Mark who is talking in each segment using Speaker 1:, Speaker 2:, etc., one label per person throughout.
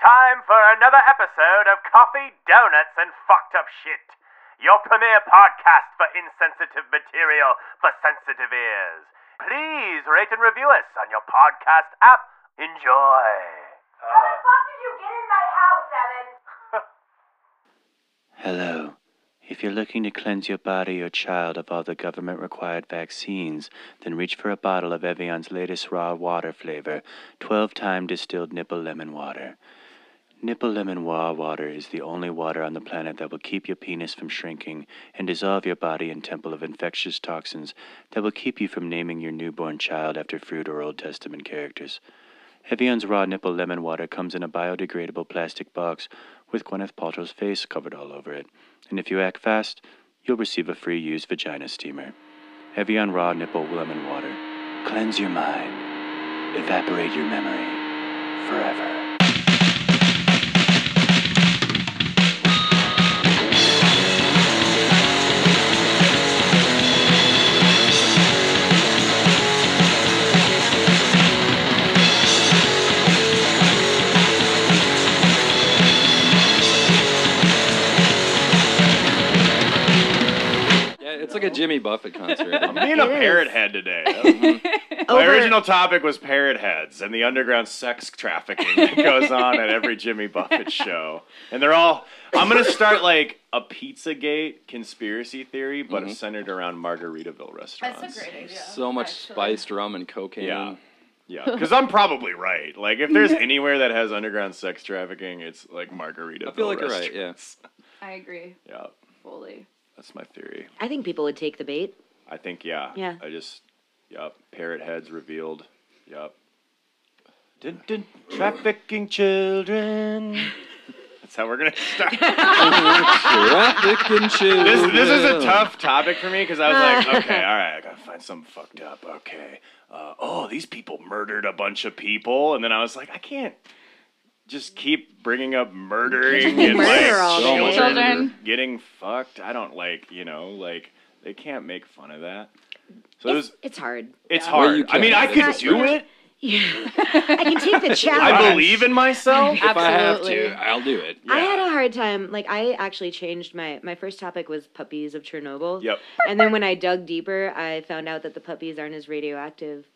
Speaker 1: time for another episode of Coffee, Donuts, and Fucked Up Shit, your premier podcast for insensitive material for sensitive ears. Please rate and review us on your podcast app. Enjoy.
Speaker 2: How the fuck did you get in my house, Evan?
Speaker 3: Hello. If you're looking to cleanse your body or child of all the government required vaccines, then reach for a bottle of Evian's latest raw water flavor, 12 time distilled nipple lemon water. Nipple lemon raw water is the only water on the planet that will keep your penis from shrinking and dissolve your body in temple of infectious toxins that will keep you from naming your newborn child after fruit or Old Testament characters. Evian's raw nipple lemon water comes in a biodegradable plastic box with Gwyneth Paltrow's face covered all over it. And if you act fast, you'll receive a free used vagina steamer. Evian raw nipple lemon water. Cleanse your mind. Evaporate your memory. Forever.
Speaker 4: Yeah, it's like a Jimmy Buffett concert.
Speaker 5: I'm being a parrot head today. My original topic was parrot heads and the underground sex trafficking that goes on at every Jimmy Buffett show. And they're all. I'm gonna start like a Pizzagate conspiracy theory, but centered around Margaritaville restaurants.
Speaker 6: That's a great idea.
Speaker 4: so much
Speaker 6: actually.
Speaker 4: spiced rum and cocaine.
Speaker 5: Yeah. Yeah, because I'm probably right. Like, if there's anywhere that has underground sex trafficking, it's like Margaritaville.
Speaker 4: I feel like you're right,
Speaker 5: restaurants.
Speaker 6: I agree
Speaker 5: Yeah,
Speaker 6: fully.
Speaker 5: that's my theory.
Speaker 7: I think people would take the bait.
Speaker 5: I think yeah.
Speaker 7: Yeah.
Speaker 5: I just yep. Parrot heads revealed. Yep. Dun, dun, trafficking children. That's how we're gonna start.
Speaker 4: Traffic and chill.
Speaker 5: this this is a tough topic for me because I was like, okay, all right, I gotta find something fucked up. Okay. Uh, oh, these people murdered a bunch of people, and then I was like, I can't just keep bringing up murdering and
Speaker 7: Murder
Speaker 5: like
Speaker 7: all day.
Speaker 5: children,
Speaker 6: Children.
Speaker 5: getting fucked. I don't like, you know, like they can't make fun of that. So it
Speaker 7: It's,
Speaker 5: was
Speaker 7: it's hard.
Speaker 5: it's
Speaker 4: Yeah. Well,
Speaker 5: hard.
Speaker 4: you
Speaker 5: I mean,
Speaker 4: can't.
Speaker 5: I could
Speaker 4: It's
Speaker 5: do
Speaker 7: not-
Speaker 5: it.
Speaker 7: Yeah. I can take the challenge.
Speaker 5: I believe in myself.
Speaker 4: If I have
Speaker 6: Absolutely.
Speaker 4: to, I'll do it.
Speaker 7: I had a hard time. Like I actually changed my my first topic was puppies of Chernobyl.
Speaker 5: Yep.
Speaker 7: And then when I dug deeper, I found out that the puppies aren't as radioactive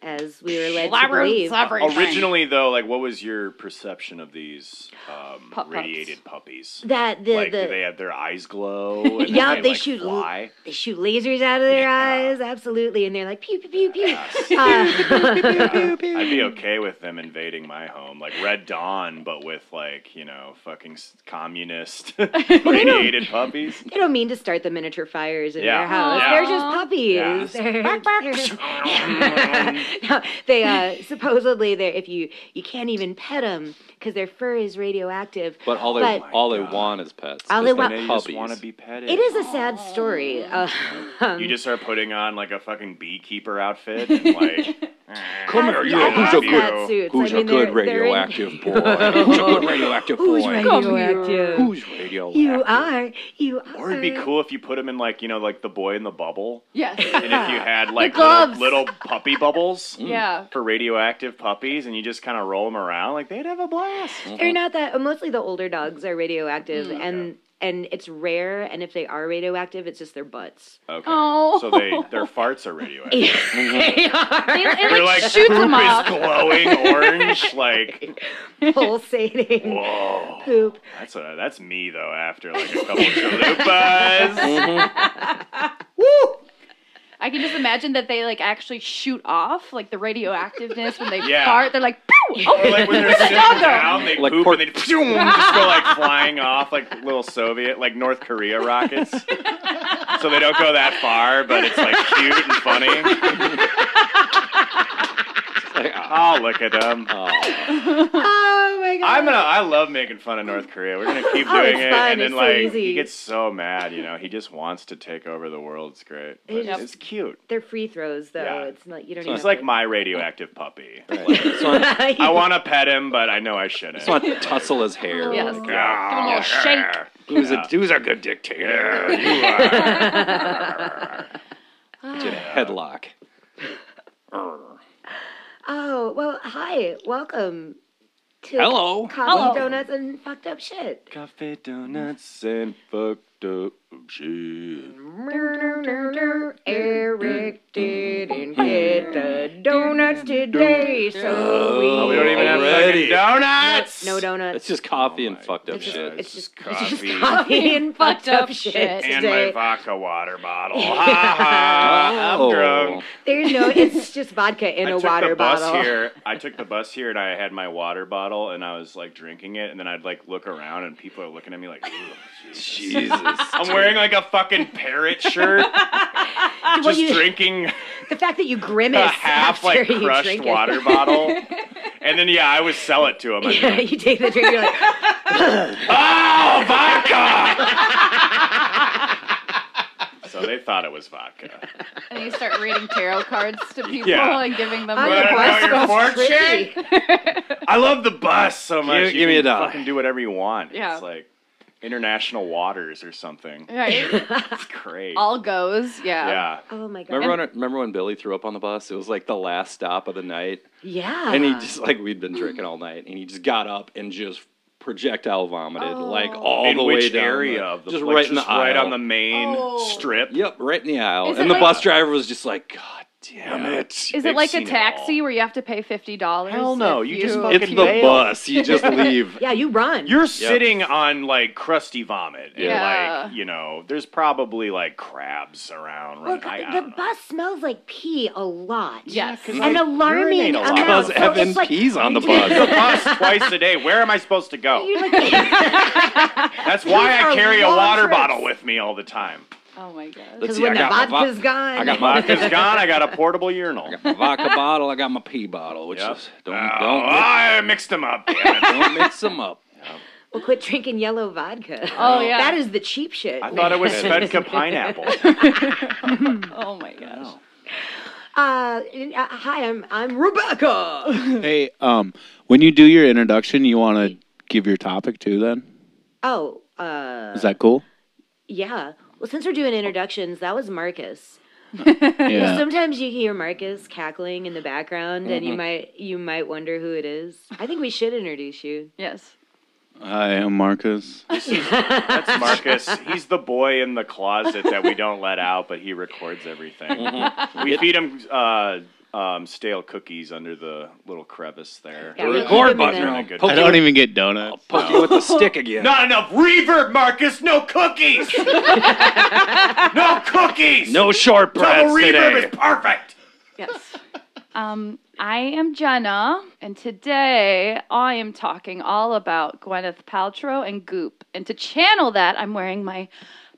Speaker 7: as we were led to believe.
Speaker 5: Originally, though, like, what was your perception of these um,
Speaker 6: Pup pups.
Speaker 5: radiated puppies?
Speaker 7: That the
Speaker 5: like,
Speaker 7: the
Speaker 5: do they have their eyes glow? And
Speaker 7: yeah,
Speaker 5: they,
Speaker 7: they
Speaker 5: like,
Speaker 7: shoot l-
Speaker 5: Fly?
Speaker 7: they shoot lasers out of their
Speaker 5: Yeah.
Speaker 7: eyes, absolutely, and they're like pew pew pew pew.
Speaker 5: Yes.
Speaker 7: Uh,
Speaker 5: I'd be okay with them invading my home, like Red Dawn, but with like you know fucking s- communist radiated puppies.
Speaker 7: they don't mean to start the miniature fires in
Speaker 5: Yeah.
Speaker 7: their house.
Speaker 5: Yeah.
Speaker 7: They're just puppies.
Speaker 5: Yeah.
Speaker 7: They're- No, they uh, supposedly they are if you you can't even pet them because their fur is radioactive.
Speaker 4: But all they
Speaker 7: But-
Speaker 4: all they
Speaker 5: God.
Speaker 4: want is pets.
Speaker 7: All they
Speaker 4: Just
Speaker 7: want-
Speaker 5: and they just
Speaker 4: puppies.
Speaker 5: want to be petted.
Speaker 7: It is a sad story. Uh, um,
Speaker 5: You just are putting on like a fucking beekeeper outfit, and, like come
Speaker 7: here,
Speaker 5: you
Speaker 7: I
Speaker 5: who's
Speaker 7: love
Speaker 5: a good-
Speaker 7: cat suits.
Speaker 4: Who's
Speaker 7: I mean,
Speaker 4: a good
Speaker 7: they're- they're in-
Speaker 4: radioactive boy? Who's a good radioactive
Speaker 7: Who's
Speaker 4: boy?
Speaker 7: radioactive?
Speaker 4: Who's radioactive?
Speaker 7: You uh, are. You are.
Speaker 5: Or it'd be cool if you put them in like you know like the boy in the bubble,
Speaker 6: Yes.
Speaker 5: and if you had like
Speaker 6: gloves.
Speaker 5: little, little puppy bubbles
Speaker 6: yeah.
Speaker 5: for radioactive puppies, and you just kind of roll them around, like they'd have a blast.
Speaker 7: They're not that. Mostly the older dogs are radioactive,
Speaker 5: Mm,
Speaker 7: and and it's rare. And if they are radioactive, it's just their butts.
Speaker 5: Okay,
Speaker 6: Oh.
Speaker 5: so they their farts are radioactive.
Speaker 7: they are
Speaker 6: It, it,
Speaker 5: They're
Speaker 6: like,
Speaker 5: like
Speaker 6: shoots
Speaker 5: poop
Speaker 6: them
Speaker 5: is
Speaker 6: up.
Speaker 5: glowing orange, like
Speaker 7: pulsating
Speaker 5: whoa.
Speaker 7: poop.
Speaker 5: That's a, that's me though. After like a couple chalupas,
Speaker 6: I can just imagine that they like actually shoot off like the radioactiveness when they
Speaker 5: Yeah.
Speaker 6: fart. They're like, Pew! oh,
Speaker 5: or like when they're sitting
Speaker 6: dog go?
Speaker 5: down, they
Speaker 4: Like
Speaker 5: poop
Speaker 4: pork-
Speaker 5: and they just go like flying off, like little Soviet, like North Korea rockets. so they don't go that far, but it's like cute and funny.
Speaker 4: ah.
Speaker 5: Oh, look at them.
Speaker 7: Oh my god!
Speaker 5: I'm gonna. I love making fun of North Korea. We're gonna keep doing
Speaker 7: Oh, it's
Speaker 5: it,
Speaker 7: fun.
Speaker 5: and then
Speaker 7: It's so
Speaker 5: like
Speaker 7: easy.
Speaker 5: he gets so mad, you know. He just wants to take over the world. It's great. But
Speaker 7: Yep.
Speaker 5: It's cute.
Speaker 7: They're free throws though.
Speaker 5: Yeah.
Speaker 7: It's not you don't. even
Speaker 5: He's
Speaker 7: have
Speaker 5: like
Speaker 7: to-
Speaker 5: my radioactive puppy.
Speaker 4: So I
Speaker 5: I want to pet him, but I know I shouldn't.
Speaker 4: just want to tussle his hair.
Speaker 6: Yes.
Speaker 4: Like,
Speaker 5: Yeah.
Speaker 6: Give him a little shake.
Speaker 4: Who's
Speaker 5: Yeah.
Speaker 4: a who's a good dictator?
Speaker 5: Yeah, you are.
Speaker 4: Get a headlock.
Speaker 7: Oh well, hi, welcome. to
Speaker 4: Hello.
Speaker 7: coffee
Speaker 6: Hello.
Speaker 7: donuts and fucked up shit.
Speaker 3: Coffee, donuts, and fucked up shit.
Speaker 7: Eric didn't get the donuts today, so we.
Speaker 5: Oh, we don't even have
Speaker 4: Already.
Speaker 5: fucking donuts.
Speaker 7: No donuts.
Speaker 4: It's just coffee
Speaker 5: Oh
Speaker 4: and fucked up
Speaker 7: It's just,
Speaker 4: shit.
Speaker 7: it's just,
Speaker 5: Coffee.
Speaker 7: it's just coffee and fucked up shit
Speaker 5: and
Speaker 7: today.
Speaker 5: my vodka water bottle. Ha ha! I'm
Speaker 4: Oh.
Speaker 5: drunk.
Speaker 7: There's no, it's just vodka in
Speaker 5: I
Speaker 7: a
Speaker 5: took
Speaker 7: water
Speaker 5: the bus
Speaker 7: bottle.
Speaker 5: here. I took the bus here, and I had my water bottle, and I was like drinking it, and then I'd like look around, and people are looking at me like, "Ooh, Jesus."
Speaker 4: Jesus.
Speaker 5: I'm wearing like a fucking parrot shirt,
Speaker 7: Well,
Speaker 5: just
Speaker 7: you-
Speaker 5: drinking
Speaker 7: The fact that you grimace
Speaker 5: a half
Speaker 7: after
Speaker 5: like
Speaker 7: you
Speaker 5: crushed
Speaker 7: drink
Speaker 5: water
Speaker 7: it.
Speaker 5: bottle, and then yeah, I would sell it to him. I'd be
Speaker 7: yeah,
Speaker 5: like,
Speaker 7: you take the drink, you're like,
Speaker 5: Oh, vodka! so they thought it was vodka.
Speaker 6: And you start reading tarot cards to people
Speaker 5: Yeah.
Speaker 6: and giving them.
Speaker 7: I'm
Speaker 5: Wanna
Speaker 7: a
Speaker 5: know
Speaker 7: bus
Speaker 5: your
Speaker 7: goes
Speaker 5: fortune?
Speaker 7: free.
Speaker 5: I love the bus so much.
Speaker 4: Give- give me
Speaker 5: can
Speaker 4: a dollar.
Speaker 5: Fucking do whatever you want.
Speaker 6: Yeah.
Speaker 5: It's like international waters or something.
Speaker 6: Right.
Speaker 5: It's great.
Speaker 6: All goes. Yeah.
Speaker 5: yeah.
Speaker 7: Oh my god.
Speaker 4: Remember when, remember when Billy threw up on the bus? It was like the last stop of the night.
Speaker 7: yeah.
Speaker 4: And he just, like, we'd been drinking all night. And he just got up and just projectile vomited,
Speaker 7: Oh.
Speaker 4: like, all
Speaker 5: in
Speaker 4: the
Speaker 5: which
Speaker 4: way down.
Speaker 5: area
Speaker 4: the,
Speaker 5: of the
Speaker 4: Just
Speaker 5: like,
Speaker 4: right in the
Speaker 5: just right
Speaker 4: aisle.
Speaker 5: on the main
Speaker 6: Oh.
Speaker 5: strip.
Speaker 4: Yep, right in the aisle.
Speaker 6: Is
Speaker 4: and
Speaker 6: it
Speaker 4: the
Speaker 6: like-
Speaker 4: bus driver was just like, God damn
Speaker 5: Yeah.
Speaker 4: it.
Speaker 6: Is
Speaker 5: They've
Speaker 6: it like
Speaker 5: seen
Speaker 6: a
Speaker 5: it
Speaker 6: taxi
Speaker 5: all.
Speaker 6: where you have to pay fifty dollars?
Speaker 5: Hell no, you just fucking
Speaker 4: It's the
Speaker 5: bail.
Speaker 4: bus. You just leave.
Speaker 7: yeah, you run.
Speaker 5: You're sitting on like crusty vomit. And
Speaker 6: Yeah.
Speaker 5: like, you know, there's probably like crabs around.
Speaker 7: Well,
Speaker 5: right? I- I uh,
Speaker 7: the
Speaker 5: don't know.
Speaker 7: bus smells like pee a lot.
Speaker 6: Yes.
Speaker 7: An alarming
Speaker 5: urinate a lot.
Speaker 7: amount.
Speaker 4: Because
Speaker 7: So it's
Speaker 4: Evan
Speaker 7: like-
Speaker 4: pees on the
Speaker 5: the
Speaker 4: bus.
Speaker 5: bus twice a day. Where am I supposed to go?
Speaker 7: You're like,
Speaker 5: That's why
Speaker 7: These
Speaker 5: I
Speaker 7: are
Speaker 5: carry a
Speaker 7: long
Speaker 5: water
Speaker 7: trips.
Speaker 5: bottle with me all the time.
Speaker 6: Oh my god.
Speaker 4: Let's
Speaker 7: because
Speaker 4: see, I
Speaker 7: when the
Speaker 4: got my vo-
Speaker 7: vodka's gone,
Speaker 4: I got my
Speaker 5: Vodka's gone. I got a portable urinal.
Speaker 4: my vodka bottle. I got my pee bottle, which
Speaker 5: Yep.
Speaker 4: is don't
Speaker 5: Oh,
Speaker 4: don't
Speaker 5: I mixed them up. damn it.
Speaker 4: don't mix them up.
Speaker 7: well, quit drinking yellow vodka.
Speaker 6: Oh yeah.
Speaker 7: That is the cheap shit.
Speaker 5: I thought it was Svedka pineapple.
Speaker 6: Oh my gosh.
Speaker 7: Uh, and, uh, hi, I'm I'm Rebecca.
Speaker 8: Hey, um, when you do your introduction, you want to give your topic too? Then
Speaker 7: oh, uh,
Speaker 8: is that cool?
Speaker 7: yeah. Well, since we're doing introductions, that was Marcus.
Speaker 8: Yeah.
Speaker 7: Sometimes you hear Marcus cackling in the background, and you might you might wonder who it is. I think we should introduce you.
Speaker 6: Yes.
Speaker 8: Hi, I'm Marcus.
Speaker 5: That's Marcus. He's the boy in the closet that we don't let out, but he records everything. We feed him uh, um, stale cookies under the little crevice there.
Speaker 7: Yeah,
Speaker 4: The
Speaker 7: we-
Speaker 4: record
Speaker 7: we give him
Speaker 4: button.
Speaker 7: that.
Speaker 4: I'll
Speaker 5: Good.
Speaker 4: poke
Speaker 8: I don't
Speaker 4: you-
Speaker 8: even get donuts.
Speaker 4: poke you with the stick again.
Speaker 5: Not enough reverb, Marcus. No cookies. no cookies.
Speaker 4: no
Speaker 5: double
Speaker 4: shortbreads
Speaker 5: reverb
Speaker 4: today.
Speaker 5: is perfect.
Speaker 6: Yes. um, I am Jenna, and today I am talking all about Gwyneth Paltrow and Goop. And to channel that, I'm wearing my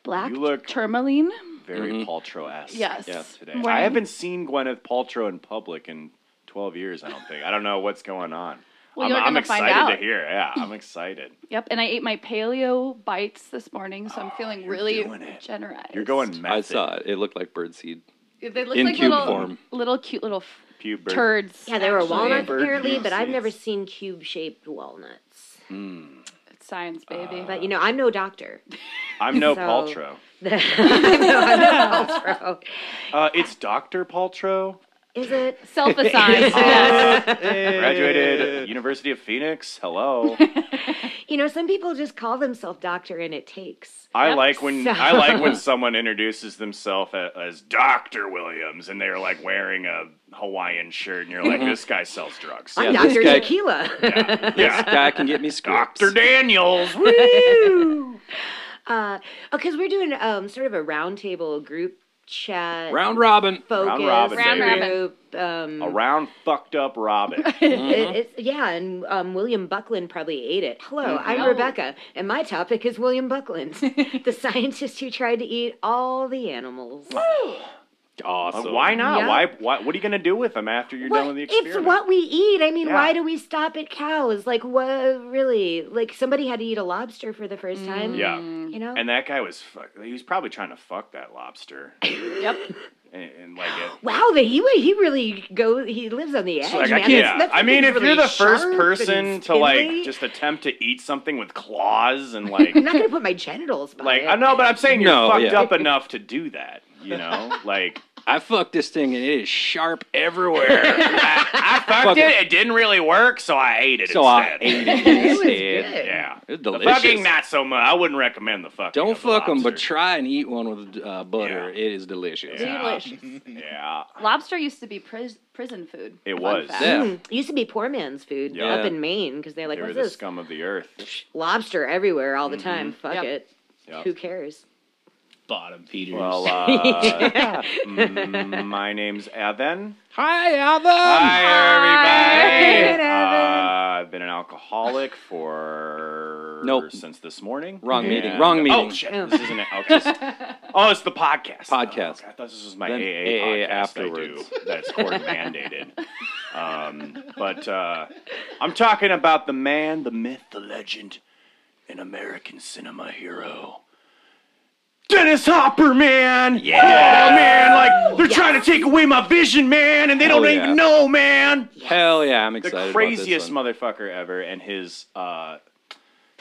Speaker 6: black
Speaker 5: You look-
Speaker 6: tourmaline.
Speaker 5: Very Paltrow-esque.
Speaker 6: Yes.
Speaker 5: today.
Speaker 6: Right.
Speaker 5: Mm-hmm. I haven't seen Gwyneth Paltrow in public in 12 years. I don't think. I don't know what's going on.
Speaker 6: Well,
Speaker 5: I'm,
Speaker 6: you're
Speaker 5: I'm
Speaker 6: gonna find
Speaker 5: excited to
Speaker 6: out.
Speaker 5: hear. Yeah, I'm excited.
Speaker 6: Yep. And I ate my paleo bites this morning, so I'm feeling really
Speaker 5: Oh, doing it.
Speaker 6: generous.
Speaker 5: You're going mad.
Speaker 4: I saw it. It looked like birdseed.
Speaker 6: They look
Speaker 4: in
Speaker 6: like
Speaker 4: cube
Speaker 6: little,
Speaker 4: form.
Speaker 6: little cute little f-
Speaker 5: Puber.
Speaker 6: turds.
Speaker 7: Yeah, there were
Speaker 6: actually.
Speaker 7: walnuts
Speaker 5: Bird
Speaker 7: apparently, but I've
Speaker 5: seeds.
Speaker 7: never seen cube shaped walnuts.
Speaker 6: It's science, baby.
Speaker 5: Uh,
Speaker 7: But you know, I'm no doctor.
Speaker 5: I'm no
Speaker 7: So-
Speaker 5: Paltrow.
Speaker 7: no, I'm no Paltrow.
Speaker 5: Uh, it's Dr. Paltrow.
Speaker 7: Is it?
Speaker 6: Self-assigned. yes.
Speaker 5: Graduated University of Phoenix. Hello.
Speaker 7: You know, some people just call themselves doctor and it takes.
Speaker 5: I
Speaker 6: Yep.
Speaker 5: like when
Speaker 7: So-
Speaker 5: I like when someone introduces themselves a- as Dr. Williams and they're like wearing a Hawaiian shirt and you're
Speaker 6: Mm-hmm.
Speaker 5: like, this guy sells drugs.
Speaker 7: I'm
Speaker 4: Yeah, this
Speaker 7: Dr.
Speaker 4: guy-
Speaker 7: Tequila.
Speaker 5: Yeah.
Speaker 4: Guy can get me scripts.
Speaker 5: Dr. Daniels. Woo!
Speaker 7: Uh, because we're doing um, sort of a roundtable group chat.
Speaker 4: Round robin.
Speaker 7: Focus
Speaker 5: Round robin,
Speaker 6: Round baby.
Speaker 7: group. Um,
Speaker 5: Around fucked up Robin.
Speaker 7: it- it's, yeah, and um, William Buckland probably ate it. Hello, I'm
Speaker 6: Oh.
Speaker 7: Rebecca, and my topic is William Buckland, the scientist who tried to eat all the animals.
Speaker 5: Uh,
Speaker 4: Awesome.
Speaker 5: why not?
Speaker 7: Yeah.
Speaker 5: Why, why? What are you gonna do with them after you're done
Speaker 7: Well,
Speaker 5: with the
Speaker 7: it's
Speaker 5: experiment?
Speaker 7: what we eat. I mean,
Speaker 5: Yeah.
Speaker 7: why do we stop at cows? Like, what really? Like, somebody had to eat a lobster for the first time.
Speaker 5: Yeah.
Speaker 7: You know?
Speaker 5: And that guy was fuck. He was probably trying to fuck that lobster.
Speaker 6: Yep.
Speaker 5: and, and like, it,
Speaker 7: wow, the, he, he really go. he lives on the edge.
Speaker 5: like I
Speaker 7: man.
Speaker 5: can't.
Speaker 7: That's- that's
Speaker 5: I mean, if
Speaker 7: really
Speaker 5: you're the first
Speaker 7: sharp
Speaker 5: person
Speaker 7: and
Speaker 5: to like
Speaker 7: spindly.
Speaker 5: just attempt to eat something with claws and like,
Speaker 7: I'm not going to put my genitals by
Speaker 5: like
Speaker 7: it.
Speaker 5: I know, but I'm saying you're
Speaker 4: No,
Speaker 5: fucked
Speaker 4: yeah.
Speaker 5: up enough to do that. You know, like
Speaker 4: I fucked this thing and it is sharp everywhere.
Speaker 5: I, I fucked
Speaker 4: Fuck
Speaker 5: it.
Speaker 4: it.
Speaker 5: it. didn't really work, so I ate it
Speaker 4: so I
Speaker 5: instead.
Speaker 4: ate it.
Speaker 7: It was
Speaker 4: instead.
Speaker 7: good.
Speaker 5: Yeah.
Speaker 4: It was
Speaker 5: The
Speaker 4: delicious.
Speaker 5: fucking not so much. I wouldn't recommend the fucking.
Speaker 4: Don't
Speaker 5: of the
Speaker 4: fuck them, but
Speaker 5: lobster.
Speaker 4: try and eat one with uh, butter. It is delicious.
Speaker 5: Yeah.
Speaker 6: Delicious.
Speaker 5: Yeah,
Speaker 6: Lobster used to be pris- prison food.
Speaker 5: It
Speaker 6: Fun
Speaker 5: was.
Speaker 6: fact.
Speaker 4: Yeah.
Speaker 7: Mm, used to be poor man's food
Speaker 5: Yeah.
Speaker 7: up in Maine because they're like,
Speaker 5: they were
Speaker 7: what's
Speaker 5: the
Speaker 7: this?
Speaker 5: scum of the earth.
Speaker 7: Lobster everywhere all the time. Fuck
Speaker 6: Yep.
Speaker 7: it.
Speaker 5: Yep.
Speaker 7: Who cares?
Speaker 8: Bottom feeders.
Speaker 5: Well, uh, mm, my name's Evan.
Speaker 4: Hi, Alva.
Speaker 5: Hi, everybody.
Speaker 7: Good,
Speaker 5: Uh, I've been an alcoholic for
Speaker 4: Nope.
Speaker 5: since this morning.
Speaker 4: Wrong meeting,
Speaker 5: And-
Speaker 4: wrong
Speaker 5: Oh
Speaker 4: meeting.
Speaker 5: shit!
Speaker 7: Oh.
Speaker 5: This isn't it. Oh, just- oh, it's the podcast.
Speaker 4: Podcast.
Speaker 5: Oh, okay. I thought this was my
Speaker 4: Then
Speaker 5: AA,
Speaker 4: AA
Speaker 5: podcast
Speaker 4: afterwards.
Speaker 5: I do that's court mandated. Um, but uh, I'm talking about the man, the myth, the legend, an American cinema hero. Dennis Hopper, man! Yeah! Oh, man, like, they're trying to take away my vision, man, and they don't
Speaker 4: Oh, yeah.
Speaker 5: even know, man!
Speaker 4: Hell yeah, I'm
Speaker 5: the
Speaker 4: excited. about this
Speaker 5: craziest
Speaker 4: one.
Speaker 5: motherfucker ever, and his uh,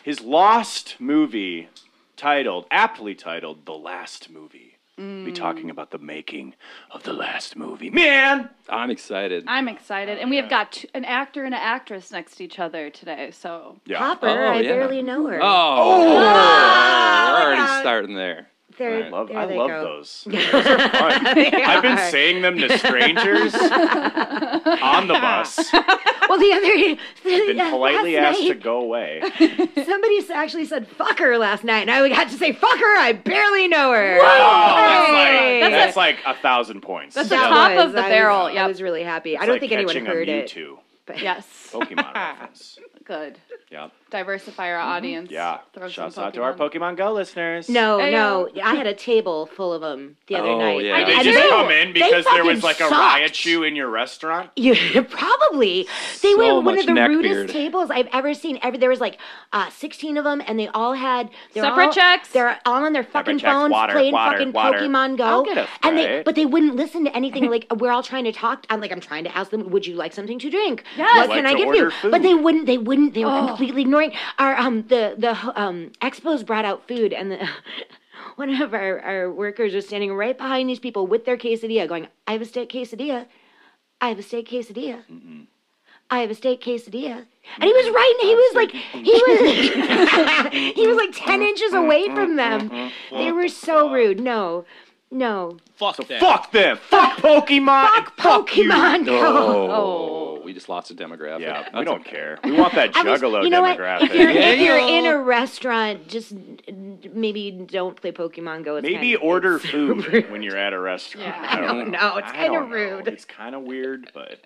Speaker 5: his lost movie titled aptly titled "The Last Movie." We'll
Speaker 7: Mm.
Speaker 5: Be talking about the making of the last movie, man.
Speaker 4: I'm excited.
Speaker 6: I'm excited, and we have got t- an actor and an actress next to each other today. So
Speaker 5: Yeah.
Speaker 7: Hopper,
Speaker 4: Oh,
Speaker 7: I
Speaker 4: yeah.
Speaker 7: barely know her.
Speaker 4: Oh, we're already starting there.
Speaker 7: There-
Speaker 5: I love,
Speaker 7: there
Speaker 5: I
Speaker 7: they
Speaker 5: love
Speaker 7: go.
Speaker 5: those. Those are fun.
Speaker 7: They
Speaker 5: I've been
Speaker 7: are.
Speaker 5: saying them to strangers on the bus.
Speaker 7: Well, the other
Speaker 5: Been politely
Speaker 7: last
Speaker 5: asked to
Speaker 7: night,
Speaker 5: go away.
Speaker 7: Somebody s- actually said "fuck her" last night, and I had to say "fuck her." I barely know her.
Speaker 5: Oh, that's
Speaker 7: Hey.
Speaker 5: like that's,
Speaker 6: That's a-
Speaker 5: like a thousand points.
Speaker 6: that's a
Speaker 5: Yeah.
Speaker 7: That
Speaker 6: top
Speaker 7: was-
Speaker 6: of the
Speaker 7: I was-
Speaker 6: barrel,
Speaker 7: I
Speaker 6: yep.
Speaker 7: was really happy. I
Speaker 5: It's
Speaker 7: don't
Speaker 5: like
Speaker 7: think anyone
Speaker 5: catching a
Speaker 7: heard it.
Speaker 5: Mewtwo
Speaker 7: but-
Speaker 6: yes,
Speaker 5: Pokemon reference.
Speaker 6: good.
Speaker 5: Yep.
Speaker 6: Diversify our audience.
Speaker 5: Mm-hmm. Yeah.
Speaker 6: Throw some
Speaker 5: Shouts out to our Pokemon Go listeners.
Speaker 7: No,
Speaker 6: Hey,
Speaker 7: no, I had a table full of them the other
Speaker 4: Oh,
Speaker 7: night.
Speaker 4: yeah. Did
Speaker 5: They
Speaker 7: And
Speaker 5: just
Speaker 7: they-
Speaker 5: come in
Speaker 7: they
Speaker 5: because there was
Speaker 7: fucking
Speaker 5: like a
Speaker 7: sucked.
Speaker 5: riot shoe in your restaurant.
Speaker 7: Yeah, probably. They
Speaker 4: So
Speaker 7: were one
Speaker 4: much
Speaker 7: of the
Speaker 4: neck
Speaker 7: rudest
Speaker 4: beard.
Speaker 7: tables I've ever seen. Every there was like uh, sixteen of them, and they all had they're
Speaker 6: Separate
Speaker 7: all,
Speaker 6: checks.
Speaker 7: They're all on their fucking
Speaker 5: checks,
Speaker 7: phones
Speaker 5: water,
Speaker 7: playing
Speaker 5: water,
Speaker 7: fucking
Speaker 5: water.
Speaker 7: Pokemon Go.
Speaker 5: I'll get a
Speaker 7: and they
Speaker 5: Sprite.
Speaker 7: but they wouldn't listen to anything. like we're all trying to talk. I'm like I'm trying to ask them, would you like something to drink?
Speaker 6: Yes.
Speaker 7: What
Speaker 5: Like
Speaker 7: can
Speaker 5: to
Speaker 7: I give
Speaker 5: order
Speaker 7: you?
Speaker 5: food.
Speaker 7: But they wouldn't. They wouldn't. They were
Speaker 6: Oh.
Speaker 7: completely ignoring our um the the um expos brought out food and the. One of our, our workers was standing right behind these people with their quesadilla, going, "I have a steak quesadilla, I have a steak quesadilla, I have a steak quesadilla. And he was right. He was like, he was, he was like 10 inches away from them. They were so rude. No, no.
Speaker 8: fuck that.
Speaker 5: Fuck them. Fuck Pokemon.
Speaker 7: Fuck Pokemon Go.
Speaker 4: Oh, we just lost a demographic.
Speaker 5: Yeah, we
Speaker 4: That's
Speaker 5: don't
Speaker 4: okay.
Speaker 5: care. We want that
Speaker 7: I was-
Speaker 5: juggalo
Speaker 7: you know what? If you're,
Speaker 5: demographic.
Speaker 7: if you're
Speaker 4: Yeah.
Speaker 7: in a restaurant, just maybe don't play Pokemon Go. It's
Speaker 5: Maybe
Speaker 7: kind of-
Speaker 5: order
Speaker 7: it's-
Speaker 5: food when you're at a restaurant.
Speaker 6: Yeah.
Speaker 5: I
Speaker 7: I don't
Speaker 5: don't know.
Speaker 7: know. It's
Speaker 5: I
Speaker 7: kind
Speaker 5: don't
Speaker 7: of
Speaker 5: know.
Speaker 7: rude.
Speaker 5: It's kind of weird, but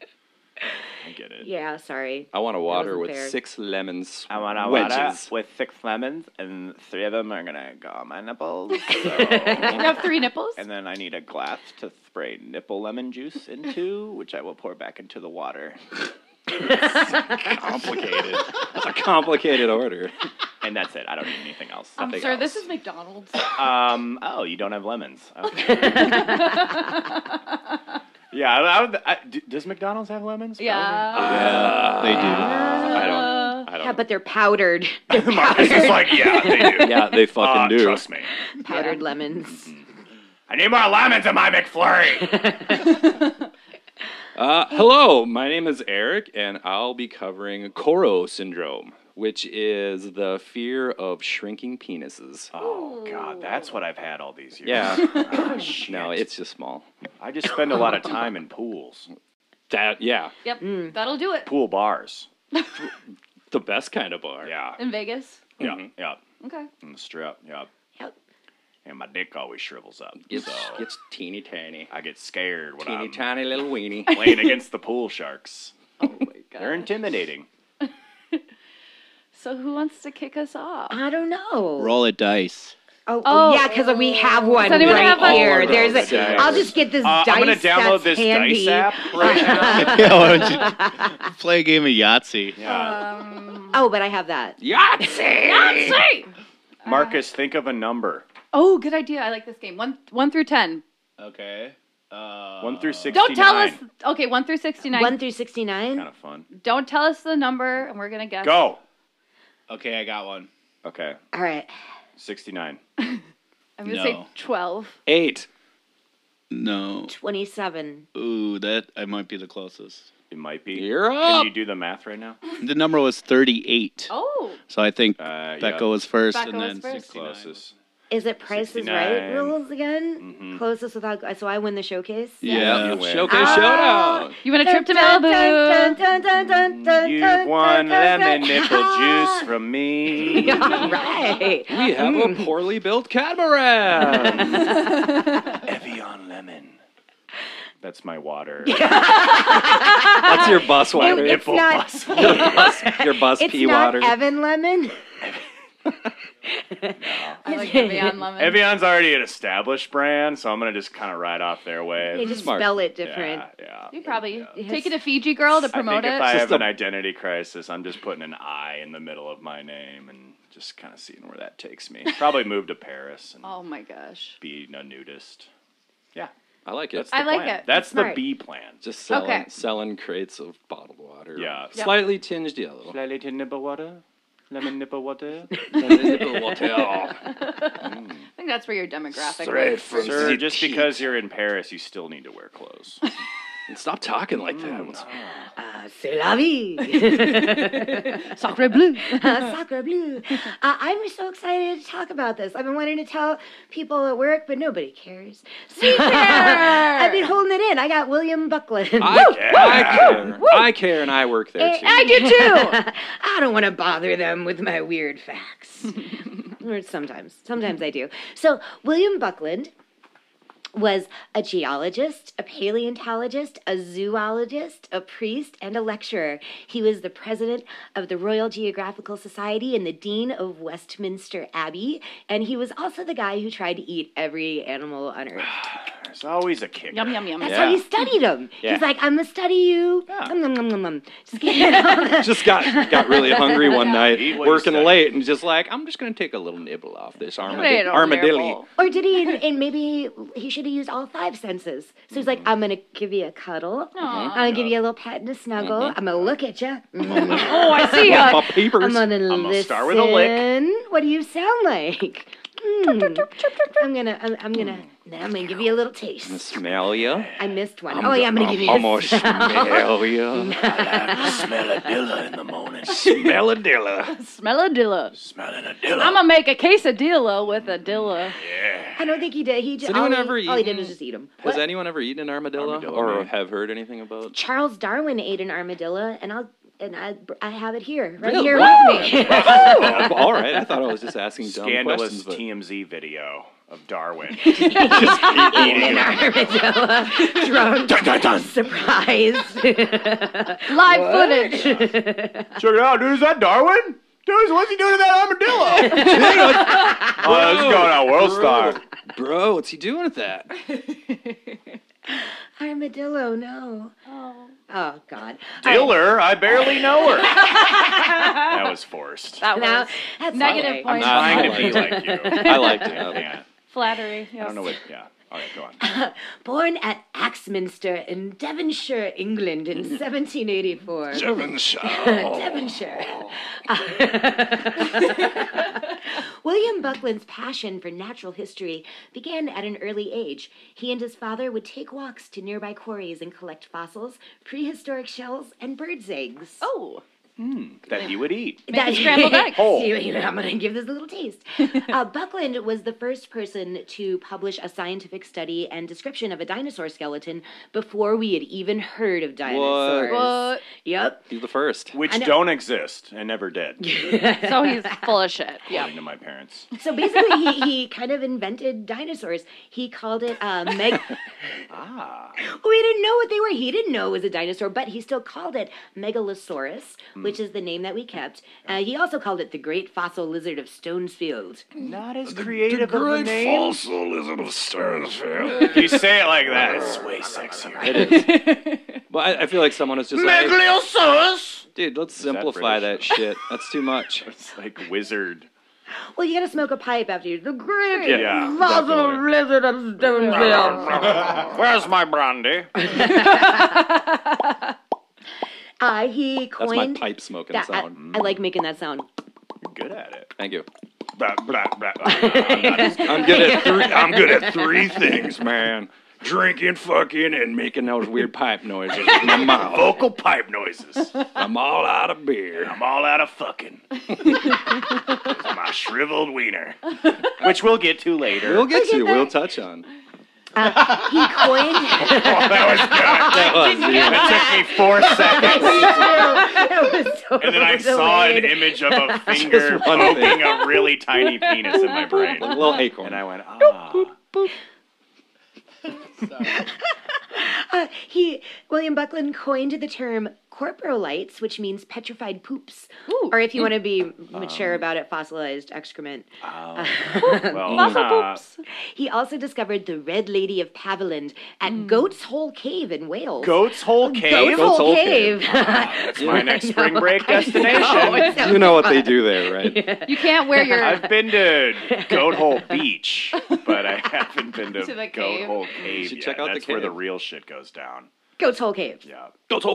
Speaker 5: I get it.
Speaker 7: Yeah, sorry.
Speaker 4: I want a water
Speaker 7: wasn't
Speaker 4: with
Speaker 7: fair.
Speaker 4: six lemons.
Speaker 5: I want a water
Speaker 4: wedges.
Speaker 5: with six lemons, and three of them are gonna go on my nipples. So.
Speaker 6: You have three nipples.
Speaker 5: and then I need a glass to spray nipple lemon juice into, which I will pour back into the water.
Speaker 4: Complicated. That's a complicated order.
Speaker 5: And that's it. I don't need anything else.
Speaker 6: Um,
Speaker 5: Nothing
Speaker 6: sir,
Speaker 5: else.
Speaker 6: this is McDonald's.
Speaker 5: Um. Oh, you don't have lemons. Okay. yeah. I, I, would- I, d- does McDonald's have lemons?
Speaker 6: yeah.
Speaker 8: They
Speaker 5: Probably.
Speaker 8: do.
Speaker 5: I don't.
Speaker 6: Uh,
Speaker 5: I don't.
Speaker 7: Yeah, but they're powdered. They're
Speaker 5: know. Marcus is
Speaker 7: powdered,
Speaker 5: like, yeah, they do.
Speaker 4: Yeah, they fucking
Speaker 5: Uh,
Speaker 4: do.
Speaker 5: Trust me.
Speaker 7: powdered lemons.
Speaker 5: Mm-hmm. I need more lemons in my McFlurry.
Speaker 4: Uh, hello, my name is Eric, and I'll be covering Koro syndrome, which is the fear of shrinking penises.
Speaker 5: oh God, that's what I've had all these years.
Speaker 4: Yeah.
Speaker 5: Oh, shit.
Speaker 4: No, it's just small.
Speaker 5: I just spend a lot of time in pools,
Speaker 4: That yeah,
Speaker 6: yep.
Speaker 7: Mm.
Speaker 6: That'll do it
Speaker 5: pool bars.
Speaker 4: the best kind of bar.
Speaker 5: Yeah.
Speaker 6: in Vegas.
Speaker 5: Yeah.
Speaker 4: Mhm.
Speaker 5: Yeah.
Speaker 6: Okay.
Speaker 5: In the strip. Yeah.
Speaker 7: Yep.
Speaker 5: And my dick always shrivels up.
Speaker 4: It's,
Speaker 5: so
Speaker 4: it's teeny tiny. Um,
Speaker 5: I get scared when
Speaker 4: Teeny
Speaker 5: I'm
Speaker 4: tiny little weenie.
Speaker 5: playing against the pool sharks.
Speaker 6: Oh my
Speaker 5: They're
Speaker 6: god.
Speaker 5: intimidating.
Speaker 6: So who wants to kick us off?
Speaker 7: I don't know.
Speaker 8: Roll a dice.
Speaker 7: Oh,
Speaker 6: Oh.
Speaker 7: oh, yeah, 'cause yeah, because we have one
Speaker 6: anyone
Speaker 7: right
Speaker 6: have one?
Speaker 7: here.
Speaker 4: All
Speaker 7: There's
Speaker 4: rolled
Speaker 7: a.
Speaker 4: dice.
Speaker 7: I'll just get this
Speaker 5: Uh,
Speaker 7: dice.
Speaker 5: I'm gonna download
Speaker 7: that's
Speaker 5: this
Speaker 7: handy.
Speaker 5: dice app right now.
Speaker 8: yeah, why don't you play a game of Yahtzee?
Speaker 5: Yeah.
Speaker 6: Um,
Speaker 7: Oh, but I have that.
Speaker 4: Yahtzee!
Speaker 6: say.
Speaker 5: Marcus, think of a number.
Speaker 6: Oh, good idea. I like this game. One, one through ten.
Speaker 8: Okay. Uh,
Speaker 5: One through 69.
Speaker 6: Don't tell us. Okay, one through sixty-nine.
Speaker 7: One through sixty-nine.
Speaker 5: Kind of fun.
Speaker 6: Don't tell us the number, and we're gonna guess.
Speaker 5: Go.
Speaker 8: Okay, I got one.
Speaker 5: Okay.
Speaker 7: All right.
Speaker 5: 69.
Speaker 6: I'm gonna
Speaker 8: No.
Speaker 6: say twelve.
Speaker 4: Eight.
Speaker 8: No.
Speaker 7: 27.
Speaker 8: Ooh, that I might be the closest.
Speaker 5: It might be.
Speaker 4: You're
Speaker 5: Can
Speaker 4: up.
Speaker 5: you do the math right now?
Speaker 8: The number was 38.
Speaker 6: Oh,
Speaker 8: So I think
Speaker 5: Uh,
Speaker 8: Becca
Speaker 5: yeah.
Speaker 8: was first
Speaker 6: Becca
Speaker 8: and
Speaker 6: was
Speaker 8: then
Speaker 6: first.
Speaker 8: 69.
Speaker 5: closest.
Speaker 7: Is it Price is Right
Speaker 5: 69.
Speaker 7: rules again?
Speaker 5: Mm-hmm.
Speaker 7: Closest without. So I win the showcase?
Speaker 8: Yeah.
Speaker 4: Yeah,
Speaker 5: You win.
Speaker 4: Uh, showcase
Speaker 7: Ah.
Speaker 4: showdown.
Speaker 6: you want a trip to
Speaker 7: Dun, dun, dun,
Speaker 6: Malibu?
Speaker 7: dun, dun, dun, dun,
Speaker 5: You've
Speaker 7: dun,
Speaker 5: won
Speaker 7: dun, dun,
Speaker 5: lemon
Speaker 7: dun.
Speaker 5: nipple juice from me.
Speaker 7: All right.
Speaker 4: We have
Speaker 7: Mm.
Speaker 4: a poorly built
Speaker 5: Um,
Speaker 4: catamaran.
Speaker 5: Evian lemon. That's my water.
Speaker 4: That's your bus water.
Speaker 7: It's not,
Speaker 4: your bus, your bus
Speaker 7: it's
Speaker 4: pee
Speaker 7: not
Speaker 4: water.
Speaker 7: Evan Lemon.
Speaker 6: I like the Beyond Lemon.
Speaker 5: Evian's already an established brand, so I'm gonna just kind of ride off their
Speaker 7: They
Speaker 5: wave.
Speaker 7: just
Speaker 4: Smart.
Speaker 7: spell it
Speaker 5: Yeah,
Speaker 7: different.
Speaker 5: yeah.
Speaker 6: you probably
Speaker 7: Yes.
Speaker 6: take it to Fiji Girl to
Speaker 5: I
Speaker 6: promote
Speaker 5: think
Speaker 6: it.
Speaker 5: if I have
Speaker 4: Just a-
Speaker 5: an identity crisis, I'm just putting an I in the middle of my name and just kind of seeing where that takes me. Probably move to Paris and
Speaker 6: oh my gosh.
Speaker 5: be a nudist.
Speaker 4: I like it.
Speaker 5: That's the
Speaker 6: I like
Speaker 5: plan.
Speaker 6: it.
Speaker 5: That's the
Speaker 7: Smart.
Speaker 5: B plan.
Speaker 4: Just selling,
Speaker 6: Okay.
Speaker 4: selling crates of bottled water.
Speaker 5: Yeah. Yeah.
Speaker 4: Slightly tinged yellow.
Speaker 5: Dilated nipple water, lemon nipple water.
Speaker 6: I think that's where your demographic. is.
Speaker 5: Sir, just because you're in Paris, you still need to wear clothes.
Speaker 4: And stop talking like
Speaker 5: Mm.
Speaker 4: that. What's-
Speaker 7: Uh, c'est la vie.
Speaker 6: Sacre bleu.
Speaker 7: uh, soccer blue. Uh, I'm so excited to talk about this. I've been wanting to tell people at work, but nobody cares. So I've been holding it in. I got William Buckland.
Speaker 4: I, care. I care. I care, and I work there too.
Speaker 6: I do too.
Speaker 7: I don't want to bother them with my weird facts. or sometimes, sometimes I do. So, William Buckland was a geologist, a paleontologist, a zoologist, a priest, and a lecturer. He was the president of the Royal Geographical Society and the dean of Westminster Abbey, and he was also the guy who tried to eat every animal on earth.
Speaker 5: There's always a kicker.
Speaker 6: yum yum yum.
Speaker 7: That's
Speaker 4: Yeah.
Speaker 7: how he studied them.
Speaker 4: Yeah.
Speaker 7: He's like, I'm gonna study you.
Speaker 5: Yeah.
Speaker 7: Nom, nom, nom, nom. Just kidding. All the-
Speaker 4: Just got got really hungry one night,
Speaker 5: Eat what you
Speaker 4: working
Speaker 5: said.
Speaker 4: late, and just like I'm just gonna take a little nibble off this armadillo.
Speaker 6: Little
Speaker 4: armadillo.
Speaker 6: nibble.
Speaker 7: Or did he? And maybe he should have used all five senses. So he's like, I'm gonna give you a cuddle. I'm
Speaker 6: Aw.
Speaker 7: gonna give you a little pat and a snuggle. I'm gonna look at you.
Speaker 6: Oh, I see
Speaker 4: My
Speaker 6: ya.
Speaker 4: papers.
Speaker 7: I'm gonna
Speaker 5: gonna
Speaker 7: listen.
Speaker 5: start with a lick.
Speaker 7: What do you sound like? Mm. I'm gonna. I'm, I'm gonna. Then I'm gonna give you a little taste.
Speaker 4: smell you.
Speaker 7: I missed one. oh yeah, I'm gonna give you. a
Speaker 4: Almost smell you.
Speaker 5: smell a dilla in the morning.
Speaker 4: smell a dilla.
Speaker 6: Smell a dilla.
Speaker 5: Smelling a dilla.
Speaker 6: I'm gonna make a quesadilla with a dilla.
Speaker 7: I don't think he did. He just.
Speaker 4: anyone
Speaker 7: all he,
Speaker 4: ever
Speaker 7: all he did
Speaker 4: eaten-
Speaker 7: was just eat him.
Speaker 4: Has anyone ever eaten an armadillo,
Speaker 5: Armadillo,
Speaker 4: or
Speaker 5: man.
Speaker 4: have heard anything about?
Speaker 7: Charles Darwin ate an armadillo, and I'll. And I, I have it here, right
Speaker 4: Really?
Speaker 7: here with me.
Speaker 4: All right, I thought I was just asking dumb
Speaker 5: Scandalous
Speaker 4: questions. but-
Speaker 5: TMZ video of Darwin.
Speaker 7: an armadillo, drunk, surprised.
Speaker 6: Live footage.
Speaker 5: Check it out, dude. Is that Darwin? Dude, what's he doing to that armadillo? oh, that's going on World Star.
Speaker 4: Bro, what's he doing with that?
Speaker 7: Armadillo, no.
Speaker 6: Oh.
Speaker 7: Oh God.
Speaker 5: Diller, I barely know her. that was forced.
Speaker 6: That was
Speaker 7: Now that's
Speaker 6: negative
Speaker 7: okay.
Speaker 6: point.
Speaker 4: not-
Speaker 5: Trying
Speaker 4: I
Speaker 5: to be
Speaker 4: liked
Speaker 5: like you.
Speaker 4: I liked it.
Speaker 5: I can't.
Speaker 6: Flattery. Yes.
Speaker 5: I don't know what. Yeah. All right, go on.
Speaker 7: Born at Axminster in Devonshire, England, in 1784. Devonshire. William Buckland's passion for natural history began at an early age. He and his father would take walks to nearby quarries and collect fossils, prehistoric shells, and birds' eggs.
Speaker 6: Oh.
Speaker 5: That he would eat.
Speaker 6: Make a scrambled egg.
Speaker 5: Oh.
Speaker 7: You- you know, I'm going to give this a little taste. Uh, Buckland was the first person to publish a scientific study and description of a dinosaur skeleton before we had even heard of dinosaurs.
Speaker 6: What?
Speaker 7: Yep.
Speaker 4: He's the first.
Speaker 5: Which
Speaker 7: I know-
Speaker 5: don't exist and never did, according
Speaker 6: So he's full of shit. Yeah.
Speaker 5: to my parents.
Speaker 7: So basically, he, he kind of invented dinosaurs. He called it uh, meg.
Speaker 5: Ah.
Speaker 7: we didn't know what they were. He didn't know it was a dinosaur, but he still called it Megalosaurus,
Speaker 5: Mm.
Speaker 7: which is the name that we kept. Uh, he also called it the Great Fossil Lizard of Stonesfield.
Speaker 5: Not as creative of a name. fossil lizard of If you say it like that, it's way sexier.
Speaker 4: But I, I feel like someone is just like, hey,
Speaker 5: Megalosaurus.
Speaker 4: dude, let's
Speaker 5: that
Speaker 4: simplify that,
Speaker 5: British?
Speaker 4: shit. That's too much.
Speaker 5: It's like wizard.
Speaker 7: Well, you got to smoke a pipe after you. The Great
Speaker 5: Yeah,
Speaker 7: Fossil
Speaker 5: definitely.
Speaker 7: Lizard of Stonesfield.
Speaker 5: Where's my brandy?
Speaker 7: Uh, he
Speaker 4: That's my
Speaker 7: coined.
Speaker 4: pipe smoking
Speaker 7: that- I-
Speaker 4: sound.
Speaker 7: I, like making that sound.
Speaker 5: Good at it.
Speaker 4: Thank you.
Speaker 5: Blah, blah, blah. I'm, not as-
Speaker 4: I'm good at three.
Speaker 5: I'm good at three things, man.
Speaker 4: drinking, fucking, and making those weird pipe noises in my mouth.
Speaker 5: Vocal pipe noises.
Speaker 4: I'm all out of beer.
Speaker 5: I'm all out of fucking. It's my shriveled wiener, which we'll get to later.
Speaker 4: We'll get to. We'll touch on.
Speaker 7: He coined.
Speaker 5: Oh, that was good.
Speaker 4: That was
Speaker 5: That took me four seconds.
Speaker 7: it was so
Speaker 5: And then I saw an image of a finger
Speaker 4: one thing.
Speaker 5: poking a really tiny penis in my brain.
Speaker 4: a little acorn.
Speaker 5: And I went, ah.
Speaker 7: Uh, he William Buckland coined the term corporolites, which means petrified poops,
Speaker 6: Ooh.
Speaker 7: or if you want to be mature about it, fossilized excrement.
Speaker 5: Well,
Speaker 6: Fossil
Speaker 5: uh,
Speaker 6: poops.
Speaker 7: He also discovered the Red Lady of Paviland at Goat's Hole Cave in Wales.
Speaker 5: Goat's Hole Cave?
Speaker 7: Hmm. Goat's
Speaker 4: Goat's
Speaker 7: Hole
Speaker 4: Hole
Speaker 7: Cave.
Speaker 5: That's my next
Speaker 7: I know.
Speaker 5: spring break
Speaker 7: I know.
Speaker 5: destination.
Speaker 7: It's so
Speaker 4: you know what
Speaker 7: fun.
Speaker 4: they do there, right?
Speaker 6: You can't wear your.
Speaker 5: I've been to Goat Hole Beach, but I haven't been to,
Speaker 6: To the
Speaker 5: Goat
Speaker 6: cave.
Speaker 5: Hole Cave.
Speaker 4: You should
Speaker 5: yet.
Speaker 4: check out the
Speaker 5: That's where the
Speaker 4: cave.
Speaker 5: real shit goes down.
Speaker 7: Goat's Hole Cave.
Speaker 5: Yeah.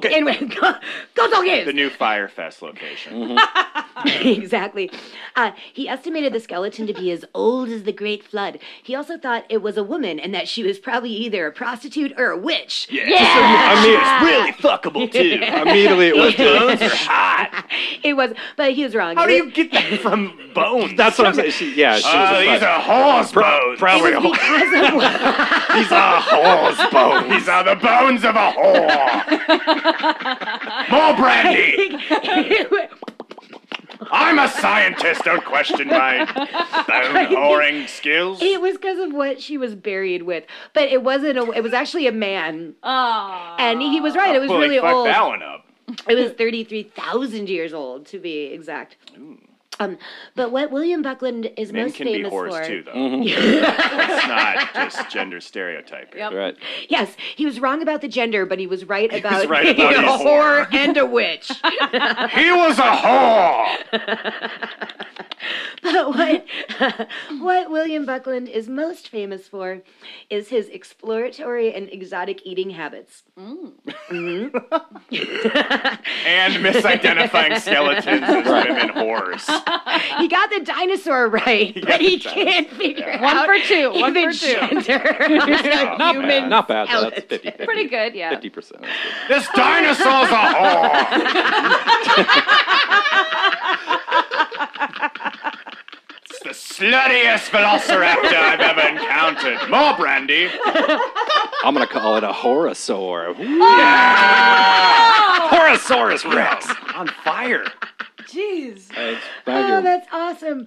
Speaker 7: Anyway, Go- Goat's Hole Cave.
Speaker 5: The new Firefest location.
Speaker 7: exactly. Uh, he estimated the skeleton to be as old as the Great Flood. He also thought it was a woman and that she was probably either a prostitute or a witch.
Speaker 5: Yeah. I mean, it's really fuckable, too. I mean,
Speaker 4: Immediately it
Speaker 5: those
Speaker 4: was
Speaker 5: bones are hot.
Speaker 7: It was, but he was wrong.
Speaker 5: How do
Speaker 7: It
Speaker 5: you get that from bones?
Speaker 4: That's what I'm saying. She, yeah, she was
Speaker 5: Oh,
Speaker 4: a
Speaker 5: these
Speaker 4: fuck.
Speaker 5: are horse bones. Probably
Speaker 7: was because of what-
Speaker 5: These are horse bones. These are the bones of a whore. More brandy. I'm a scientist. Don't question my bone whoring skills.
Speaker 7: it was because of what she was buried with. But it wasn't a. It was actually a man,
Speaker 6: Aw.
Speaker 7: and he was right. It was
Speaker 5: Holy
Speaker 7: really
Speaker 5: fuck
Speaker 7: old.
Speaker 5: that one up.
Speaker 7: It was 33,000 years old, to be exact. Um, but what William Buckland is
Speaker 5: Mm. Men
Speaker 7: most
Speaker 5: can be
Speaker 7: famous
Speaker 5: whores
Speaker 7: for,
Speaker 5: too, though. It's not just gender stereotyping.
Speaker 6: Yep.
Speaker 4: Right.
Speaker 7: Yes, he was wrong about the gender, but he was right about,
Speaker 5: right
Speaker 7: being
Speaker 5: about
Speaker 7: a
Speaker 5: his-
Speaker 7: whore and a witch.
Speaker 5: He was a whore.
Speaker 7: but what, what William Buckland is most famous for is his exploratory and exotic eating habits.
Speaker 5: And misidentifying skeletons as women whores.
Speaker 7: He got the dinosaur right, but he can't figure
Speaker 6: One
Speaker 7: out
Speaker 6: for two. One
Speaker 7: even
Speaker 6: for two.
Speaker 7: gender.
Speaker 5: Not bad.
Speaker 4: Not bad. Though. That's 50,
Speaker 6: Pretty good, yeah.
Speaker 4: 50%.
Speaker 5: This dinosaur's a whore. it's the sluttiest velociraptor I've ever encountered. More brandy.
Speaker 4: I'm going to call it a horosaur. Ooh,
Speaker 5: Horosaurus Rex. On fire.
Speaker 6: Jeez.
Speaker 4: that's
Speaker 7: Oh,
Speaker 4: fine.
Speaker 7: that's awesome.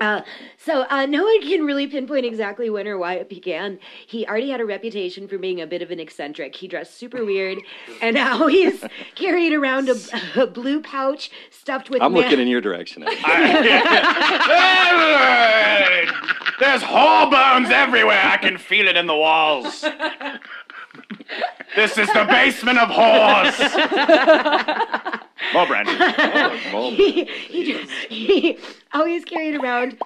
Speaker 7: Uh, so uh, no one can really pinpoint exactly when or why it began. He already had a reputation for being a bit of an eccentric. He dressed super weird, and now he's carried around a, a blue pouch stuffed with.
Speaker 4: I'm
Speaker 7: ma-
Speaker 4: looking in your direction. Eddie.
Speaker 5: There's whore bones everywhere. I can feel it in the walls. This is the basement of whores. More brandy.
Speaker 4: Well,
Speaker 7: he, he, he always carried around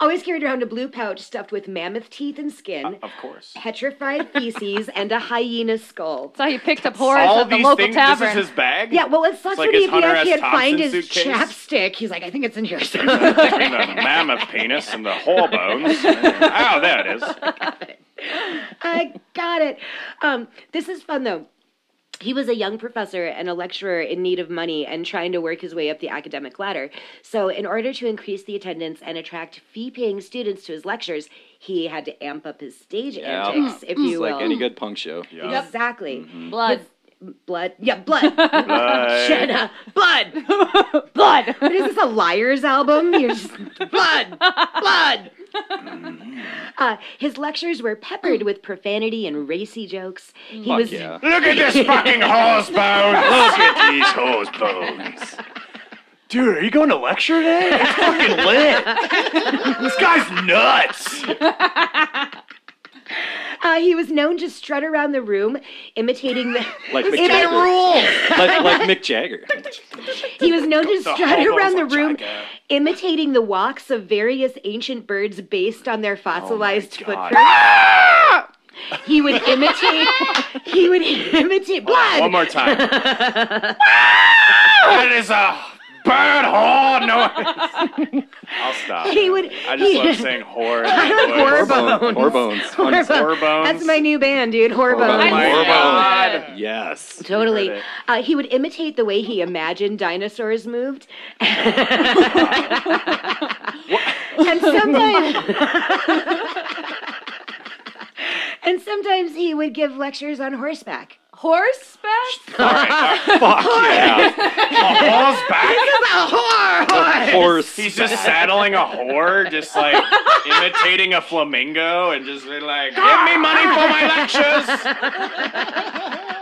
Speaker 7: always carried around a blue pouch stuffed with mammoth teeth and skin
Speaker 5: Of course.
Speaker 7: petrified feces and a hyena skull
Speaker 6: So he picked up horrors
Speaker 5: all
Speaker 6: at the
Speaker 5: these
Speaker 6: local
Speaker 5: things.
Speaker 6: tavern.
Speaker 5: This is his bag.
Speaker 7: yeah well it sucks
Speaker 5: like
Speaker 7: when
Speaker 5: his
Speaker 7: he
Speaker 5: Hunter S.
Speaker 7: can't find
Speaker 5: Thompson
Speaker 7: his
Speaker 5: suitcase.
Speaker 7: chapstick he's like i think it's in here
Speaker 5: Between
Speaker 7: somewhere
Speaker 5: the mammoth penis and the whore bones. oh, there it is.
Speaker 7: I got it. Um, this is fun though. He was a young professor and a lecturer in need of money and trying to work his way up the academic ladder. So, in order to increase the attendance and attract fee paying students to his lectures, he had to amp up his stage
Speaker 4: Yeah.
Speaker 7: antics, if you
Speaker 4: It's
Speaker 7: will.
Speaker 4: like any good punk show.
Speaker 5: Yeah.
Speaker 7: Exactly.
Speaker 5: Mm-hmm.
Speaker 6: Blood.
Speaker 7: Blood. Yeah, blood.
Speaker 5: Blood.
Speaker 7: Shut up. Blood. Blood. What is this, a liar's album? You're just, blood. Blood. Uh, his lectures were peppered with profanity and racy jokes. He
Speaker 4: Fuck
Speaker 7: was
Speaker 4: yeah.
Speaker 5: Look at this fucking horse bone. Look at these horse bones. Dude, are you going to lecture today? It's fucking lit. This guy's nuts.
Speaker 7: Uh, he was known to strut around the room, imitating the.
Speaker 4: Like Mick
Speaker 7: It
Speaker 4: Jagger.
Speaker 5: Rules.
Speaker 4: Like, like Mick Jagger.
Speaker 7: he was known to
Speaker 5: The
Speaker 7: strut
Speaker 5: hobos
Speaker 7: around the
Speaker 5: are
Speaker 7: room,
Speaker 5: Jagger.
Speaker 7: imitating the walks of various ancient birds based on their fossilized
Speaker 5: Oh God.
Speaker 7: footprints. He would imitate. He
Speaker 5: Oh,
Speaker 7: would imitate blood.
Speaker 5: One more time. that is a bird horn noise. I'll stop.
Speaker 7: He would-
Speaker 5: I just
Speaker 7: he-
Speaker 5: love saying whore.
Speaker 7: I like
Speaker 4: Horbones.
Speaker 7: Horbones.
Speaker 4: Horbones.
Speaker 7: Horbones.
Speaker 5: Horbones.
Speaker 7: That's my new band, dude.
Speaker 4: Horbones.
Speaker 7: Horbones.
Speaker 5: Oh my
Speaker 6: I'm-
Speaker 5: god.
Speaker 4: Yes.
Speaker 7: Totally.
Speaker 5: heard it.
Speaker 7: Uh, he would imitate the way he imagined dinosaurs moved. and sometimes And sometimes he would give lectures on horseback.
Speaker 6: Horseback?
Speaker 5: All right, all right. Fuck yeah. A horse back?
Speaker 4: Horse.
Speaker 5: He's just saddling a whore, just like imitating a flamingo and just be like, give me money for my lectures.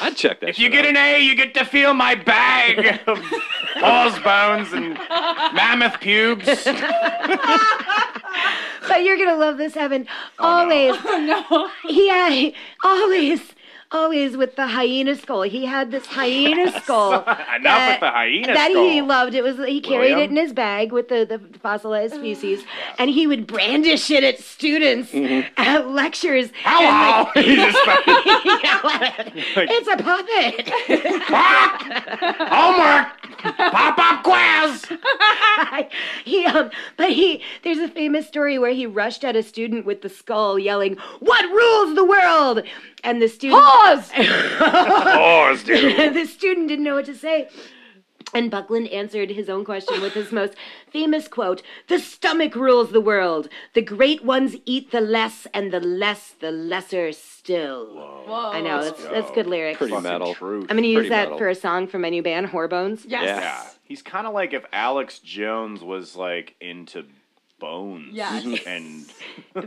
Speaker 4: I'd check that.
Speaker 5: If you get an A, you get to feel my bag of horse bones and mammoth pubes.
Speaker 7: But you're gonna love this, Evan.
Speaker 5: Oh,
Speaker 7: always,
Speaker 6: No.
Speaker 7: he had always, always with the hyena skull. He had this hyena skull.
Speaker 5: Enough with the hyena
Speaker 7: that
Speaker 5: skull.
Speaker 7: he loved. It was he carried
Speaker 5: William?
Speaker 7: it in his bag with the, the fossilized feces, and he would brandish it at students
Speaker 5: Mm-hmm.
Speaker 7: at lectures.
Speaker 5: Hello! He's just like,
Speaker 7: it's a puppet.
Speaker 5: homework! Pop-up quiz!
Speaker 7: he um, but he there's a famous story where he rushed at a student with the skull, yelling, "What rules the world?" And the student
Speaker 6: Pause!
Speaker 5: Horse, dude.
Speaker 7: the student didn't know what to say. And Buckland answered his own question with his most famous quote The stomach rules the world. The great ones eat the less, and the less, the lesser still.
Speaker 6: Whoa.
Speaker 7: I know, that's, that's good lyrics.
Speaker 4: pretty
Speaker 7: I'm
Speaker 4: metal.
Speaker 7: going to use
Speaker 4: pretty
Speaker 7: that
Speaker 4: metal.
Speaker 7: for a song for my new band, Horbones.
Speaker 6: Yes.
Speaker 5: Yeah.
Speaker 4: Yeah.
Speaker 5: He's kind of like if Alex Jones was like into bones
Speaker 6: Yes.
Speaker 5: and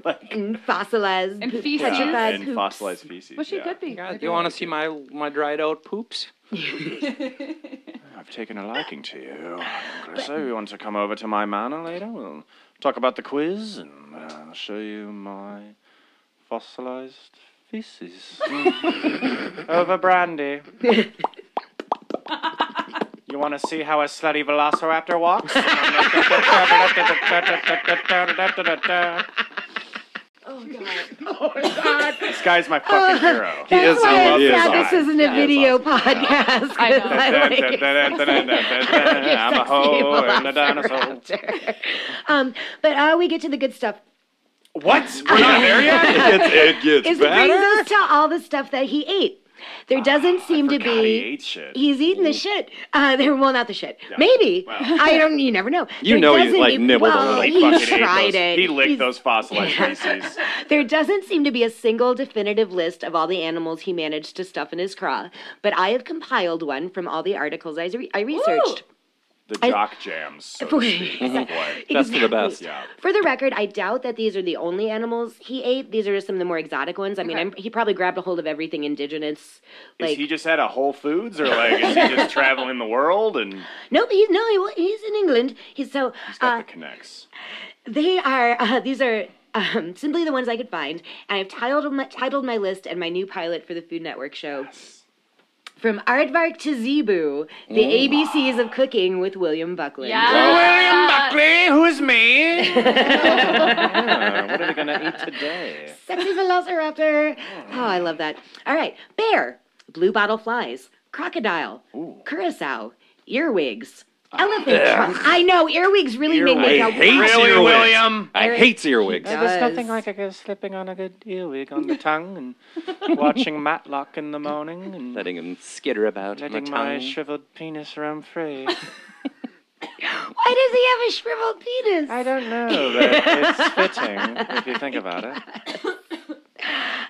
Speaker 5: like
Speaker 7: And fossilized.
Speaker 6: And
Speaker 7: poop-
Speaker 6: feces.
Speaker 5: yeah,
Speaker 7: petrified
Speaker 5: and
Speaker 7: poops.
Speaker 5: fossilized species.
Speaker 6: Which he
Speaker 5: yeah.
Speaker 6: could be.
Speaker 4: God, you want to see my my dried out poops?
Speaker 5: I've taken a liking to you, Clarissa. You want to come over to my manor later? We'll talk about the quiz and uh, show you my fossilized feces over brandy. You want to see how a slutty velociraptor walks? this guy's my fucking hero.
Speaker 7: That's
Speaker 4: is-
Speaker 7: why
Speaker 4: he
Speaker 7: I'm
Speaker 4: is
Speaker 7: sad
Speaker 5: awesome.
Speaker 7: this isn't a
Speaker 4: Yeah, he is
Speaker 7: video podcast.
Speaker 6: I know.
Speaker 7: 'cause like it.
Speaker 5: I'm a hoe and a dinosaur.
Speaker 7: Um, but uh, we get to the good stuff.
Speaker 5: What? We're not there yet?
Speaker 4: It gets,
Speaker 7: is it brings us to all the stuff that he ate. There
Speaker 4: Ah,
Speaker 7: doesn't seem to
Speaker 5: God, he
Speaker 7: be.
Speaker 5: ate shit.
Speaker 7: He's eating the shit. Uh, there, well, not the shit. Maybe I don't. You never know.
Speaker 4: You
Speaker 7: There
Speaker 4: know he,
Speaker 7: doesn't
Speaker 4: like,
Speaker 7: e-
Speaker 4: nibbled on
Speaker 7: well,
Speaker 4: it.
Speaker 5: He
Speaker 7: He
Speaker 5: fucking ate
Speaker 7: tried
Speaker 5: those-
Speaker 7: it.
Speaker 5: He licked
Speaker 7: He's-
Speaker 5: those fossilized feces.
Speaker 7: There doesn't seem to be a single definitive list of all the animals he managed to stuff in his craw, but I have compiled one from all the articles I, re- I researched.
Speaker 5: The jock jams. So to speak. Boy.
Speaker 4: Best of the best.
Speaker 5: Yeah.
Speaker 7: For the record, I doubt that these are the only animals he ate. These are just some of the more exotic ones. I mean,
Speaker 6: Okay.
Speaker 7: I'm, he probably grabbed a hold of everything indigenous. Like
Speaker 5: Is he just at a Whole Foods or like is he just traveling the world and
Speaker 7: Nope, he's no, he, wa- he's in England. He's so
Speaker 5: he's got
Speaker 7: uh,
Speaker 5: the connects?
Speaker 7: they are. Uh, these are um, simply the ones I could find, and I've titled my, titled my list and my new pilot for the Food Network show. From Aardvark to Zebu, the ABCs of cooking with William Buckley.
Speaker 5: William
Speaker 6: Yeah.
Speaker 5: Buckley, who's me? Yeah, what are we gonna eat today?
Speaker 7: Sexy Velociraptor. Oh, I love that. All right, bear, blue bottle flies, crocodile, curacao, earwigs, elephant trunk. I know Ah. earwigs really make me.
Speaker 4: I
Speaker 7: go-
Speaker 4: hate
Speaker 5: Really,
Speaker 4: earwigs.
Speaker 5: William?
Speaker 4: I
Speaker 7: Eric-
Speaker 4: hate earwigs.
Speaker 7: Yeah.
Speaker 9: There's
Speaker 7: does.
Speaker 9: nothing like a girl slipping on a good earwig on the tongue and watching Matlock in the morning and
Speaker 4: Letting them skitter about my
Speaker 9: letting my
Speaker 4: tongue.
Speaker 9: shriveled penis roam free.
Speaker 7: Why does he have a shriveled penis?
Speaker 9: I don't know, but it's fitting if you think about it.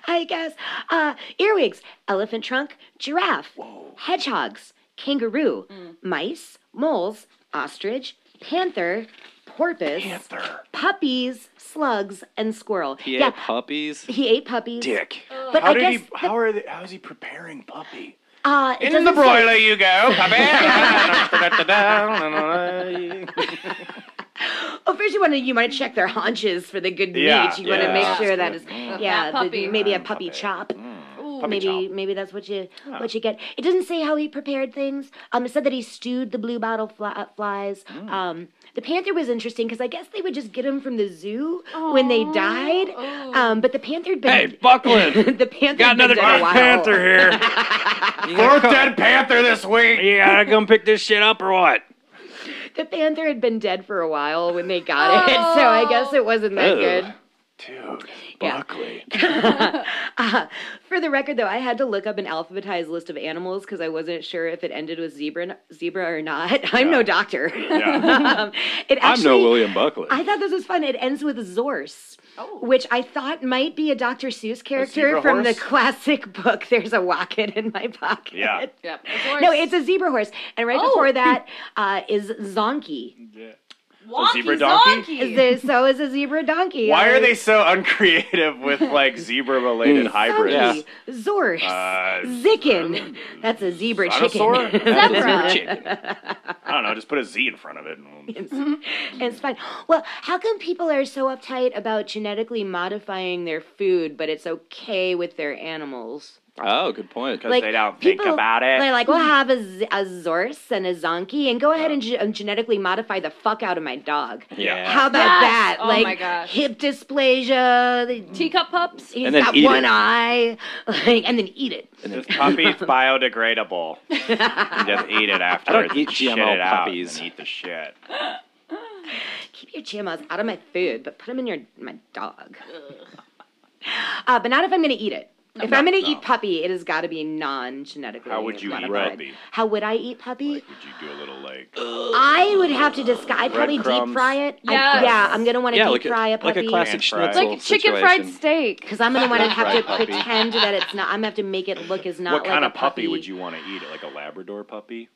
Speaker 7: I guess. Uh, earwigs, elephant trunk, giraffe, hedgehogs, kangaroo,
Speaker 5: Mm.
Speaker 7: mice, moles, ostrich, panther, porpoise, puppies, slugs, and squirrel.
Speaker 4: He ate
Speaker 7: yeah,
Speaker 4: puppies.
Speaker 7: he ate puppies.
Speaker 5: Dick.
Speaker 7: But
Speaker 5: How
Speaker 7: I
Speaker 5: did
Speaker 7: guess
Speaker 5: he? How are? They, how is he preparing puppy?
Speaker 7: uh, it
Speaker 5: In the
Speaker 7: doesn't say-
Speaker 5: broiler you go, puppy.
Speaker 7: Oh, first you want to you want to check their haunches for the good
Speaker 5: Yeah,
Speaker 7: meat. You want
Speaker 5: yeah.
Speaker 7: to make
Speaker 5: That's
Speaker 7: sure that is yeah,
Speaker 6: Fat
Speaker 7: the-
Speaker 6: puppy.
Speaker 7: maybe a puppy chop.
Speaker 6: Ooh.
Speaker 5: Puppy
Speaker 7: maybe
Speaker 5: chop.
Speaker 7: maybe that's what you what you get. It doesn't say how he prepared things. Um, it said that he stewed the blue bottle fly, uh, flies. Um, the panther was interesting because I guess they would just get him from the zoo when they died. Um, but the panther had been
Speaker 10: Hey, Buckland!
Speaker 7: the
Speaker 10: Got
Speaker 7: panther had been
Speaker 10: another
Speaker 7: dead a
Speaker 10: dead
Speaker 7: while.
Speaker 10: panther here.
Speaker 5: Fourth dead panther this week.
Speaker 10: You gotta come pick this shit up or what?
Speaker 7: The panther had been dead for a while when they got it, so I
Speaker 6: Oh.
Speaker 7: guess it wasn't that good.
Speaker 5: Dude,
Speaker 7: Yeah.
Speaker 5: Buckley.
Speaker 7: Uh, for the record, though, I had to look up an alphabetized list of animals because I wasn't sure if it ended with zebra, zebra or not. I'm no doctor. um, it actually,
Speaker 4: I'm no William Buckley.
Speaker 7: I thought this was fun. It ends with Zorse, which I thought might be a Dr. Seuss character
Speaker 5: zebra
Speaker 7: from
Speaker 5: horse?
Speaker 7: the classic book. There's a rocket in my pocket.
Speaker 5: Yeah.
Speaker 6: Yep. of course.
Speaker 7: No, it's a zebra horse, and right
Speaker 6: Oh.
Speaker 7: before that uh, is Zonky.
Speaker 6: Wonky
Speaker 5: zebra donkey?
Speaker 6: zonky.
Speaker 7: There- So is a zebra donkey.
Speaker 5: Why are
Speaker 7: Uh,
Speaker 5: they so uncreative with like zebra related
Speaker 4: Mm.
Speaker 5: hybrids?
Speaker 7: Zombie, Zorse,
Speaker 5: Uh,
Speaker 7: Zicken. That's a zebra
Speaker 5: Dinosaur?
Speaker 7: chicken.
Speaker 6: Zebra.
Speaker 5: I don't know. Just put a Z in front of it. and-
Speaker 6: Mm-hmm.
Speaker 7: it's fine. Well, how come people are so uptight about genetically modifying their food, but it's okay with their animals?
Speaker 4: Oh, good point.
Speaker 5: Like- they don't think about it.
Speaker 7: They're like, we'll have a, Z- a Zorse and a Zonky and go ahead and, ge- and genetically modify the fuck out of my dog.
Speaker 4: Yeah.
Speaker 7: How about
Speaker 6: Yes!
Speaker 7: that?
Speaker 6: Oh
Speaker 7: like
Speaker 6: my gosh.
Speaker 7: hip dysplasia, the-
Speaker 6: Teacup pups.
Speaker 7: he's
Speaker 4: And then
Speaker 7: got
Speaker 4: eat
Speaker 7: one
Speaker 4: it.
Speaker 7: eye, like, and then eat it.
Speaker 5: This puppy's biodegradable. You just eat it afterwards.
Speaker 4: eat
Speaker 5: and shit
Speaker 4: GMO
Speaker 5: it out
Speaker 4: puppies.
Speaker 5: And eat the shit.
Speaker 7: keep your GMOs out of my food, but put them in your my dog. uh, but not if I'm going to eat it. If I'm going to eat puppy, it has got to be non-genetically
Speaker 5: How would you eat
Speaker 7: modified.
Speaker 5: puppy?
Speaker 7: How would I eat puppy?
Speaker 5: Would you do a little like?
Speaker 7: I would have to disguise. I'd probably deep
Speaker 5: Breadcrumbs.
Speaker 7: fry it. I-
Speaker 6: Yes.
Speaker 7: yeah, I'm going to want to
Speaker 4: yeah, like
Speaker 7: deep fry
Speaker 4: a,
Speaker 7: a
Speaker 4: like
Speaker 7: puppy.
Speaker 4: a classic
Speaker 5: Pan fried.
Speaker 4: schnitzel
Speaker 6: Like a chicken fried
Speaker 4: situation.
Speaker 6: steak.
Speaker 7: Because I'm gonna want to have to
Speaker 5: Fried puppy.
Speaker 7: pretend that it's not. I'm gonna have to make it look as not
Speaker 5: what
Speaker 7: like
Speaker 5: kind
Speaker 7: a
Speaker 5: of puppy, would you want to eat? Like a Labrador puppy?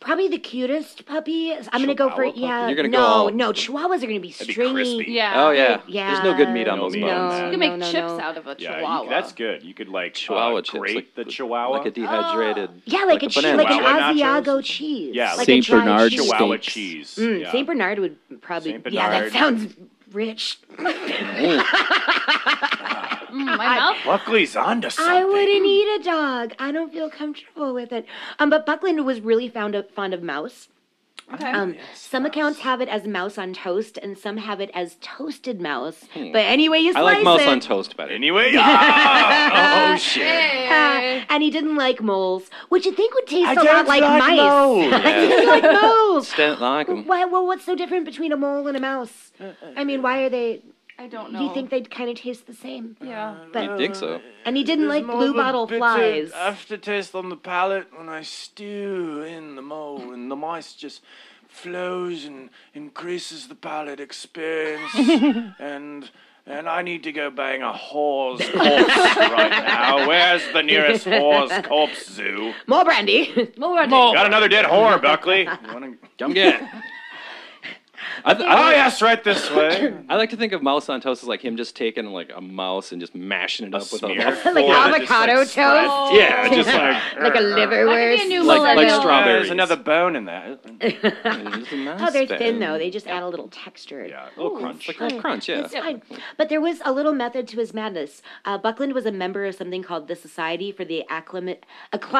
Speaker 7: Probably the cutest puppy. I'm gonna go for
Speaker 5: Chihuahua puppy?
Speaker 7: yeah.
Speaker 4: You're gonna
Speaker 7: no,
Speaker 4: go all-
Speaker 7: no, Chihuahuas are gonna be
Speaker 5: be
Speaker 7: stringy.
Speaker 5: crispy.
Speaker 6: Yeah.
Speaker 4: Oh yeah.
Speaker 7: Yeah.
Speaker 4: There's no good meat on
Speaker 5: No
Speaker 4: those
Speaker 5: meat
Speaker 7: No,
Speaker 5: on
Speaker 4: bones.
Speaker 5: that.
Speaker 6: You can
Speaker 7: no,
Speaker 6: make
Speaker 7: no,
Speaker 6: chips
Speaker 7: no.
Speaker 6: out of a
Speaker 5: Yeah, you-
Speaker 6: chihuahua.
Speaker 5: that's good. You could like
Speaker 4: Chihuahua
Speaker 5: uh,
Speaker 4: chips,
Speaker 5: grate
Speaker 4: like-
Speaker 5: the Chihuahua.
Speaker 4: Like a dehydrated.
Speaker 7: Yeah, like, a,
Speaker 4: banana.
Speaker 7: che- like an
Speaker 5: Chihuahua nachos.
Speaker 7: Asiago cheese.
Speaker 5: Yeah,
Speaker 7: like
Speaker 8: Saint
Speaker 7: a dry
Speaker 8: Bernard
Speaker 7: cheese.
Speaker 5: Chihuahua
Speaker 8: steaks.
Speaker 5: cheese.
Speaker 7: Mm,
Speaker 5: yeah.
Speaker 7: Saint Bernard would probably.
Speaker 5: Saint
Speaker 7: Yeah,
Speaker 5: Bernard.
Speaker 7: that sounds rich.
Speaker 6: Mm, my mouth.
Speaker 5: Buckley's onto something.
Speaker 7: I wouldn't eat a dog. I don't feel comfortable with it. Um, but Buckland was really fond of fond of mouse.
Speaker 6: Okay.
Speaker 7: Um, some accounts have it as mouse on toast, and some have it as toasted mouse. But anyway, you
Speaker 4: I
Speaker 7: Oh. slice
Speaker 4: like mouse
Speaker 7: it.
Speaker 4: on toast better.
Speaker 5: Anyway, ah! oh shit.
Speaker 7: Uh, and he didn't like moles, which you think would taste a lot
Speaker 5: don't
Speaker 7: like,
Speaker 5: like
Speaker 7: mice.
Speaker 5: moles.
Speaker 7: I didn't like moles.
Speaker 4: Didn't like 'em.
Speaker 7: Why, well, what's so different between a mole and a mouse? I mean, why are they?
Speaker 6: I don't know. Mm.
Speaker 7: Do you think they kind of taste the same?
Speaker 6: Yeah.
Speaker 4: You think so?
Speaker 7: And he didn't like blue bottle flies.
Speaker 9: Aftertaste on the palate when I stew in the mole, and the mice just flows and increases the palate experience. and and I need to go bang a horse.
Speaker 5: corpse right now. Where's the nearest horse corpse zoo?
Speaker 7: More brandy.
Speaker 6: More
Speaker 5: Got another dead whore, Buckley.
Speaker 4: Come get it. I, th- I,
Speaker 5: Oh
Speaker 4: like,
Speaker 5: yes, right this way.
Speaker 4: I like to think of mouse on toast as like him just taking like a mouse and just mashing it up with
Speaker 5: smear.
Speaker 4: a
Speaker 7: like
Speaker 5: Or just,
Speaker 7: avocado
Speaker 5: like,
Speaker 7: toast,
Speaker 5: spread- Yeah, just er,
Speaker 7: like a liverwurst.
Speaker 6: a new
Speaker 4: like
Speaker 6: Well,
Speaker 4: like
Speaker 6: then-
Speaker 4: strawberries.
Speaker 9: There's another bone in there.
Speaker 7: oh, they're thin though. They just add a little texture.
Speaker 5: yeah, a little crunch.
Speaker 4: Like a little crunch, yeah.
Speaker 7: It's fine. But there was a little method to his madness. Uh, Buckland was a member of something called the Society for the Acclima-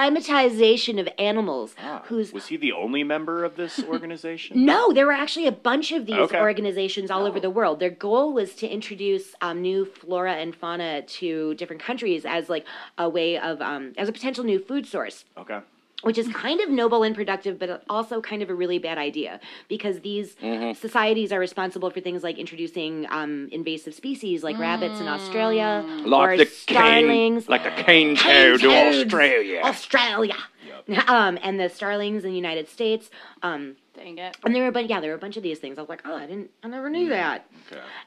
Speaker 7: Acclimatization of Animals, whose
Speaker 5: Was he the only member of this
Speaker 10: Mm.
Speaker 5: organization?
Speaker 7: no, there were actually a bunch of these
Speaker 5: Okay.
Speaker 7: organizations all over the world. Their goal was to introduce um, new flora and fauna to different countries as like a way of um, as a potential new food source.
Speaker 5: Okay.
Speaker 7: which is kind of noble and productive, but also kind of a really bad idea because these
Speaker 10: Mm-hmm.
Speaker 7: societies are responsible for things like introducing um, invasive species like rabbits in Australia or
Speaker 10: Like the Mm. cane,
Speaker 7: starlings.
Speaker 10: like the cane
Speaker 7: Cane
Speaker 10: toad to
Speaker 7: toads.
Speaker 10: Australia.
Speaker 7: Australia. Um, and the starlings in the United States. Um,
Speaker 6: Dang it.
Speaker 7: and there were, but yeah, there were a bunch of these things. I was like, oh, I didn't, I never knew that.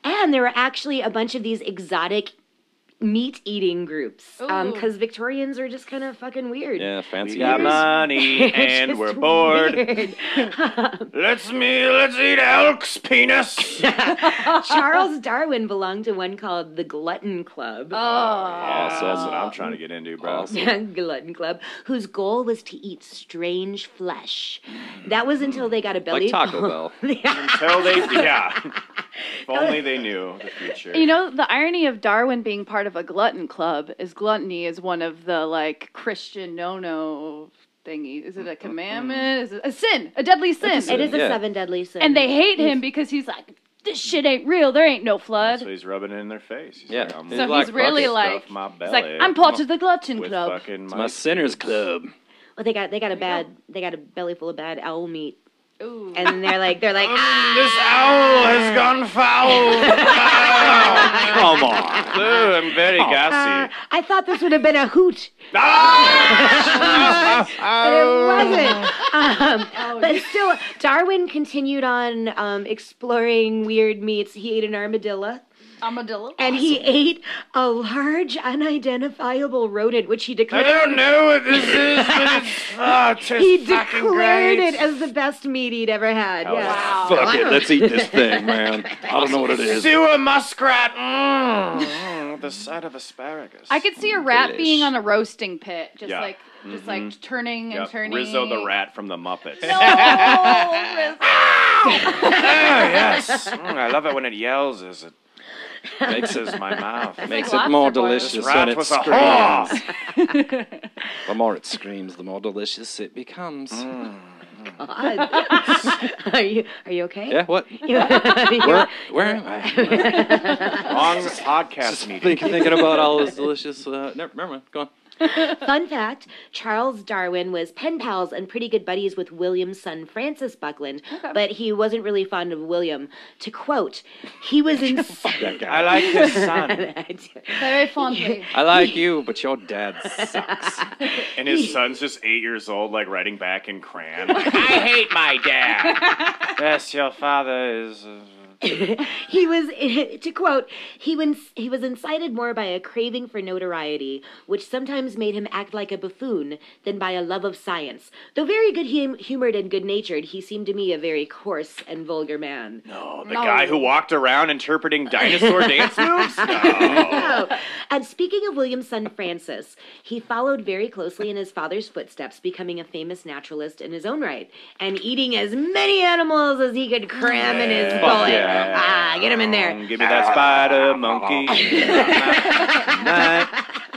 Speaker 7: And there were actually a bunch of these exotic meat eating groups
Speaker 6: Ooh.
Speaker 7: because Victorians are just kind of fucking weird.
Speaker 4: Yeah, fancy.
Speaker 5: We got
Speaker 4: eaters.
Speaker 5: money and
Speaker 7: Just
Speaker 5: we're bored.
Speaker 7: weird.
Speaker 5: Let's me. Let's eat elk's penis.
Speaker 7: Charles Darwin belonged to one called the Glutton Club.
Speaker 6: Oh.
Speaker 5: Awesome. That's what I'm trying to get into, bro.
Speaker 7: Glutton Club, whose goal was to eat strange flesh. That was until they got a belly
Speaker 4: Like Taco Bell.
Speaker 7: full.
Speaker 5: Until they, yeah. If only they knew the future.
Speaker 6: You know, the irony of Darwin being part of a glutton club is gluttony is one of the like Christian no no thingy. Is it a commandment? Is it a sin? A deadly sin.
Speaker 7: It is a
Speaker 4: Yeah.
Speaker 7: seven deadly sin.
Speaker 6: And they hate him because he's like, this shit ain't real. There ain't no flood.
Speaker 5: So he's rubbing it in their face. He's
Speaker 4: Yeah.
Speaker 5: like, I'm
Speaker 4: So
Speaker 5: gonna
Speaker 4: he's
Speaker 5: fucking
Speaker 6: really
Speaker 5: stuff
Speaker 6: like-
Speaker 5: my
Speaker 6: He's like,
Speaker 5: belly
Speaker 6: I'm part of the glutton
Speaker 5: with
Speaker 6: club.
Speaker 5: fucking
Speaker 4: It's my sinner's club.
Speaker 7: Well, they got they got a bad they got a belly full of bad owl meat,
Speaker 6: Ooh.
Speaker 7: and they're like they're like ah,
Speaker 5: This owl has gone foul. Come on. Ooh, I'm very gassy. Ah,
Speaker 7: I thought this would have been a hoot, but it wasn't. Um, but still, Darwin continued on um, exploring weird meats. He ate an armadillo.
Speaker 6: Armadillo.
Speaker 7: And he ate a large, unidentifiable rodent, which he
Speaker 9: I
Speaker 7: declared.
Speaker 9: don't know what this is, but it's
Speaker 5: ah,
Speaker 9: oh, it's just
Speaker 7: He
Speaker 9: fucking
Speaker 7: declared
Speaker 9: great.
Speaker 7: it as the best meat he'd ever had. yeah.
Speaker 4: Fuck it, let's eat this thing, man. I don't know what it is.
Speaker 9: Sewer muskrat. Mm, mm, with the side of asparagus.
Speaker 6: I could see a rat
Speaker 4: Delish.
Speaker 6: being on a roasting pit, just
Speaker 5: Yeah.
Speaker 6: like just like turning and
Speaker 5: Yep,
Speaker 6: turning.
Speaker 5: Rizzo the rat from the Muppets.
Speaker 6: No, Rizzo.
Speaker 9: Oh, yes. Mm, I love it when it yells as it mixes my mouth.
Speaker 4: Makes
Speaker 6: like
Speaker 4: it more
Speaker 6: lobster boil.
Speaker 4: delicious
Speaker 9: Rat
Speaker 4: when it
Speaker 9: was a
Speaker 4: screams. the more it screams, the more delicious it becomes.
Speaker 5: Mm.
Speaker 7: God. are you are you okay?
Speaker 4: Yeah, what? Where, where am I?
Speaker 5: On this podcast meeting.
Speaker 4: Think, thinking about all those delicious. Uh, never, never mind. Go on.
Speaker 7: Fun fact: Charles Darwin was pen pals and pretty good buddies with William's son Francis Buckland, but he wasn't really fond of William. To quote, he was in.
Speaker 9: I like his son.
Speaker 6: Very fondly.
Speaker 4: I like you, but your dad sucks.
Speaker 5: And his son's just eight years old, like writing back in crayon. I hate my dad.
Speaker 9: yes, your father is. Uh,
Speaker 7: he was to quote he was he was incited more by a craving for notoriety which sometimes made him act like a buffoon than by a love of science though very good hum- humored and good natured he seemed to me a very coarse and vulgar man
Speaker 5: Oh, the guy who walked around interpreting dinosaur dance moves?
Speaker 7: Oh, and speaking of William's son Francis, he followed very closely in his father's footsteps, becoming a famous naturalist in his own right and eating as many animals as he could cram in his bullet.
Speaker 5: yeah.
Speaker 7: Ah, get him in there.
Speaker 5: Give me that spider monkey.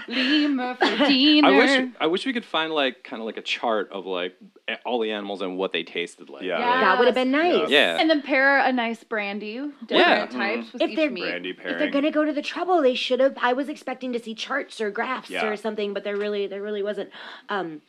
Speaker 6: Lemur for dinner.
Speaker 4: I wish I wish we could find like kind of like a chart of like a- all the animals and what they tasted like.
Speaker 5: Yeah.
Speaker 6: Yeah.
Speaker 7: That would have been nice.
Speaker 4: Yeah.
Speaker 6: And then pair a nice brandy, different
Speaker 4: Yeah.
Speaker 6: types with
Speaker 7: If they're
Speaker 6: each meat.
Speaker 5: Brandy
Speaker 7: If they're
Speaker 5: pairing.
Speaker 7: gonna go to the trouble, they should have. I was expecting to see charts or graphs
Speaker 5: Yeah.
Speaker 7: or something, but there really, there really wasn't. Um,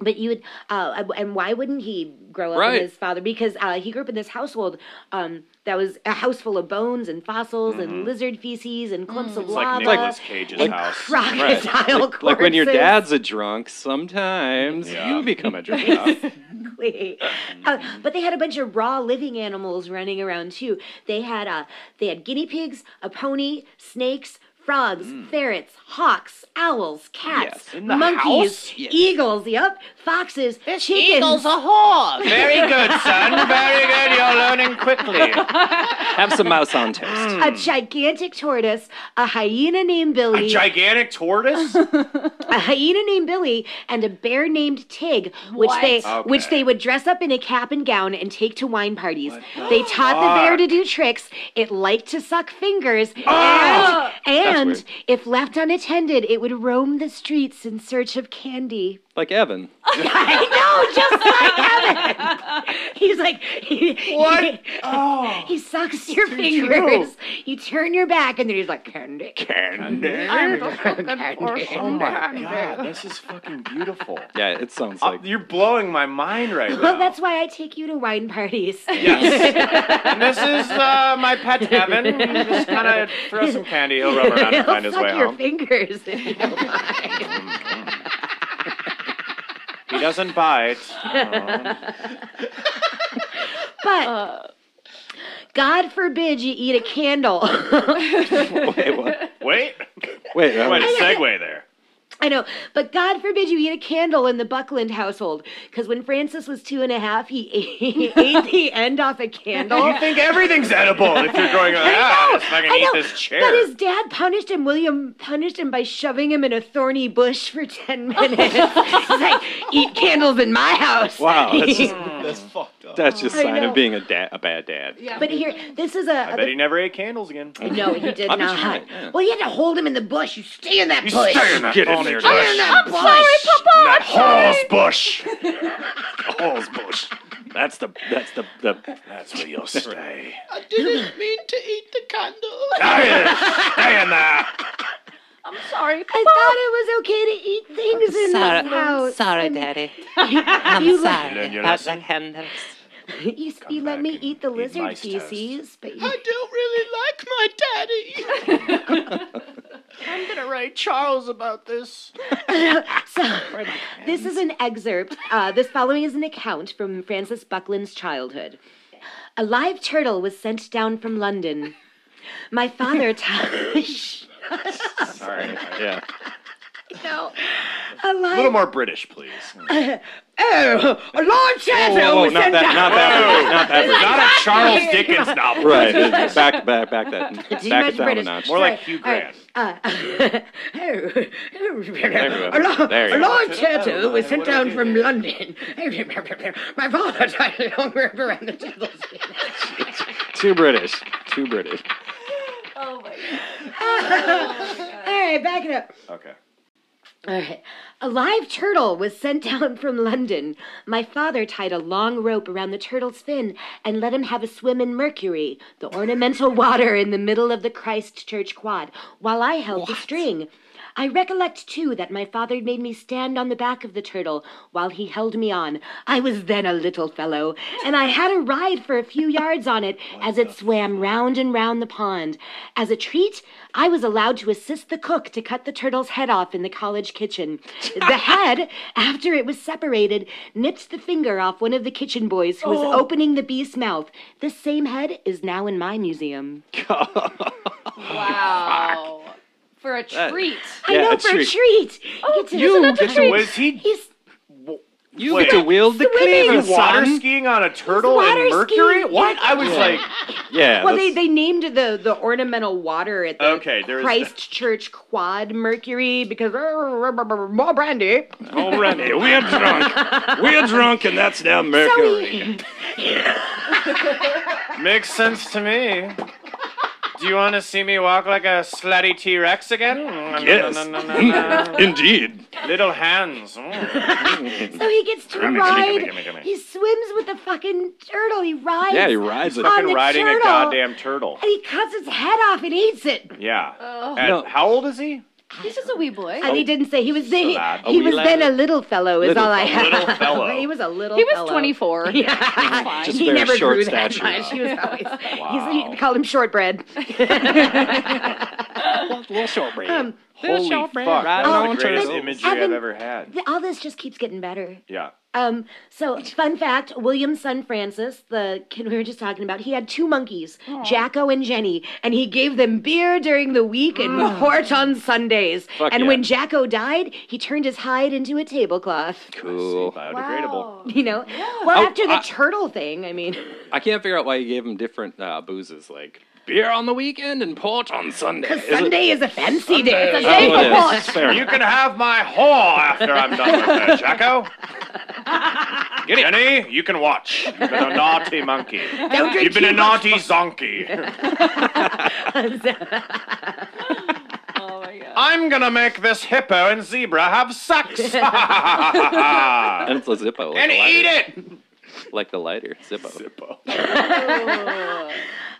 Speaker 7: but you would, uh, and why wouldn't he grow up
Speaker 4: Right.
Speaker 7: with his father? Because uh, he grew up in this household um, that was a house full of bones and fossils
Speaker 4: Mm-hmm.
Speaker 7: and lizard feces and
Speaker 4: Mm.
Speaker 7: clumps of
Speaker 5: It's
Speaker 7: lava
Speaker 5: like Nicolas Cage's
Speaker 7: and
Speaker 5: house.
Speaker 7: crocodile
Speaker 4: Like, like when your
Speaker 7: corpses.
Speaker 4: dad's a drunk, sometimes
Speaker 5: Yeah.
Speaker 4: you become a drunk.
Speaker 7: Exactly. Uh, but they had a bunch of raw living animals running around too. They had uh, they had guinea pigs, a pony, snakes, frogs, ferrets, hawks, owls, cats,
Speaker 4: Mm. Yes.
Speaker 7: monkeys,
Speaker 4: house? Yes.
Speaker 7: eagles. Yep, foxes, chickens.
Speaker 5: Very good, son. Very good. You're learning quickly.
Speaker 4: Have some mouse on
Speaker 5: Mm.
Speaker 4: toast.
Speaker 7: A gigantic tortoise, a hyena named Billy,
Speaker 5: Gigantic tortoise?
Speaker 7: a hyena named Billy, and a bear named Tig, which they which they would dress up in a cap and gown and take to wine parties. they taught the bear to do tricks. It liked to suck fingers, and, and
Speaker 4: weird.
Speaker 7: if left unattended, it would roam the streets in search of candy.
Speaker 4: Like Evan.
Speaker 7: I know, just like Evan. He's like, he, what? oh, he sucks your fingers. You turn your back, and then he's like, candy, candy.
Speaker 5: God, this is fucking beautiful.
Speaker 4: Yeah, it sounds
Speaker 5: Uh,
Speaker 4: like
Speaker 5: you're blowing my mind right now.
Speaker 7: Well, that's why I take you to wine parties.
Speaker 5: And this is uh, my pet heaven. You just kind of throw some candy. He'll rub around and
Speaker 7: He'll
Speaker 5: find his
Speaker 7: suck
Speaker 5: way
Speaker 7: your
Speaker 5: home.
Speaker 7: fingers. if you don't mind.
Speaker 5: He doesn't bite.
Speaker 7: but God forbid you eat a candle.
Speaker 4: wait, what?
Speaker 5: Wait,
Speaker 4: Wait, uh,
Speaker 5: wait, a segue there.
Speaker 7: I know, but God forbid you eat a candle in the Buckland household. Because when Francis was two and a half, he ate, he ate the end off a candle.
Speaker 5: You think everything's edible if you're going, ah, let's fucking
Speaker 7: I
Speaker 5: eat
Speaker 7: know,
Speaker 5: this chair.
Speaker 7: But his dad punished him. William punished him by shoving him in a thorny bush for ten minutes. He's like, "Eat candles in my house."
Speaker 4: Wow, that's just
Speaker 5: That's fucked up.
Speaker 4: That's just
Speaker 7: Mm. I
Speaker 4: a sign
Speaker 7: know.
Speaker 4: of being a, da- a bad dad.
Speaker 6: Yeah.
Speaker 7: But here, this is a.
Speaker 5: I bet he never ate candles again.
Speaker 7: no, he did
Speaker 4: I'm
Speaker 7: not.
Speaker 4: just trying, yeah.
Speaker 7: Well, you had to hold him in the bush. You stay in that bush.
Speaker 5: Get Oh, in there,
Speaker 7: Stay in that bush.
Speaker 5: That horse bush. horse bush.
Speaker 4: That's the that's the, the
Speaker 5: That's where you'll stay.
Speaker 11: didn't mean to eat the candle.
Speaker 5: stay in there.
Speaker 6: I'm sorry.
Speaker 7: I thought it was okay to eat things in
Speaker 11: Sorry,
Speaker 7: this house.
Speaker 11: sorry,
Speaker 7: And
Speaker 11: Daddy.
Speaker 7: you
Speaker 11: I'm
Speaker 7: let-
Speaker 11: sorry
Speaker 5: Learn your
Speaker 11: about
Speaker 5: lesson.
Speaker 11: the candles.
Speaker 7: You, you let me eat the lizard
Speaker 5: mice toast.
Speaker 7: feces, but you,
Speaker 11: I don't really like my daddy. I'm gonna write Charles about this.
Speaker 7: so this is an excerpt. Uh, this following is an account from Francis Buckland's childhood. A live turtle was sent down from London. My father taught.
Speaker 5: Sorry. Yeah.
Speaker 7: no, a
Speaker 5: A little
Speaker 7: live.
Speaker 5: more British, please.
Speaker 7: Oh, a large turtle was
Speaker 4: not
Speaker 7: sent
Speaker 4: that,
Speaker 7: down.
Speaker 4: not that, not that.
Speaker 5: Not a Charles Dickens novel.
Speaker 4: Right. Back, back, back that. Back
Speaker 7: Too
Speaker 4: it
Speaker 7: much
Speaker 4: down a
Speaker 7: British.
Speaker 4: notch.
Speaker 5: More like
Speaker 7: Sorry.
Speaker 5: Hugh
Speaker 7: All right.
Speaker 5: Grant.
Speaker 4: go.
Speaker 7: Uh, a lo-
Speaker 4: There you
Speaker 7: a
Speaker 4: go.
Speaker 7: large turtle was sent down from London. My father died along river and the turtles.
Speaker 4: Too British. Too British.
Speaker 7: All right, back it up.
Speaker 5: Okay.
Speaker 7: All right. A live turtle was sent down from London. My father tied a long rope around the turtle's fin and let him have a swim in mercury, the ornamental water in the middle of the Christchurch quad, while I held the string. I recollect, too, that my father made me stand on the back of the turtle while he held me on. I was then a little fellow, and I had a ride for a few yards on it as it swam round and round the pond. As a treat, I was allowed to assist the cook to cut the turtle's head off in the college kitchen. The head, after it was separated, nipped the finger off one of the kitchen boys who was opening the beast's mouth. This same head is now in my museum.
Speaker 6: Wow. For a treat.
Speaker 7: I know
Speaker 4: a
Speaker 7: for
Speaker 4: treat.
Speaker 7: a treat. Oh,
Speaker 4: You get to,
Speaker 5: Was he
Speaker 7: He's
Speaker 4: you
Speaker 5: Wait.
Speaker 4: get to wield the
Speaker 7: Swimming.
Speaker 4: cleaver,
Speaker 5: Is he water
Speaker 4: son.
Speaker 5: skiing on a turtle
Speaker 7: water
Speaker 5: in Mercury?
Speaker 7: skiing.
Speaker 5: What? I was like,
Speaker 4: Yeah.
Speaker 7: Well,
Speaker 4: that's-
Speaker 7: they, they named the, the ornamental water at the
Speaker 5: Okay, there is-
Speaker 7: Christchurch Quad Mercury because more brandy.
Speaker 5: oh, Randy, we are drunk. We're drunk, and that's now
Speaker 7: Mercury.
Speaker 5: Makes sense to me. Do you want to see me walk like a slutty T Rex again? Mm, Yes.
Speaker 4: Indeed.
Speaker 5: Little hands. Mm.
Speaker 7: So he gets to
Speaker 5: Come here, come here,
Speaker 7: ride.
Speaker 5: come here, come here.
Speaker 7: He swims with the fucking turtle. He rides.
Speaker 4: Yeah, he rides it.
Speaker 7: On
Speaker 5: Fucking
Speaker 7: the
Speaker 5: riding a
Speaker 7: turtle.
Speaker 5: goddamn turtle.
Speaker 7: And he cuts its head off and eats it.
Speaker 5: Yeah.
Speaker 6: Oh.
Speaker 5: And
Speaker 4: No.
Speaker 5: How old is he?
Speaker 6: He's just a wee boy.
Speaker 7: And
Speaker 5: Oh,
Speaker 7: he didn't say he was. He,
Speaker 5: lad.
Speaker 4: A
Speaker 7: he
Speaker 4: wee
Speaker 7: was
Speaker 4: lad.
Speaker 7: then a little fellow. Is
Speaker 4: Little
Speaker 7: all I
Speaker 5: fellow.
Speaker 7: had.
Speaker 5: Little fellow.
Speaker 7: he was a little.
Speaker 6: He was
Speaker 7: fellow.
Speaker 6: 24.
Speaker 7: Yeah,
Speaker 6: fine.
Speaker 4: Just
Speaker 7: he
Speaker 4: very
Speaker 7: never
Speaker 4: short
Speaker 7: grew
Speaker 4: stature.
Speaker 7: that much. He was always.
Speaker 5: Wow.
Speaker 7: he's, he called him shortbread.
Speaker 4: Little shortbread.
Speaker 7: Um,
Speaker 4: Holy fuck.
Speaker 5: That's
Speaker 4: Right
Speaker 5: the
Speaker 4: on
Speaker 5: greatest
Speaker 4: turtles.
Speaker 5: imagery
Speaker 7: Oh, I've
Speaker 5: I've
Speaker 7: been-
Speaker 5: ever had.
Speaker 7: All this just keeps getting better.
Speaker 5: Yeah.
Speaker 7: Um, so fun fact, William's son Francis, the kid we were just talking about, he had two monkeys, Jacko and Jenny, and he gave them beer during the week and port on Sundays.
Speaker 4: Fuck
Speaker 7: and
Speaker 4: yeah.
Speaker 7: when Jacko died, he turned his hide into a tablecloth.
Speaker 4: Cool.
Speaker 5: Biodegradable.
Speaker 7: You know? Well,
Speaker 4: Oh,
Speaker 7: after the
Speaker 4: I-
Speaker 7: turtle thing, I mean,
Speaker 4: I can't figure out why you gave him different uh, boozes, like beer on the weekend and port on Sunday. Is it-
Speaker 7: Sunday is a fancy day. It's a
Speaker 4: Oh,
Speaker 7: day
Speaker 4: it
Speaker 7: for
Speaker 4: is.
Speaker 7: port.
Speaker 4: Fair
Speaker 5: You
Speaker 4: enough.
Speaker 5: can have my whore after I'm done with her, Jacko. Get it. Jenny, you can watch. You've been a naughty monkey.
Speaker 7: Don't drink
Speaker 5: You've been
Speaker 7: too
Speaker 5: a
Speaker 7: much.
Speaker 5: naughty zonkey.
Speaker 6: Oh my god.
Speaker 5: I'm gonna make this hippo and zebra have sex. and
Speaker 4: And it's a Zippo. Like a lighter.
Speaker 5: eat it.
Speaker 4: Like the lighter. Zippo.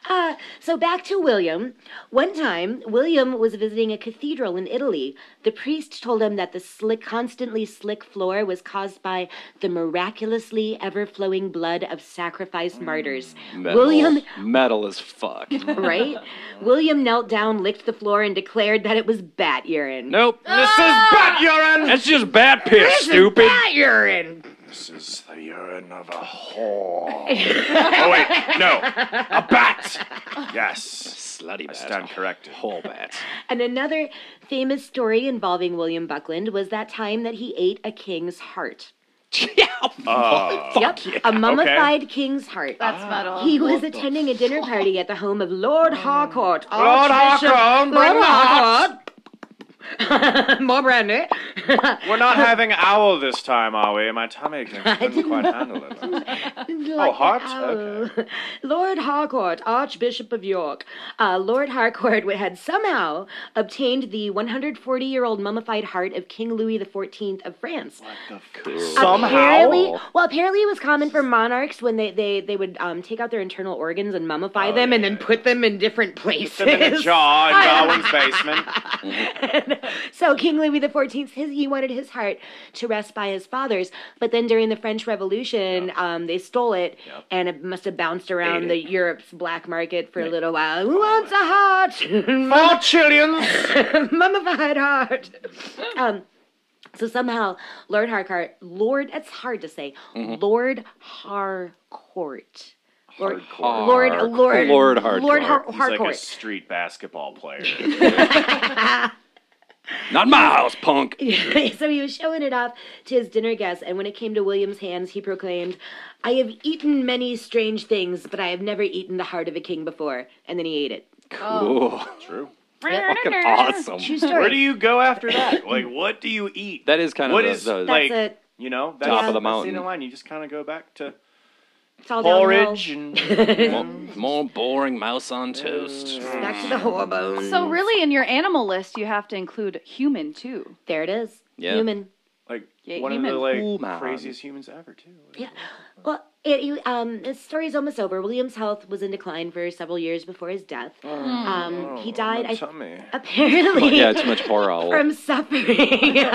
Speaker 7: Uh, so back to William. One time, William was visiting a cathedral in Italy. The priest told him that the slick, constantly slick floor was caused by the miraculously ever flowing blood of sacrificed martyrs.
Speaker 4: Metal.
Speaker 7: William,
Speaker 4: Metal as fuck.
Speaker 7: right? William knelt down, licked the floor, and declared that it was bat urine.
Speaker 4: nope.
Speaker 5: This is bat urine.
Speaker 4: That's just bad piss,
Speaker 7: Ah! This is
Speaker 4: stupid.
Speaker 7: bat urine.
Speaker 5: This is the urine of a whore. oh wait, no, a bat. Yes.
Speaker 4: Slutty
Speaker 5: I
Speaker 4: bad.
Speaker 5: stand corrected.
Speaker 4: Whole bat.
Speaker 7: And another famous story involving William Buckland was that time that he ate a king's heart.
Speaker 5: Oh.
Speaker 7: yep, a mummified king's heart.
Speaker 5: Ah.
Speaker 6: That's metal.
Speaker 7: He was attending a dinner party at the home of Oh, Lord Harcourt.
Speaker 5: Oh. Lord
Speaker 7: Archbishop-
Speaker 5: Harcourt, bring
Speaker 7: Lord
Speaker 5: the hearts.
Speaker 7: Harcourt. More brandy.
Speaker 5: We're not having owl this time, are we? My tummy can, couldn't quite handle it. Oh,
Speaker 7: Like
Speaker 5: heart?
Speaker 7: an owl. Lord Harcourt, Archbishop of York. Uh, Lord Harcourt had somehow obtained the 140 year old mummified heart of King Louis XIV of France. Apparently, well, apparently it was common for monarchs when they, they, they would um, take out their internal organs and mummify
Speaker 5: Oh,
Speaker 7: them and then put them in different places.
Speaker 5: Sit in a jar in Darwin's basement.
Speaker 7: So King Louis XIV, his, he wanted his heart to rest by his father's, but then during the French Revolution, um, they stole it, and it must have bounced around the Europe's black market for a little while. Who wants a heart? Four
Speaker 5: trillions.
Speaker 7: Mummified heart. Um, so somehow, Lord Harcourt, Lord, it's hard to say,
Speaker 5: Mm-hmm.
Speaker 4: Mhm.
Speaker 7: Lord Harcourt. Lord,
Speaker 5: Hardcore.
Speaker 7: Lord,
Speaker 5: Lord
Speaker 7: Lord,
Speaker 5: Hardcore.
Speaker 7: Lord Har-
Speaker 5: He's like a
Speaker 7: Harcourt.
Speaker 5: street basketball player.
Speaker 10: Not my house, punk.
Speaker 7: so he was showing it off to his dinner guests, and when it came to William's hands, he proclaimed, I have eaten many strange things, but I have never eaten the heart of a king before. And then he ate it. Oh.
Speaker 4: Cool.
Speaker 5: True.
Speaker 4: Fucking awesome.
Speaker 7: True story.
Speaker 5: Where do you go after that? Like, what do you eat?
Speaker 4: That is kind of
Speaker 5: What
Speaker 4: the-
Speaker 5: is
Speaker 4: the-
Speaker 5: like?
Speaker 7: That's it.
Speaker 5: You know,
Speaker 4: Top of the
Speaker 5: that's
Speaker 4: mountain.
Speaker 5: The line. You just kind of go back to
Speaker 7: It's all
Speaker 5: porridge
Speaker 7: downhill.
Speaker 5: and
Speaker 4: more, more boring mouse on toast.
Speaker 7: Back to the hormones.
Speaker 6: So really, in your animal list, you have to include human too.
Speaker 7: There it is.
Speaker 4: Yeah.
Speaker 7: Human.
Speaker 5: like
Speaker 6: Yeah,
Speaker 5: one
Speaker 6: human.
Speaker 5: of the like
Speaker 4: Human.
Speaker 5: craziest humans ever too.
Speaker 7: Well, it, he, um, the story's almost over. William's health was in decline for several years before his death. um, he died, I,
Speaker 5: Tummy.
Speaker 7: apparently.
Speaker 4: yeah, too much horror owl.
Speaker 7: from suffering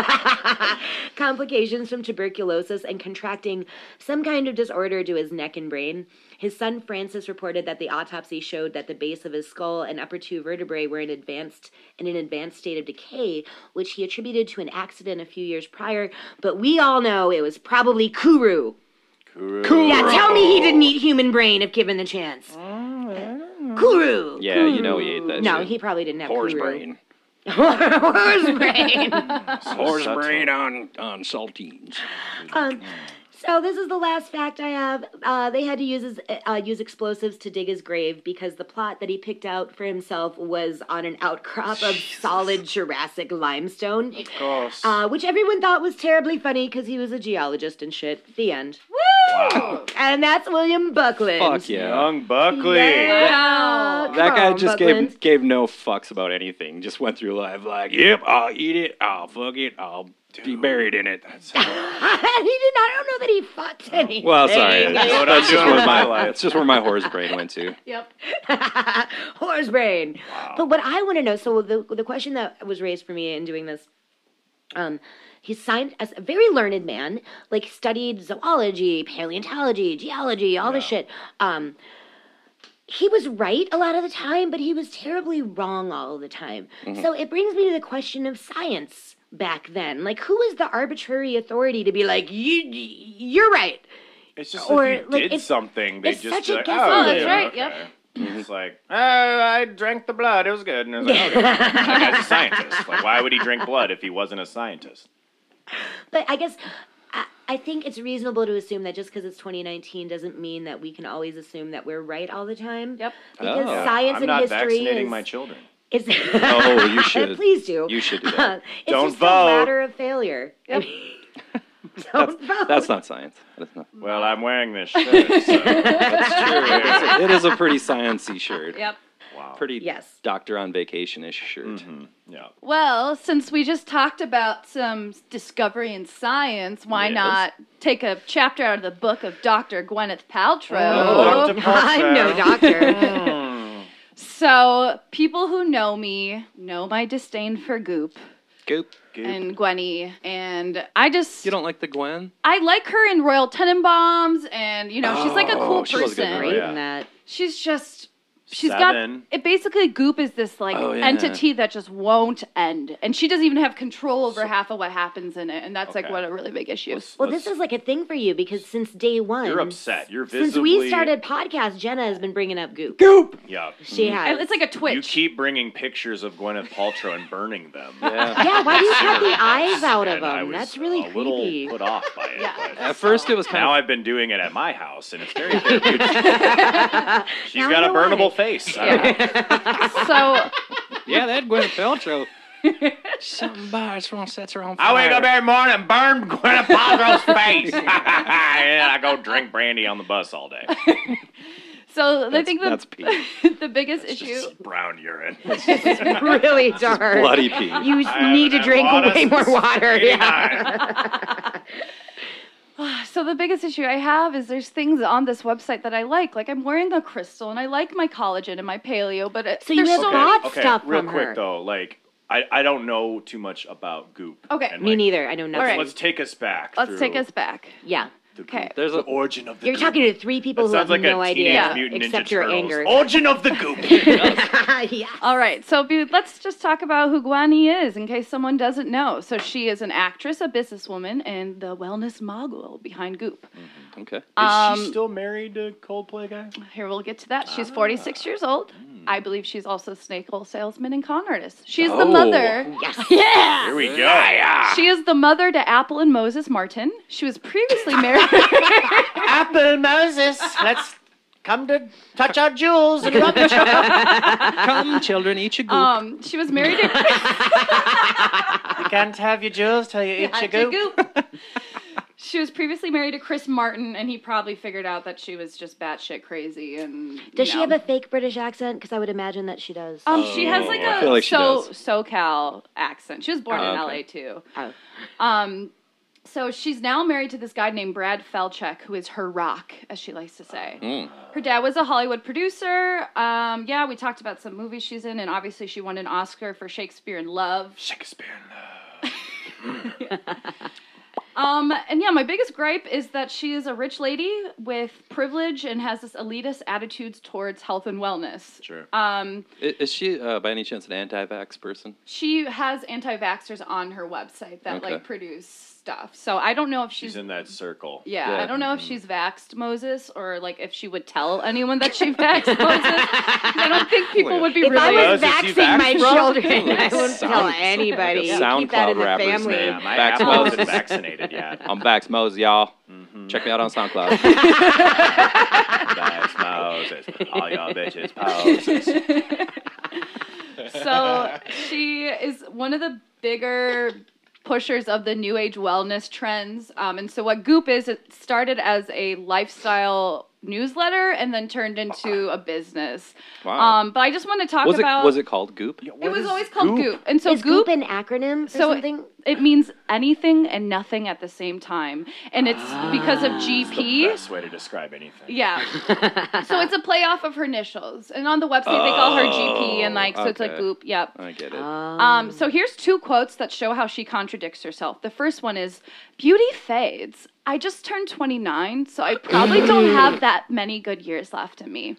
Speaker 7: complications from tuberculosis and contracting some kind of disorder to his neck and brain. His son Francis reported that the autopsy showed that the base of his skull and upper two vertebrae were in advanced in an advanced state of decay, which he attributed to an accident a few years prior. But we all know it was probably Kuru.
Speaker 5: Cool.
Speaker 7: Yeah, tell me he didn't eat human brain if given the chance. Kuru.
Speaker 4: Yeah, you know he ate that
Speaker 7: No,
Speaker 4: shit.
Speaker 7: he probably didn't have
Speaker 4: Horse
Speaker 7: Kuru.
Speaker 4: brain.
Speaker 7: Horse brain.
Speaker 4: Horse
Speaker 5: subtle.
Speaker 4: brain on, on saltines.
Speaker 7: Um, so this is the last fact I have. Uh, they had to use his, uh, use explosives to dig his grave because the plot that he picked out for himself was on an outcrop of solid Jurassic limestone,
Speaker 5: Of course.
Speaker 7: uh, which everyone thought was terribly funny because he was a geologist and shit. The end.
Speaker 5: wow.
Speaker 7: And that's William Buckland.
Speaker 4: Fuck yeah.
Speaker 5: Young Buckley.
Speaker 7: Wow.
Speaker 4: That guy just
Speaker 7: Buckland.
Speaker 4: gave gave no fucks about anything. Just went through life like, yep, I'll eat it, I'll fuck it, I'll be buried in it.
Speaker 7: he did not. I don't know that he fucked any.
Speaker 4: Oh, Well, sorry,
Speaker 5: What I'm
Speaker 4: that's just
Speaker 5: doing
Speaker 4: where
Speaker 5: with
Speaker 4: my
Speaker 5: my life.
Speaker 4: that's just where my horse brain went to.
Speaker 7: Horse brain. But what I want to know, so the the question that was raised for me in doing this, um, he signed as a very learned man, like studied zoology, paleontology, geology, all this shit. Um, he was right a lot of the time, but he was terribly wrong all the time.
Speaker 4: Mm-hmm.
Speaker 7: So it brings me to the question of science back then. Like, who is the arbitrary authority to be like, you, you're right?
Speaker 5: It's just
Speaker 7: Or,
Speaker 5: if you
Speaker 7: like,
Speaker 5: did
Speaker 7: it's-
Speaker 5: something, they
Speaker 7: it's
Speaker 5: just
Speaker 7: such
Speaker 5: be
Speaker 7: a
Speaker 5: like,
Speaker 7: guess-
Speaker 5: oh,
Speaker 7: Oh, that's
Speaker 5: yeah,
Speaker 6: right,
Speaker 5: okay.
Speaker 6: yep.
Speaker 5: It's like, oh, I drank the blood. It was good. And it was like, okay. that guy's a scientist. Like, why would he drink blood if he wasn't a scientist?
Speaker 7: But I guess I, I think it's reasonable to assume that just because it's 2019 doesn't mean that we can always assume that we're right all the time.
Speaker 6: Yep.
Speaker 7: Because
Speaker 4: Oh,
Speaker 7: science
Speaker 5: I'm
Speaker 7: and
Speaker 5: not
Speaker 7: history
Speaker 5: vaccinating
Speaker 7: is,
Speaker 5: my children.
Speaker 7: is
Speaker 4: Oh, you should.
Speaker 7: Please do. Uh,
Speaker 4: You should do that.
Speaker 7: it's
Speaker 5: Don't
Speaker 7: just
Speaker 5: vote.
Speaker 7: a ladder of failure.
Speaker 6: Yep.
Speaker 7: Don't vote.
Speaker 4: That's not science. That's not.
Speaker 7: Mm.
Speaker 5: Well, I'm wearing this shirt. So that's true.
Speaker 4: It is a pretty sciency shirt.
Speaker 6: Yep.
Speaker 5: wow.
Speaker 4: Pretty
Speaker 7: Yes.
Speaker 4: doctor on vacation ish shirt.
Speaker 5: Mhm. Yeah.
Speaker 6: Well, since we just talked about some discovery in science, why
Speaker 5: Yes.
Speaker 6: not take a chapter out of the book of Dr. Gwyneth Paltrow?
Speaker 5: Oh, Dr.
Speaker 7: I'm no doctor.
Speaker 5: Hmm.
Speaker 6: So, people who know me know my disdain for Goop,
Speaker 4: Goop.
Speaker 6: and Gwenny, and I just
Speaker 4: You don't like the Gwen?
Speaker 6: I like her in Royal Tenenbaums, and you know she's like a cool
Speaker 4: Oh, she was good in
Speaker 6: person.
Speaker 7: Great
Speaker 5: Yeah.
Speaker 7: in that.
Speaker 6: She's just she's
Speaker 5: Seven.
Speaker 6: got it. Basically, Goop is this like
Speaker 4: Oh, yeah.
Speaker 6: entity that just won't end, and she doesn't even have control over half of what happens in it, and that's like
Speaker 5: Okay.
Speaker 6: what a really big issue.
Speaker 7: Well, this is like a thing for you because since day one,
Speaker 5: You're upset. You're visibly.
Speaker 7: Since we started podcast, Jenna has been bringing up goop.
Speaker 4: Goop.
Speaker 5: Yeah.
Speaker 7: She has.
Speaker 6: It's like a
Speaker 5: You
Speaker 6: twitch.
Speaker 5: keep bringing pictures of Gwyneth Paltrow and burning them.
Speaker 4: Yeah.
Speaker 7: yeah, why do you cut the eyes out of
Speaker 5: And I
Speaker 7: them?
Speaker 5: was
Speaker 7: That's really
Speaker 5: a little
Speaker 7: creepy.
Speaker 5: put off by it. but-
Speaker 4: At first, it was kind
Speaker 5: Now
Speaker 4: of.
Speaker 5: I've been doing it at my house, and it's very therapeutic. She's
Speaker 7: Now I
Speaker 5: got a
Speaker 7: know why.
Speaker 5: burnable face. I don't know.
Speaker 6: so
Speaker 4: Yeah, that Gwen Paltrow.
Speaker 10: Something bad. It's wrong. Sets her on
Speaker 5: I wake up every morning and burn Gwyneth Paltrow's face. and I go drink brandy on the bus all day.
Speaker 6: So I think the,
Speaker 5: that's
Speaker 6: the biggest issue.
Speaker 5: Brown urine.
Speaker 7: really dark.
Speaker 5: bloody pee.
Speaker 7: You
Speaker 5: I
Speaker 7: need
Speaker 5: haven't
Speaker 7: to
Speaker 5: had
Speaker 7: drink
Speaker 5: water
Speaker 7: way more
Speaker 5: since
Speaker 7: water. Yeah.
Speaker 6: So the biggest issue I have is there's things on this website that I like. Like I'm wearing a crystal and I like my collagen and my paleo, but it,
Speaker 7: So you
Speaker 6: there's
Speaker 7: have
Speaker 6: so
Speaker 7: got
Speaker 6: many-
Speaker 5: okay,
Speaker 7: stuff
Speaker 5: real
Speaker 7: from
Speaker 5: quick
Speaker 7: her.
Speaker 5: though, like I, I don't know too much about goop.
Speaker 6: Okay.
Speaker 5: and,
Speaker 7: Me
Speaker 5: like,
Speaker 7: neither. I know
Speaker 5: Let's,
Speaker 7: nothing.
Speaker 5: let's take us back.
Speaker 6: Let's
Speaker 5: through
Speaker 6: take us back.
Speaker 7: Yeah.
Speaker 5: the goop.
Speaker 6: Okay.
Speaker 4: There's
Speaker 5: The
Speaker 4: a
Speaker 5: origin of the.
Speaker 7: You're
Speaker 5: goop.
Speaker 7: talking to three people
Speaker 5: That
Speaker 7: who have
Speaker 5: sounds like
Speaker 7: no
Speaker 5: a
Speaker 7: idea
Speaker 5: Teenage
Speaker 6: Yeah,
Speaker 5: Mutant
Speaker 7: except
Speaker 5: Ninja
Speaker 7: your
Speaker 5: Turtles. Oh.
Speaker 7: anger.
Speaker 5: Origin of the goop.
Speaker 7: yeah.
Speaker 6: All right, so be- let's just talk about who Guani is in case someone doesn't know. So she is an actress, a businesswoman, and the wellness mogul behind Goop.
Speaker 4: Mm-hmm, Okay.
Speaker 5: Is she
Speaker 6: Um,
Speaker 5: still married to Coldplay guy?
Speaker 6: here we'll get to that.
Speaker 4: Ah.
Speaker 6: She's 46 years old. I believe she's also a snake oil salesman and con artist. She's the
Speaker 4: Oh.
Speaker 6: mother.
Speaker 5: Here we go. Yeah.
Speaker 6: She is the mother to Apple and Moses Martin. She was previously married.
Speaker 11: Apple Moses, let's come to touch our jewels and rub each other.
Speaker 4: Come, children, eat your goop.
Speaker 6: um, she was married to
Speaker 11: You can't have your jewels till you eat your goop.
Speaker 6: She was previously married to Chris Martin, and he probably figured out that she was just batshit crazy. And
Speaker 7: Does
Speaker 6: you
Speaker 7: she
Speaker 6: know.
Speaker 7: have a fake British accent? Because I would imagine that she does.
Speaker 6: Um, she has like
Speaker 4: Oh. I
Speaker 6: a
Speaker 4: feel like she
Speaker 6: so
Speaker 4: does.
Speaker 6: SoCal accent. She was born
Speaker 4: Oh,
Speaker 6: in
Speaker 4: okay.
Speaker 6: LA too.
Speaker 7: Oh.
Speaker 6: Um, so she's now married to this guy named Brad Felchek, who is her rock, as she likes to say.
Speaker 4: Mm.
Speaker 6: Her dad was a Hollywood producer. Um, yeah, we talked about some movies she's in, and obviously she won an Oscar for Shakespeare in Love.
Speaker 5: Shakespeare. in love.
Speaker 6: Um, and yeah, my biggest gripe is that she is a rich lady with privilege and has this elitist attitudes towards health and wellness.
Speaker 5: Sure.
Speaker 6: Um,
Speaker 4: I- Is she, uh, by any chance, an anti-vax person?
Speaker 6: she has anti-vaxxers on her website that
Speaker 4: Okay.
Speaker 6: like produce stuff. So I don't know if she's,
Speaker 5: She's in that circle.
Speaker 6: yeah,
Speaker 4: Yeah.
Speaker 6: I don't know if she's vaxxed Moses or like if she would tell anyone that she vaxxed Moses. I don't think people would be
Speaker 7: If I
Speaker 6: really
Speaker 7: was
Speaker 5: Does she
Speaker 7: vaxing my
Speaker 4: vax, bro?
Speaker 7: children, I
Speaker 4: Like
Speaker 7: wouldn't
Speaker 4: sound-
Speaker 7: tell
Speaker 4: like a
Speaker 7: anybody. Keep that
Speaker 4: SoundCloud
Speaker 7: in the
Speaker 4: rapper's
Speaker 7: family.
Speaker 4: name.
Speaker 5: Yeah, my
Speaker 4: Vax
Speaker 5: apple
Speaker 4: Moses.
Speaker 5: isn't vaccinated yet.
Speaker 4: I'm Vax Mose, y'all. Check me out on SoundCloud.
Speaker 5: Vax Moses. All y'all bitches poses.
Speaker 6: so she is one of the bigger pushers of the new age wellness trends um, and so what goop is it started as a lifestyle newsletter and then turned into a business
Speaker 4: Wow.
Speaker 6: um, but i just want to talk
Speaker 4: was it
Speaker 6: about
Speaker 4: was it called Goop?
Speaker 6: it was always called goop, and so
Speaker 7: Is
Speaker 6: goop,
Speaker 7: goop an acronym or
Speaker 6: So-
Speaker 7: something?
Speaker 6: it means anything and nothing at the same time and it's because of gp
Speaker 5: Best way to describe anything.
Speaker 6: yeah. so it's a play off of her initials. And on the website, they call her GP and like, so it's like
Speaker 4: okay.
Speaker 6: goop. Yep.
Speaker 4: I get it.
Speaker 6: Um, so here's two quotes that show how she contradicts herself. The first one is Beauty fades. I just turned 29, so I probably don't have that many good years left in me.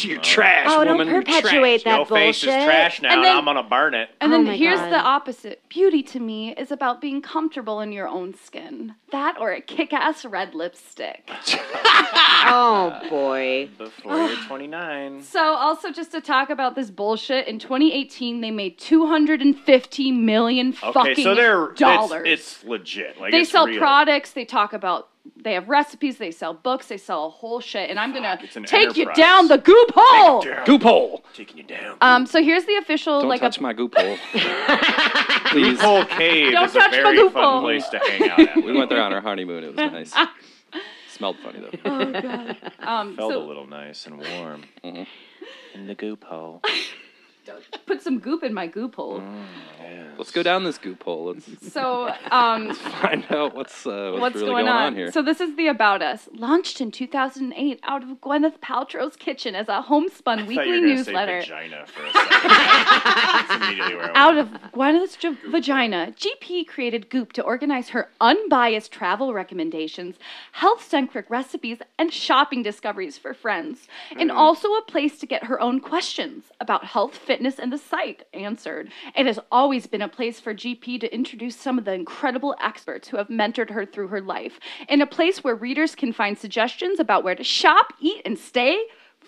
Speaker 10: You trash
Speaker 7: oh, don't
Speaker 10: woman. you
Speaker 7: perpetuate that
Speaker 5: Your face
Speaker 7: bullshit.
Speaker 5: is trash now,
Speaker 6: And
Speaker 5: and,
Speaker 6: then-
Speaker 5: I'm gonna burn it.
Speaker 6: And
Speaker 7: Oh
Speaker 6: then
Speaker 7: my
Speaker 6: here's
Speaker 7: God.
Speaker 6: the opposite beauty to me is about being comfortable in your own skin. That or a kick ass red lipstick.
Speaker 7: Oh boy.
Speaker 5: Before you're 29.
Speaker 6: So, also just to talk about this bullshit, in 2018, they made 250 million fucking
Speaker 5: Okay, so they're
Speaker 6: dollars.
Speaker 5: It's, it's legit. Like
Speaker 6: they
Speaker 5: it's
Speaker 6: sell
Speaker 5: real.
Speaker 6: products they talk about they have recipes they sell books they sell a whole shit and i'm gonna
Speaker 5: it's an
Speaker 6: take you
Speaker 5: enterprise.
Speaker 6: down the goop hole
Speaker 10: Goop hole.
Speaker 5: Taking you down.
Speaker 6: um so here's the official
Speaker 4: Don't
Speaker 6: like
Speaker 4: touch
Speaker 6: a
Speaker 4: my Goop hole. Please.
Speaker 5: Whole cave
Speaker 6: Don't
Speaker 5: is a
Speaker 6: touch my
Speaker 5: very
Speaker 6: loophole.
Speaker 5: fun place to hang out at.
Speaker 4: We went there on our honeymoon. It was nice. Smelled funny though.
Speaker 6: um
Speaker 5: Felt a
Speaker 6: so
Speaker 5: little nice and warm.
Speaker 3: In the goop hole.
Speaker 6: put some goop in my goop hole
Speaker 5: Mm.
Speaker 4: Let's go down this Goop hole. Let's
Speaker 6: so um
Speaker 4: find out what's uh, what's,
Speaker 6: What's
Speaker 4: really
Speaker 6: going, on?
Speaker 4: here.
Speaker 6: So this is the about us, launched in 2008 out of Gwyneth Paltrow's kitchen as a
Speaker 5: I
Speaker 6: homespun
Speaker 5: thought
Speaker 6: weekly
Speaker 5: you were gonna
Speaker 6: newsletter.
Speaker 5: Say vagina for a second. That's immediately where I went.
Speaker 6: Out of Gwyneth's j- vagina, GP created Goop to organize her unbiased travel recommendations, health centric recipes, and shopping discoveries for friends, and also a place to get her own questions about health, fitness, and the site answered. It has always been a place for GP to introduce some of the incredible experts who have mentored her through her life, and a place where readers can find suggestions about where to shop, eat, and stay.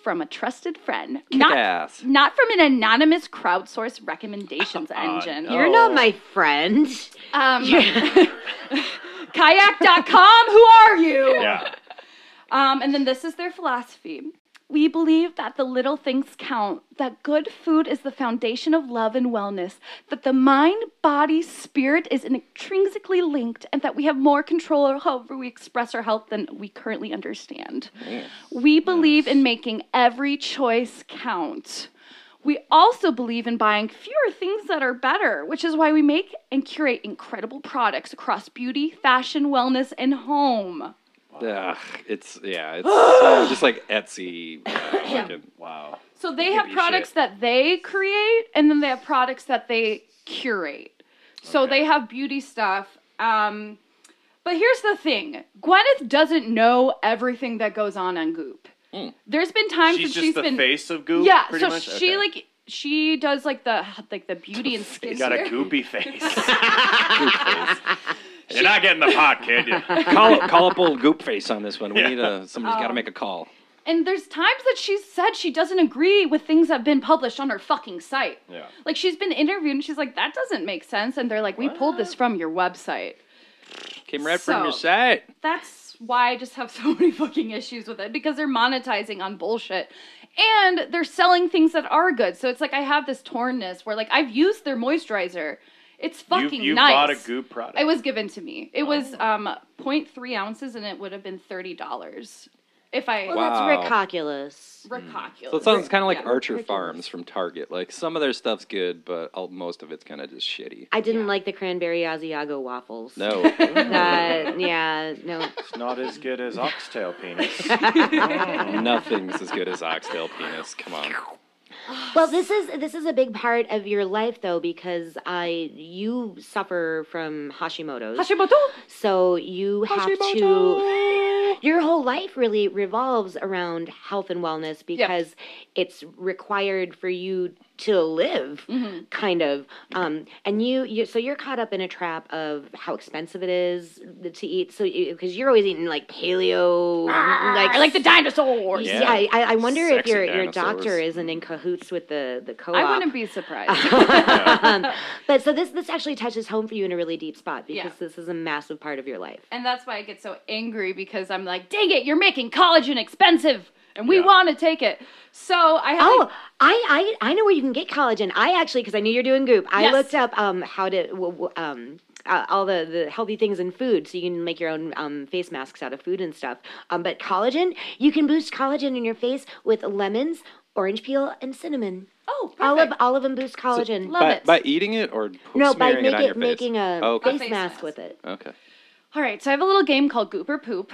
Speaker 6: From a trusted friend, not
Speaker 4: ass.
Speaker 6: not from an anonymous crowdsourced recommendations engine.
Speaker 7: You're not my friend.
Speaker 6: Um, kayak.com, who are you?
Speaker 5: yeah.
Speaker 6: Um, and then this is their philosophy. We believe that the little things count, that good food is the foundation of love and wellness, that the mind, body, spirit is intrinsically linked, and that we have more control over how we express our health than we currently understand. We believe in making every choice count. We also believe in buying fewer things that are better, which is why we make and curate incredible products across beauty, fashion, wellness, and home.
Speaker 4: Ugh, it's yeah, it's so just like Etsy. uh, fucking- wow.
Speaker 6: So they have products that they create, and then they have products that they curate. So they have beauty stuff. Um, but here's the thing: Gwyneth doesn't know everything that goes on on Goop. There's been times
Speaker 5: Mm. She's
Speaker 6: that
Speaker 5: just
Speaker 6: she's
Speaker 5: the
Speaker 6: been
Speaker 5: face of Goop,
Speaker 6: Yeah,
Speaker 5: pretty
Speaker 6: so
Speaker 5: much?
Speaker 6: she like she does like the like the beauty and skincare.
Speaker 5: You got a goopy face. You're not getting the pot, kid.
Speaker 4: call, call up old Goop Face on this one. We need a somebody's got to
Speaker 6: Um,
Speaker 4: make a call.
Speaker 6: And there's times that she's said she doesn't agree with things that have been published on her fucking site.
Speaker 4: Yeah.
Speaker 6: Like she's been interviewed and she's like, that doesn't make sense. And they're like, we pulled this from your website.
Speaker 4: Came right from your
Speaker 6: So-
Speaker 4: site.
Speaker 6: That's why I just have so many fucking issues with it because they're monetizing on bullshit. And they're selling things that are good. So it's like I have this tornness where like I've used their moisturizer. It's fucking
Speaker 5: you you
Speaker 6: nice.
Speaker 5: bought a Oh. Goop product.
Speaker 6: It was given to me. It was um 0.3 ounces and it would have been $30 if I
Speaker 7: Well,
Speaker 4: Wow.
Speaker 7: that's Ricoculus.
Speaker 6: Ricoculous.
Speaker 4: So it sounds kind of like
Speaker 6: Yeah.
Speaker 4: Archer Farms from Target. Like some of their stuff's good, but all, most of it's kind of just shitty.
Speaker 7: I didn't like the cranberry Asiago waffles.
Speaker 4: No.
Speaker 7: That- yeah, no.
Speaker 5: It's not as good as oxtail penis.
Speaker 4: Nothing's as good as oxtail penis. Come on.
Speaker 7: Well, this is this is a big part of your life though because I you suffer from Hashimoto's.
Speaker 6: Hashimoto.
Speaker 7: So you have to your whole life really revolves around health and wellness because it's required for you to live
Speaker 6: Mm-hmm.
Speaker 7: kind of um and you, you so you're caught up in a trap of how expensive it is to eat so because you, are always eating like paleo
Speaker 6: Ah, I like the dinosaurs.
Speaker 7: yeah, I, I wonder if
Speaker 6: Sexy
Speaker 7: your your
Speaker 6: dinosaurs. Mm-hmm.
Speaker 7: doctor isn't in cahoots with the the co-op.
Speaker 6: I wouldn't be surprised.
Speaker 7: but so this this actually touches home for you in a really deep spot because
Speaker 6: Yeah.
Speaker 7: this is a massive part of your life.
Speaker 6: and that's why I get so angry because I'm like, dang it, you're making collagen expensive and we want to take it. So I have.
Speaker 7: Oh, I, I I know where you can get collagen. I actually because I knew you're doing goop. I
Speaker 6: Yes.
Speaker 7: looked up um how to w- w- um uh, all the the healthy things in food, so you can make your own um face masks out of food and stuff. Um, but collagen, you can boost collagen in your face with lemons, orange peel, and cinnamon.
Speaker 6: Oh,
Speaker 7: olive olive and boost collagen.
Speaker 4: by, by eating it or p-
Speaker 7: No, by
Speaker 4: smearing
Speaker 7: make
Speaker 4: it on
Speaker 7: it-
Speaker 4: your face?
Speaker 7: making a
Speaker 4: Oh, okay.
Speaker 7: face A face mask mask. with it.
Speaker 4: Okay.
Speaker 6: All right, so I have a little game called Goop or Poop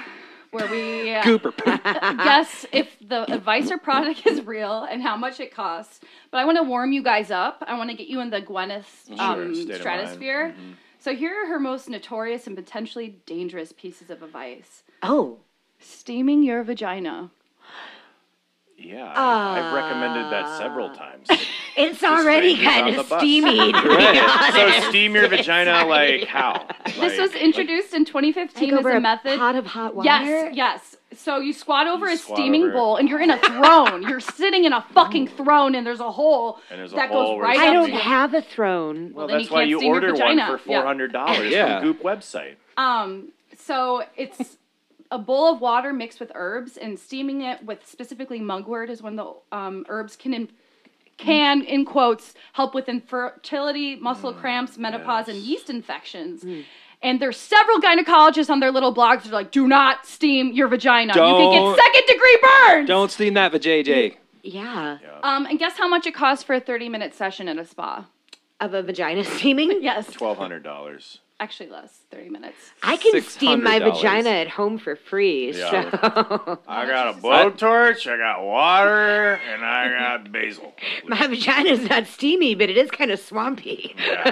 Speaker 6: where we uh,
Speaker 4: Gooper poop.
Speaker 6: guess if the advice or product is real and how much it costs. But I want to warm you guys up. I want to get you in the Gwyneth's
Speaker 2: Sure,
Speaker 6: um,
Speaker 2: state of
Speaker 6: stratosphere. So here are her most notorious and potentially dangerous pieces of advice.
Speaker 7: Oh.
Speaker 6: Steaming your vagina.
Speaker 5: Yeah, I, I've recommended that
Speaker 6: Ah.
Speaker 5: several times.
Speaker 7: It's already
Speaker 5: Strangers on
Speaker 7: kind
Speaker 5: the
Speaker 7: of
Speaker 5: bus.
Speaker 7: steamy. to be
Speaker 5: Right.
Speaker 7: honest.
Speaker 5: So steam your vagina
Speaker 7: Sorry.
Speaker 5: like how?
Speaker 6: This was introduced in 2015 as
Speaker 7: Like over
Speaker 6: a
Speaker 7: a
Speaker 6: method.
Speaker 7: pot of hot water?
Speaker 6: Yes, yes. So you squat over a
Speaker 5: squat
Speaker 6: steaming
Speaker 5: over it.
Speaker 6: bowl, and you're in a throne. you're sitting in a fucking throne, and there's a hole
Speaker 5: And there's a
Speaker 6: that
Speaker 5: hole
Speaker 6: goes
Speaker 5: where
Speaker 6: right
Speaker 5: it's
Speaker 6: up.
Speaker 7: I don't
Speaker 6: to you.
Speaker 7: have a throne.
Speaker 5: Well,
Speaker 6: then
Speaker 5: that's
Speaker 6: you
Speaker 5: why
Speaker 6: can't
Speaker 5: you
Speaker 6: steam your
Speaker 5: order one
Speaker 6: vagina.
Speaker 5: for
Speaker 6: Yeah.
Speaker 5: four hundred dollars
Speaker 4: Yeah.
Speaker 5: from Goop website.
Speaker 6: Um, so it's a bowl of water mixed with herbs, and steaming it with specifically mugwort is when the um, herbs can. In- can
Speaker 4: Mm.
Speaker 6: in quotes help with infertility, muscle cramps, menopause, and yeast infections.
Speaker 4: Mm.
Speaker 6: And there's several gynecologists on their little blogs that are like, "Do not steam your vagina. You can
Speaker 4: Don't-
Speaker 6: get second degree burns."
Speaker 4: Don't steam that vajayjay.
Speaker 7: Yeah.
Speaker 6: Um, and guess how much it costs for a 30 minute session at a spa?
Speaker 7: Of a vagina steaming?
Speaker 6: Yes.
Speaker 5: Twelve hundred dollars.
Speaker 6: Actually, less 30 minutes.
Speaker 7: I can steam my
Speaker 5: $600.
Speaker 7: vagina at home for free.
Speaker 5: Yeah.
Speaker 7: So
Speaker 5: I got a blowtorch, I got water, and I got basil.
Speaker 7: my vagina's not steamy, but it is kind of swampy.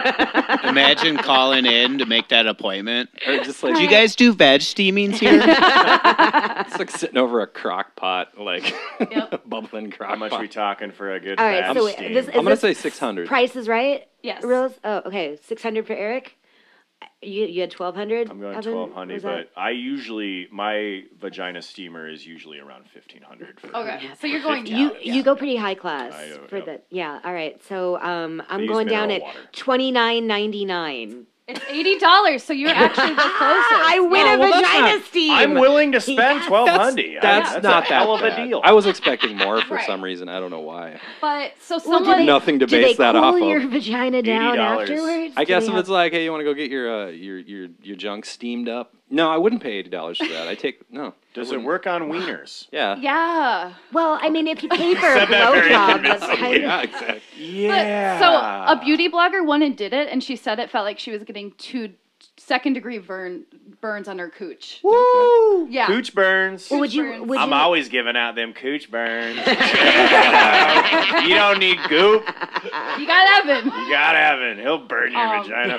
Speaker 8: Imagine calling in to make that appointment.
Speaker 4: Or just like
Speaker 8: do you guys do veg steamings here?
Speaker 4: It's like sitting over a crock pot, like bubbling crock
Speaker 5: How much
Speaker 4: pot.
Speaker 5: we talking for a good
Speaker 7: All right,
Speaker 5: bath
Speaker 7: so wait,
Speaker 5: steam?
Speaker 7: this- is
Speaker 4: I'm gonna
Speaker 7: this
Speaker 4: say 600.
Speaker 7: Price is right?
Speaker 6: Yes.
Speaker 7: Reals? Oh, okay. 600 for Eric? You, you had 1200
Speaker 5: I'm going twelve hundred, but I usually my vagina steamer is usually around fifteen hundred.
Speaker 6: Okay, so you're going
Speaker 7: You
Speaker 6: down.
Speaker 7: you go pretty high class
Speaker 5: I know,
Speaker 7: for that. Yeah. All right. So um, I'm
Speaker 5: use
Speaker 7: going down at
Speaker 5: mineral water.
Speaker 7: twenty nine ninety nine.
Speaker 6: It's eighty dollars, so you're actually the closest. I
Speaker 7: win
Speaker 4: Oh, well, that's not-
Speaker 5: I'm willing to spend twelve
Speaker 4: That's,
Speaker 5: hundred.
Speaker 4: that's not
Speaker 5: a
Speaker 4: that
Speaker 5: hell of a
Speaker 4: bad.
Speaker 5: deal.
Speaker 4: I was expecting more for
Speaker 6: Right.
Speaker 4: some reason. I don't know why.
Speaker 6: But so
Speaker 7: Well, do
Speaker 6: someone
Speaker 7: they-
Speaker 4: Nothing to
Speaker 7: do
Speaker 4: base
Speaker 7: they
Speaker 4: that
Speaker 7: cool
Speaker 4: off of.
Speaker 7: your vagina down
Speaker 5: $80.
Speaker 7: afterwards?
Speaker 4: I
Speaker 7: Do
Speaker 4: guess
Speaker 7: they
Speaker 4: if
Speaker 7: have-
Speaker 4: it's like, hey, you want to go get your uh, your your your junk steamed up? No, I wouldn't pay eighty dollars for that. I take no.
Speaker 5: Does it work on wieners?
Speaker 4: Yeah.
Speaker 6: Yeah.
Speaker 7: well, I mean, if you pay for a
Speaker 5: Said that very
Speaker 7: blowjob, that's kind of
Speaker 4: yeah, exactly.
Speaker 5: Yeah.
Speaker 6: So a beauty blogger won and did it, and she said it felt like she was getting two second degree burn, burns on her cooch.
Speaker 5: Woo!
Speaker 6: Yeah.
Speaker 5: Cooch burns.
Speaker 7: Well, would you? Would
Speaker 5: I'm
Speaker 7: you,
Speaker 5: always giving out them cooch burns. you don't need goop.
Speaker 6: You got Evan.
Speaker 5: You got Evan. He'll burn your
Speaker 6: Um.
Speaker 5: vagina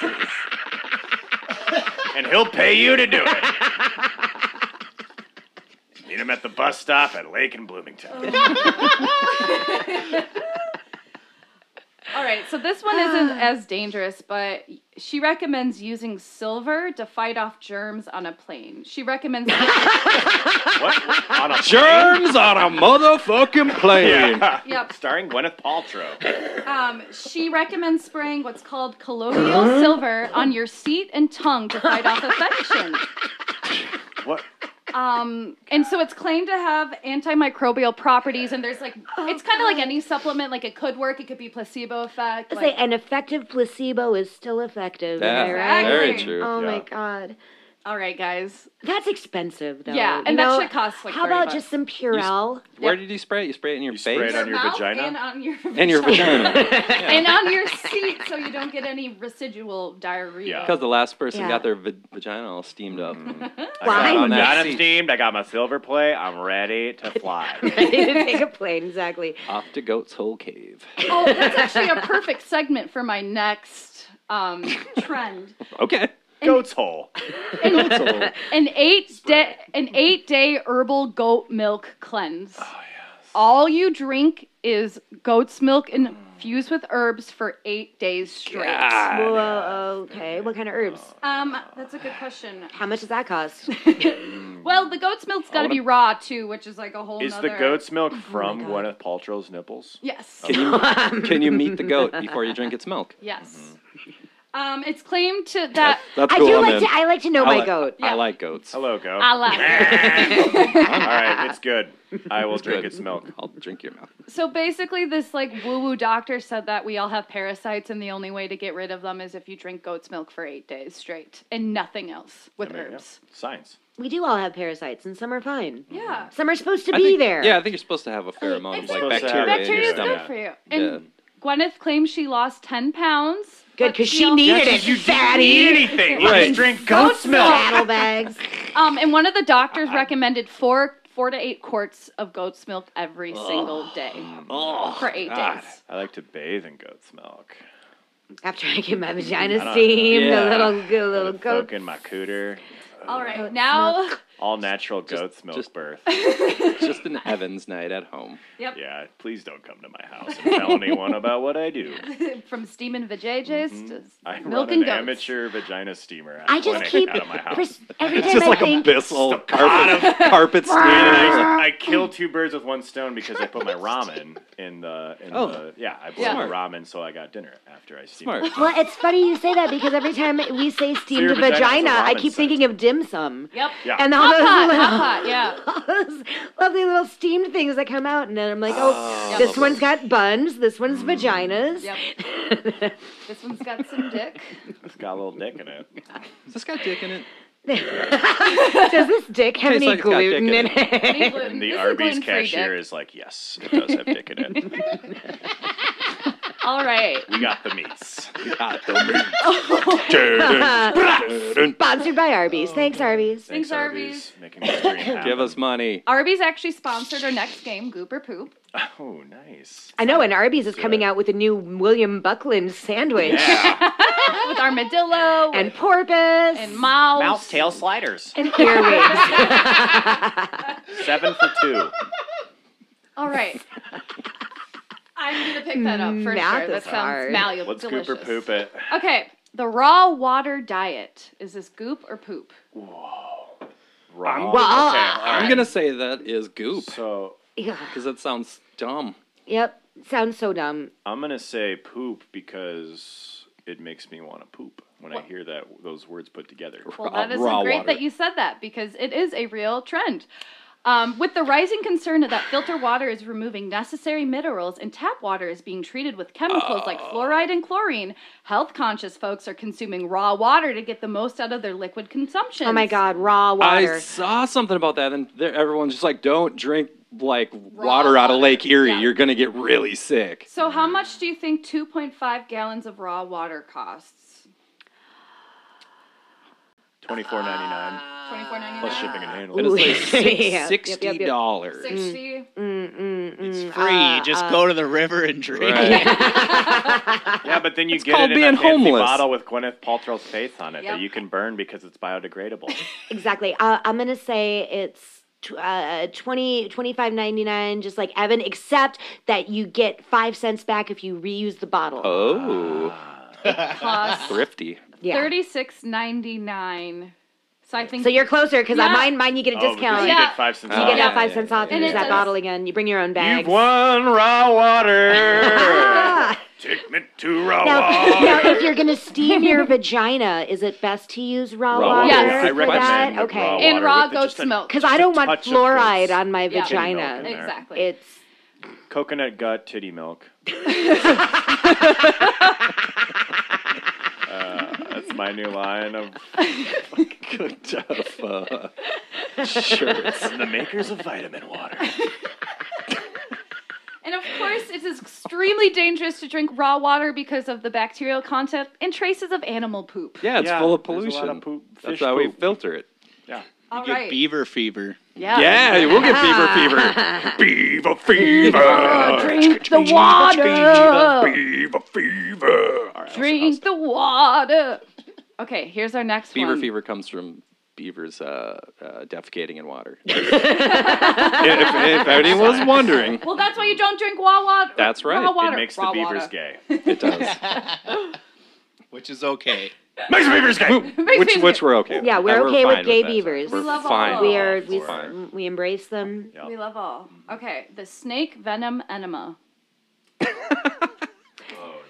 Speaker 5: for you. and he'll pay you to do it. Meet him at the bus stop at Lake and Bloomington.
Speaker 6: All right, so this one isn't as dangerous, but she recommends using silver to fight off germs on a plane. She recommends
Speaker 5: What? On a
Speaker 4: Germs on a motherfucking plane.
Speaker 5: Yeah.
Speaker 6: Yep.
Speaker 5: Starring Gwyneth Paltrow.
Speaker 6: um, she recommends spraying what's called colloidal silver on your seat and tongue to fight off infection.
Speaker 5: What?
Speaker 6: Um, and so it's claimed to have antimicrobial properties, and there's like it's kind of like any supplement. Like it could work, it could be placebo effect.
Speaker 7: say
Speaker 6: Like,
Speaker 7: an effective placebo is still effective.
Speaker 4: Yeah,
Speaker 7: am I right?
Speaker 4: very
Speaker 6: Exactly.
Speaker 4: true.
Speaker 7: Oh my
Speaker 5: Yeah.
Speaker 7: god,
Speaker 6: all right, guys.
Speaker 7: that's expensive though.
Speaker 6: Yeah, and
Speaker 7: you
Speaker 6: that
Speaker 7: know?
Speaker 6: should cost like.
Speaker 7: How
Speaker 6: 30
Speaker 7: about
Speaker 6: bucks.
Speaker 7: just some Purell?
Speaker 4: Where did you spray it? You spray it in your
Speaker 5: You spray
Speaker 4: face
Speaker 5: it on your
Speaker 6: mouth
Speaker 5: vagina?
Speaker 6: and on your
Speaker 4: and your vagina.
Speaker 6: and on your seat so you don't get any residual diarrhea.
Speaker 5: Yeah.
Speaker 4: Because the last person
Speaker 7: Yeah.
Speaker 4: got their va- vagina all steamed up.
Speaker 5: I got
Speaker 4: Why
Speaker 5: my
Speaker 4: not?
Speaker 5: vagina steamed. I got my silver play. I'm ready to fly.
Speaker 7: Ready to take a plane, exactly.
Speaker 4: Off to Goat's Hole Cave.
Speaker 6: Oh, that's actually a perfect segment for my next um, trend.
Speaker 4: Okay.
Speaker 5: Goat's hole.
Speaker 4: Goat's Hole.
Speaker 6: An eight day an eight day herbal goat milk cleanse.
Speaker 5: Oh,
Speaker 6: All you drink is goat's milk
Speaker 5: Mm.
Speaker 6: infused with herbs for eight days straight.
Speaker 7: Whoa, okay. What kind of herbs?
Speaker 6: Um, that's a good question.
Speaker 7: How much does that cost?
Speaker 6: Well, the goat's milk's got to
Speaker 5: wanna-
Speaker 6: be raw too, which is like a whole.
Speaker 5: Mm. Is the
Speaker 6: nother-
Speaker 5: goat's milk from Gwyneth Paltrow's nipples?
Speaker 6: Yes.
Speaker 4: Can you, can you meet the goat before you drink its milk?
Speaker 6: Yes.
Speaker 5: Mm-hmm.
Speaker 6: Um, it's claimed to that
Speaker 4: That's
Speaker 7: I
Speaker 4: cool.
Speaker 7: do
Speaker 4: I'm
Speaker 7: like
Speaker 4: in.
Speaker 7: to. I like to know
Speaker 4: I
Speaker 7: my
Speaker 4: like-
Speaker 7: goat.
Speaker 4: I
Speaker 6: Yeah.
Speaker 4: like goats.
Speaker 5: Hello, goat.
Speaker 6: I love.
Speaker 5: All right, it's good. I will drink
Speaker 4: good.
Speaker 5: its milk.
Speaker 4: I'll drink your milk.
Speaker 6: So basically, this like woo woo doctor said that we all have parasites, and the only way to get rid of them is if you drink goat's milk for eight days straight and nothing else with
Speaker 5: I mean, yeah,
Speaker 6: herbs.
Speaker 5: Science.
Speaker 7: We do all have parasites, and some are fine.
Speaker 6: Yeah.
Speaker 7: Some are supposed to
Speaker 4: I
Speaker 7: be
Speaker 4: think-
Speaker 7: there.
Speaker 4: Yeah, I think you're supposed to have a pheromone of like
Speaker 5: Supposed
Speaker 4: bacteria,
Speaker 5: to have
Speaker 4: in your
Speaker 6: Bacteria's
Speaker 4: stomach.
Speaker 6: good
Speaker 5: stomach.
Speaker 6: for you. And Gwyneth claims she lost 10 pounds.
Speaker 7: Good,
Speaker 6: but
Speaker 7: because she needed it. You fatty.
Speaker 5: anything.
Speaker 4: Right.
Speaker 5: drink
Speaker 7: Saddlebags.
Speaker 6: Um, and one of the doctors recommended four four to eight quarts of goat's milk every single day for eight
Speaker 4: God.
Speaker 6: days.
Speaker 5: I like to bathe in goat's milk.
Speaker 7: After I get my vagina
Speaker 5: don't-
Speaker 7: steamed,
Speaker 4: yeah.
Speaker 7: a little, good little
Speaker 5: Put a fork
Speaker 7: goat.
Speaker 5: in my cooter.
Speaker 6: All right, now,
Speaker 5: All natural goat's milk
Speaker 4: just-
Speaker 5: birth.
Speaker 4: Just an Evans night at home.
Speaker 6: yep,
Speaker 5: Yeah, please don't come to my house and tell anyone about what I do.
Speaker 6: from steaming vajayjays
Speaker 5: Mm-hmm. I
Speaker 6: to milk
Speaker 5: run
Speaker 6: and
Speaker 5: an
Speaker 6: goats.
Speaker 5: amateur vagina steamer.
Speaker 7: I just
Speaker 5: clinic
Speaker 7: keep
Speaker 5: out of my house.
Speaker 7: pres- every
Speaker 4: It's
Speaker 7: time
Speaker 4: just
Speaker 7: I
Speaker 4: like a
Speaker 7: think.
Speaker 4: bissel
Speaker 5: Just a pot
Speaker 4: carpet, carpet steamer.
Speaker 5: I, I kill two birds with one stone because I put my ramen in the in
Speaker 4: Oh.
Speaker 5: the yeah I boiled
Speaker 6: Yeah.
Speaker 5: my ramen so I got dinner after I steamed.
Speaker 4: Smart.
Speaker 5: it.
Speaker 7: Well, it's funny you say that because every time we say steamed
Speaker 5: your vagina is a
Speaker 7: vagina, I
Speaker 5: ramen
Speaker 7: keep
Speaker 5: set.
Speaker 7: thinking of dim sum.
Speaker 6: Yep.
Speaker 5: Yeah.
Speaker 7: And all
Speaker 6: Hot
Speaker 7: those,
Speaker 6: pot,
Speaker 7: little,
Speaker 6: hot pot, yeah.
Speaker 7: all those lovely little steamed things that come out, and then I'm like, oh,
Speaker 6: Yeah.
Speaker 7: this one's got buns, this one's vaginas.
Speaker 6: Yep. this one's got some dick.
Speaker 5: It's got a little dick in it.
Speaker 4: Has this got dick in it?
Speaker 7: Does this dick have
Speaker 4: Tastes
Speaker 7: any
Speaker 4: like it's got dick
Speaker 7: gluten
Speaker 4: in
Speaker 7: in
Speaker 6: Any
Speaker 7: it?
Speaker 6: gluten-
Speaker 5: And
Speaker 6: this
Speaker 5: the
Speaker 6: is
Speaker 5: Arby's
Speaker 6: gluten-free
Speaker 5: cashier
Speaker 6: dick.
Speaker 5: is like, yes, it does have dick in it.
Speaker 6: All right.
Speaker 5: We got the meats.
Speaker 4: God, don't be-
Speaker 7: Sponsored by Arby's. Thanks, Arby's.
Speaker 5: Thanks,
Speaker 6: Arby's.
Speaker 5: Making this dream happen.
Speaker 4: Give us money.
Speaker 6: Arby's actually sponsored our next game, Goop or Poop.
Speaker 5: Oh, nice.
Speaker 7: I know, and Arby's is coming out with a new William Buckland sandwich
Speaker 5: Yeah.
Speaker 6: With armadillo
Speaker 7: and porpoise and,
Speaker 6: and mouse.
Speaker 5: Mouse tail sliders.
Speaker 7: earwigs.
Speaker 5: Seven for two.
Speaker 6: All right. Mm, I'm gonna pick that up for
Speaker 7: Math
Speaker 6: sure.
Speaker 7: is
Speaker 6: That sounds
Speaker 7: hard.
Speaker 6: malleable.
Speaker 5: Let's
Speaker 6: delicious.
Speaker 5: goop or poop it.
Speaker 6: Okay. The raw water diet. Is this goop or poop?
Speaker 5: Wrong.
Speaker 7: Well,
Speaker 5: okay.
Speaker 7: uh,
Speaker 5: all
Speaker 4: I'm
Speaker 5: right.
Speaker 4: gonna say that is goop
Speaker 5: So
Speaker 7: Yeah.
Speaker 4: because that sounds dumb.
Speaker 7: Yep. sounds so dumb.
Speaker 5: I'm gonna say poop because it makes me want to poop when I hear that those words put together.
Speaker 6: Well, that is great that you said that because it is a real trend. Um, with the rising concern that filter water is removing necessary minerals and tap water is being treated with chemicals like
Speaker 5: Oh.
Speaker 6: fluoride and chlorine, health conscious folks are consuming raw water to get the most out of their liquid consumption.
Speaker 7: Oh my God, raw
Speaker 4: I
Speaker 7: water.
Speaker 4: saw something about that, and there, everyone's just like, "Don't drink like water out of Lake Erie. You're gonna get really sick."
Speaker 6: So, how much do you think 2.5 gallons of raw water costs?
Speaker 5: Twenty four ninety nine.
Speaker 6: Twenty four ninety nine.
Speaker 5: Plus shipping and handling.
Speaker 4: And it's like six-
Speaker 7: Yeah.
Speaker 4: sixty dollars.
Speaker 6: Sixty.
Speaker 7: It's
Speaker 6: Uh,
Speaker 8: Free. Just go to the river and drink. it.
Speaker 5: Yeah, but then you get
Speaker 4: called
Speaker 5: it in
Speaker 4: being
Speaker 5: a fancy
Speaker 4: homeless.
Speaker 5: bottle with Gwyneth Paltrow's face on it
Speaker 6: Yep.
Speaker 5: that you can burn because it's biodegradable. Oh,
Speaker 7: Exactly. Uh, I'm going to say it's tw- uh, 20 $25.99, just like Evan, except that you get five cents back if you reuse the bottle.
Speaker 4: Oh,
Speaker 6: Costs
Speaker 4: thrifty.
Speaker 7: yeah.
Speaker 6: Thirty six ninety nine. So I think
Speaker 7: So you're closer because
Speaker 6: Yeah.
Speaker 7: on mine, mine you get a
Speaker 5: Oh, because
Speaker 7: discount.
Speaker 5: you
Speaker 6: Yeah.
Speaker 5: get five cents.
Speaker 7: You
Speaker 5: off.
Speaker 7: get
Speaker 6: Yeah.
Speaker 7: that five cents off. You
Speaker 6: And
Speaker 7: use
Speaker 6: it
Speaker 7: that
Speaker 6: does-
Speaker 7: bottle again. You bring your own
Speaker 5: You've
Speaker 7: bags. Ah.
Speaker 5: won raw water. Take me to raw
Speaker 7: Now,
Speaker 5: water.
Speaker 7: now, if you're gonna steam your vagina, is it best to use raw,
Speaker 5: Raw
Speaker 6: water.
Speaker 7: water
Speaker 6: Yes.
Speaker 5: I
Speaker 7: for that?
Speaker 5: recommend raw
Speaker 7: okay,
Speaker 5: water.
Speaker 6: in raw
Speaker 5: with it,
Speaker 6: goat's
Speaker 5: just a-
Speaker 6: milk.
Speaker 7: because I don't want
Speaker 5: touch of
Speaker 7: fluoride
Speaker 5: gross
Speaker 7: on my
Speaker 6: Yeah. Chicken
Speaker 5: milk
Speaker 7: vagina.
Speaker 5: in there.
Speaker 6: exactly.
Speaker 7: It's
Speaker 5: coconut gut titty milk. uh, that's my new line of
Speaker 4: Good stuff. Uh, shirts.
Speaker 5: from the makers of vitamin water.
Speaker 6: And of course, it is extremely dangerous to drink raw water because of the bacterial content and traces of animal poop.
Speaker 4: Yeah, it's
Speaker 5: Yeah,
Speaker 4: full of
Speaker 5: there's a lot
Speaker 4: pollution.
Speaker 5: of poop-
Speaker 4: That's
Speaker 5: fish
Speaker 4: how we
Speaker 5: poop.
Speaker 4: filter it.
Speaker 6: All
Speaker 8: Get
Speaker 6: right.
Speaker 8: beaver fever.
Speaker 6: Yeah.
Speaker 4: Yeah, you will get fever fever.
Speaker 10: Beaver fever.
Speaker 6: Drink the water.
Speaker 10: Beaver fever.
Speaker 6: Drink the water. Okay, here's our next
Speaker 4: Beaver
Speaker 6: one.
Speaker 4: fever comes from beavers uh, uh, defecating in water.
Speaker 5: if,
Speaker 4: if anyone was wondering,
Speaker 6: Well, that's why you don't drink raw water.
Speaker 4: That's right.
Speaker 6: Raw
Speaker 4: It
Speaker 6: water.
Speaker 5: it makes the
Speaker 6: raw
Speaker 5: beavers
Speaker 6: water.
Speaker 5: gay.
Speaker 4: it does.
Speaker 8: Which is okay.
Speaker 5: Makes the beavers gay.
Speaker 4: which which we're okay. with.
Speaker 7: Yeah, we're
Speaker 4: Uh,
Speaker 7: okay with
Speaker 4: fine
Speaker 7: gay
Speaker 4: that.
Speaker 7: beavers.
Speaker 4: We're
Speaker 6: We love all
Speaker 4: fine.
Speaker 6: of them.
Speaker 7: we are we,
Speaker 4: Fine.
Speaker 7: we embrace them.
Speaker 5: Yeah.
Speaker 6: We love all. Okay, the snake venom enema.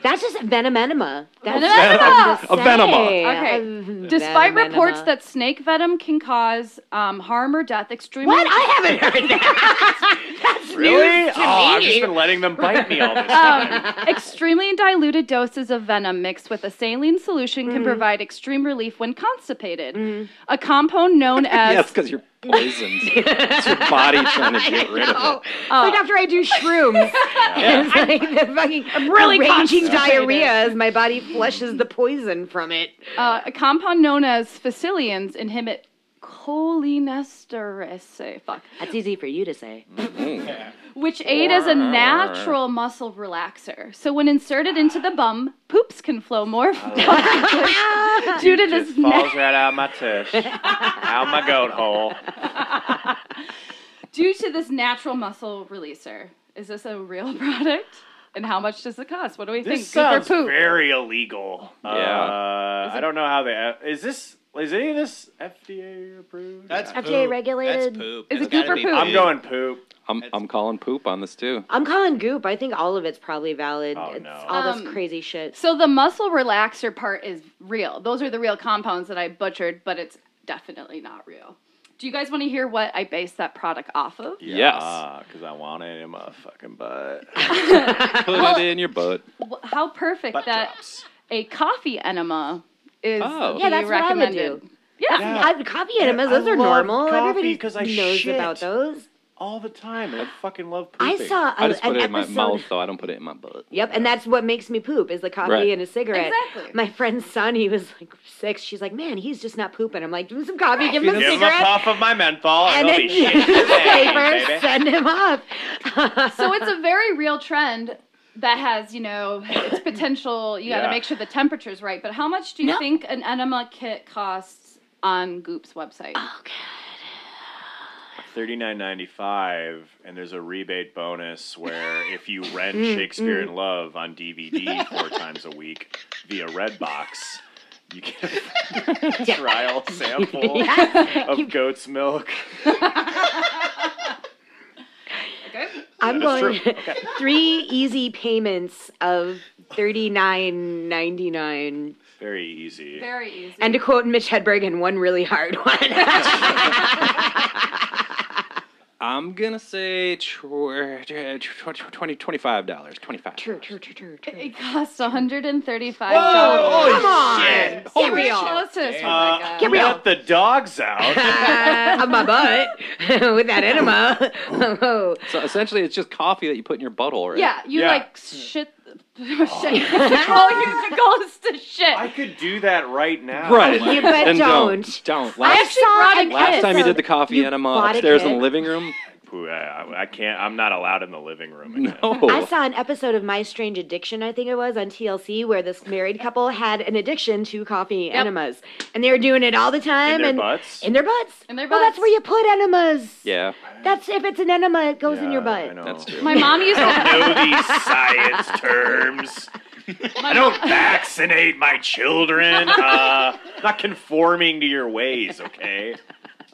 Speaker 7: That's just venom enema. That's
Speaker 6: Venom enema!
Speaker 7: A
Speaker 4: venema.
Speaker 6: Okay. Despite reports that uh, snake venom can cause um, harm or death, extremely
Speaker 7: What? I haven't heard that. That's
Speaker 5: Really?
Speaker 7: news
Speaker 5: Oh,
Speaker 7: to
Speaker 5: I've
Speaker 7: me.
Speaker 5: just been letting them bite me all this
Speaker 6: Um,
Speaker 5: time.
Speaker 6: extremely diluted doses of venom mixed with a saline solution can provide extreme relief when constipated. A compound known as
Speaker 4: Yes, because you're poisoned. it's your body trying to get rid of it.
Speaker 7: It's like after I do shrooms, it's like the fucking I'm
Speaker 6: really
Speaker 7: raging
Speaker 6: constipated.
Speaker 7: diarrhea as my body flushes the poison from it.
Speaker 6: uh, a compound known as facilians inhibit cholinesterase. Fuck.
Speaker 7: That's easy for you to say.
Speaker 6: which aid as a natural muscle relaxer. So when inserted into the bum, poops can flow more fluidly due to
Speaker 5: Just
Speaker 6: this
Speaker 5: falls
Speaker 6: na-
Speaker 5: right out of my tush, out my goat hole.
Speaker 6: due to this natural muscle releaser. Is this a real product? And how much does it cost? What do we
Speaker 5: This
Speaker 6: think?
Speaker 5: sounds
Speaker 6: Goop or poop?
Speaker 5: very illegal. Yeah, uh, I don't know how they. Is this? Is any of this FDA approved?
Speaker 8: That's
Speaker 7: FDA
Speaker 8: poop.
Speaker 7: regulated.
Speaker 8: That's poop.
Speaker 6: Is
Speaker 8: That's
Speaker 6: it goop
Speaker 8: gotta
Speaker 6: or
Speaker 8: be
Speaker 6: poop?
Speaker 5: I'm going poop.
Speaker 4: I'm I'm calling poop on this too.
Speaker 7: I'm calling goop. I think all of it's probably valid.
Speaker 5: Oh,
Speaker 7: it's
Speaker 5: no.
Speaker 7: all this
Speaker 6: Um,
Speaker 7: crazy shit.
Speaker 6: So the muscle relaxer part is real. Those are the real compounds that I butchered, but it's definitely not real. Do you guys want to hear what I based that product off of?
Speaker 3: Uh,
Speaker 5: Yeah, because I want it in my fucking butt.
Speaker 4: Put it in your butt.
Speaker 6: Wh- How perfect
Speaker 5: Butt
Speaker 6: that
Speaker 5: drops.
Speaker 6: a coffee enema is
Speaker 4: Oh.
Speaker 6: the
Speaker 7: Yeah, that's what I would
Speaker 6: recommended.
Speaker 7: do.
Speaker 6: Yeah.
Speaker 5: Yeah.
Speaker 7: I, coffee enemas,
Speaker 5: I
Speaker 7: those are
Speaker 5: love
Speaker 7: normal.
Speaker 5: coffee
Speaker 7: Everybody
Speaker 5: 'cause I
Speaker 7: knows
Speaker 5: shit.
Speaker 7: about those.
Speaker 5: all the time. and I fucking love
Speaker 7: I
Speaker 5: pooping.
Speaker 7: saw a,
Speaker 4: I just
Speaker 7: an
Speaker 4: put it in my
Speaker 7: episode.
Speaker 4: mouth though. I don't put it in my butt.
Speaker 7: Yep, and that's what makes me poop is the coffee
Speaker 4: Right.
Speaker 7: and a cigarette.
Speaker 6: Exactly.
Speaker 7: My friend's son, he was like six. She's like, man, he's just not pooping. I'm like, give him some coffee, give him a
Speaker 5: Give him a
Speaker 7: cigarette.
Speaker 5: puff of my menthol,
Speaker 7: and
Speaker 5: and
Speaker 7: then
Speaker 5: it'll be shit. in your veins,
Speaker 7: paper,
Speaker 5: baby.
Speaker 7: send him off.
Speaker 6: so it's a very real trend that has, you know, its potential. You got to
Speaker 5: Yeah.
Speaker 6: make sure the temperature's right. But how much do you think an enema kit costs on Goop's website?
Speaker 7: Ah.
Speaker 5: Thirty nine ninety five, and there's a rebate bonus where if you rent Shakespeare in Love on DVD four times a week via Redbox, you get a trial sample of goat's milk.
Speaker 6: Okay.
Speaker 7: I'm
Speaker 5: That's
Speaker 7: going
Speaker 5: true. Okay.
Speaker 7: three easy payments of thirty nine ninety nine.
Speaker 5: Very easy.
Speaker 6: Very easy.
Speaker 7: And to quote Mitch Hedberg, and one really hard one.
Speaker 4: I'm gonna say tw- tw- twenty twenty five dollars. Twenty five.
Speaker 7: True, true, true, true, true.
Speaker 6: It costs $135.
Speaker 5: Whoa,
Speaker 7: Come on.
Speaker 5: shit.
Speaker 7: Get
Speaker 6: Get
Speaker 7: real.
Speaker 6: real. Closest. Oh my
Speaker 5: Uh,
Speaker 6: God.
Speaker 7: Get real.
Speaker 5: let the dogs out.
Speaker 7: Uh, on my butt with that enema. Oh.
Speaker 4: So essentially, it's just coffee that you put in your butthole, right?
Speaker 6: Yeah, you
Speaker 5: Yeah. Hmm.
Speaker 6: like shit. shit. Oh, you the ghost to shit.
Speaker 5: I could do that right now.
Speaker 4: Right.
Speaker 7: Yeah, but
Speaker 4: And
Speaker 7: don't.
Speaker 4: don't. Don't.
Speaker 7: I
Speaker 4: Last,
Speaker 7: actually brought a
Speaker 4: last
Speaker 7: kid.
Speaker 4: time you did the coffee
Speaker 7: You
Speaker 4: enema
Speaker 7: bought a
Speaker 4: upstairs in
Speaker 7: kid.
Speaker 4: the living room.
Speaker 5: Ooh, I, I can't. I'm not allowed in the living room. Again.
Speaker 4: No.
Speaker 7: I saw an episode of My Strange Addiction, I think it was, on TLC, where this married couple had an addiction to coffee enemas, and they were doing it all the time
Speaker 5: In their
Speaker 7: and
Speaker 5: butts.
Speaker 7: in their butts.
Speaker 6: In their
Speaker 7: Well, that's
Speaker 6: butts.
Speaker 7: where you put enemas.
Speaker 4: yeah,
Speaker 7: That's if it's an enema, it goes in your
Speaker 5: Yeah, I
Speaker 7: butt.
Speaker 5: know.
Speaker 4: that's true.
Speaker 6: My mom used to.
Speaker 5: know these science terms. I don't vaccinate my children. Uh, not conforming to your ways, okay?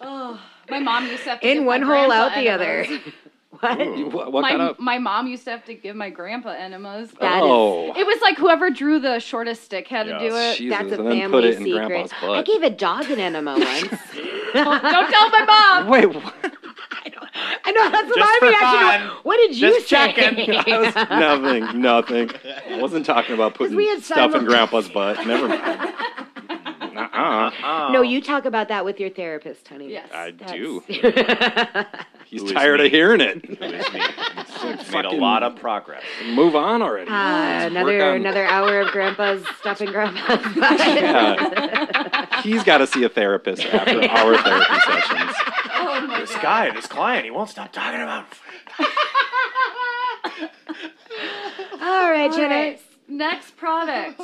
Speaker 6: Oh, my mom used to have to give
Speaker 7: In
Speaker 6: my
Speaker 7: one hole,
Speaker 6: grandpa
Speaker 7: out the
Speaker 6: enemas.
Speaker 7: other. what?
Speaker 4: You- What, what
Speaker 6: my,
Speaker 4: kind of?
Speaker 6: my mom used to have to give my grandpa enemas.
Speaker 7: That is-
Speaker 4: oh,
Speaker 6: It was like whoever drew the shortest stick had to
Speaker 5: Yeah,
Speaker 6: do it.
Speaker 4: Jesus!
Speaker 7: That's a
Speaker 4: and
Speaker 7: family
Speaker 4: then put it in
Speaker 7: secret.
Speaker 4: Grandpa's butt.
Speaker 7: I gave a dog an enema once.
Speaker 6: Don't tell my mom.
Speaker 4: Wait, what?
Speaker 7: I know that's what
Speaker 5: Just
Speaker 7: my
Speaker 5: for
Speaker 7: reaction.
Speaker 5: fun.
Speaker 7: was. What did you
Speaker 5: Just
Speaker 7: say?
Speaker 5: checking.
Speaker 4: I was nothing, nothing. I wasn't talking about
Speaker 7: 'Cause
Speaker 4: putting
Speaker 7: we had
Speaker 4: stuff in
Speaker 7: simul-
Speaker 4: Grandpa's butt. Never mind. Uh-uh.
Speaker 5: Oh.
Speaker 7: No, you talk about that with your therapist, honey.
Speaker 6: Yes.
Speaker 4: I
Speaker 7: That's-
Speaker 4: do. He's
Speaker 5: Who is
Speaker 4: tired
Speaker 5: me?
Speaker 4: of hearing it.
Speaker 5: It was me. It's made a
Speaker 4: Fucking-
Speaker 5: lot of progress.
Speaker 4: Move on already.
Speaker 7: Ah,
Speaker 4: Let's
Speaker 7: another
Speaker 4: work on-
Speaker 7: another hour of grandpa's stuff and grandpa's butt.
Speaker 4: He's got to see a therapist after our therapy sessions.
Speaker 6: Oh my
Speaker 5: This
Speaker 6: God.
Speaker 5: guy, this client, he won't stop talking about.
Speaker 7: All right,
Speaker 6: All
Speaker 7: Jenna.
Speaker 6: right, Next product.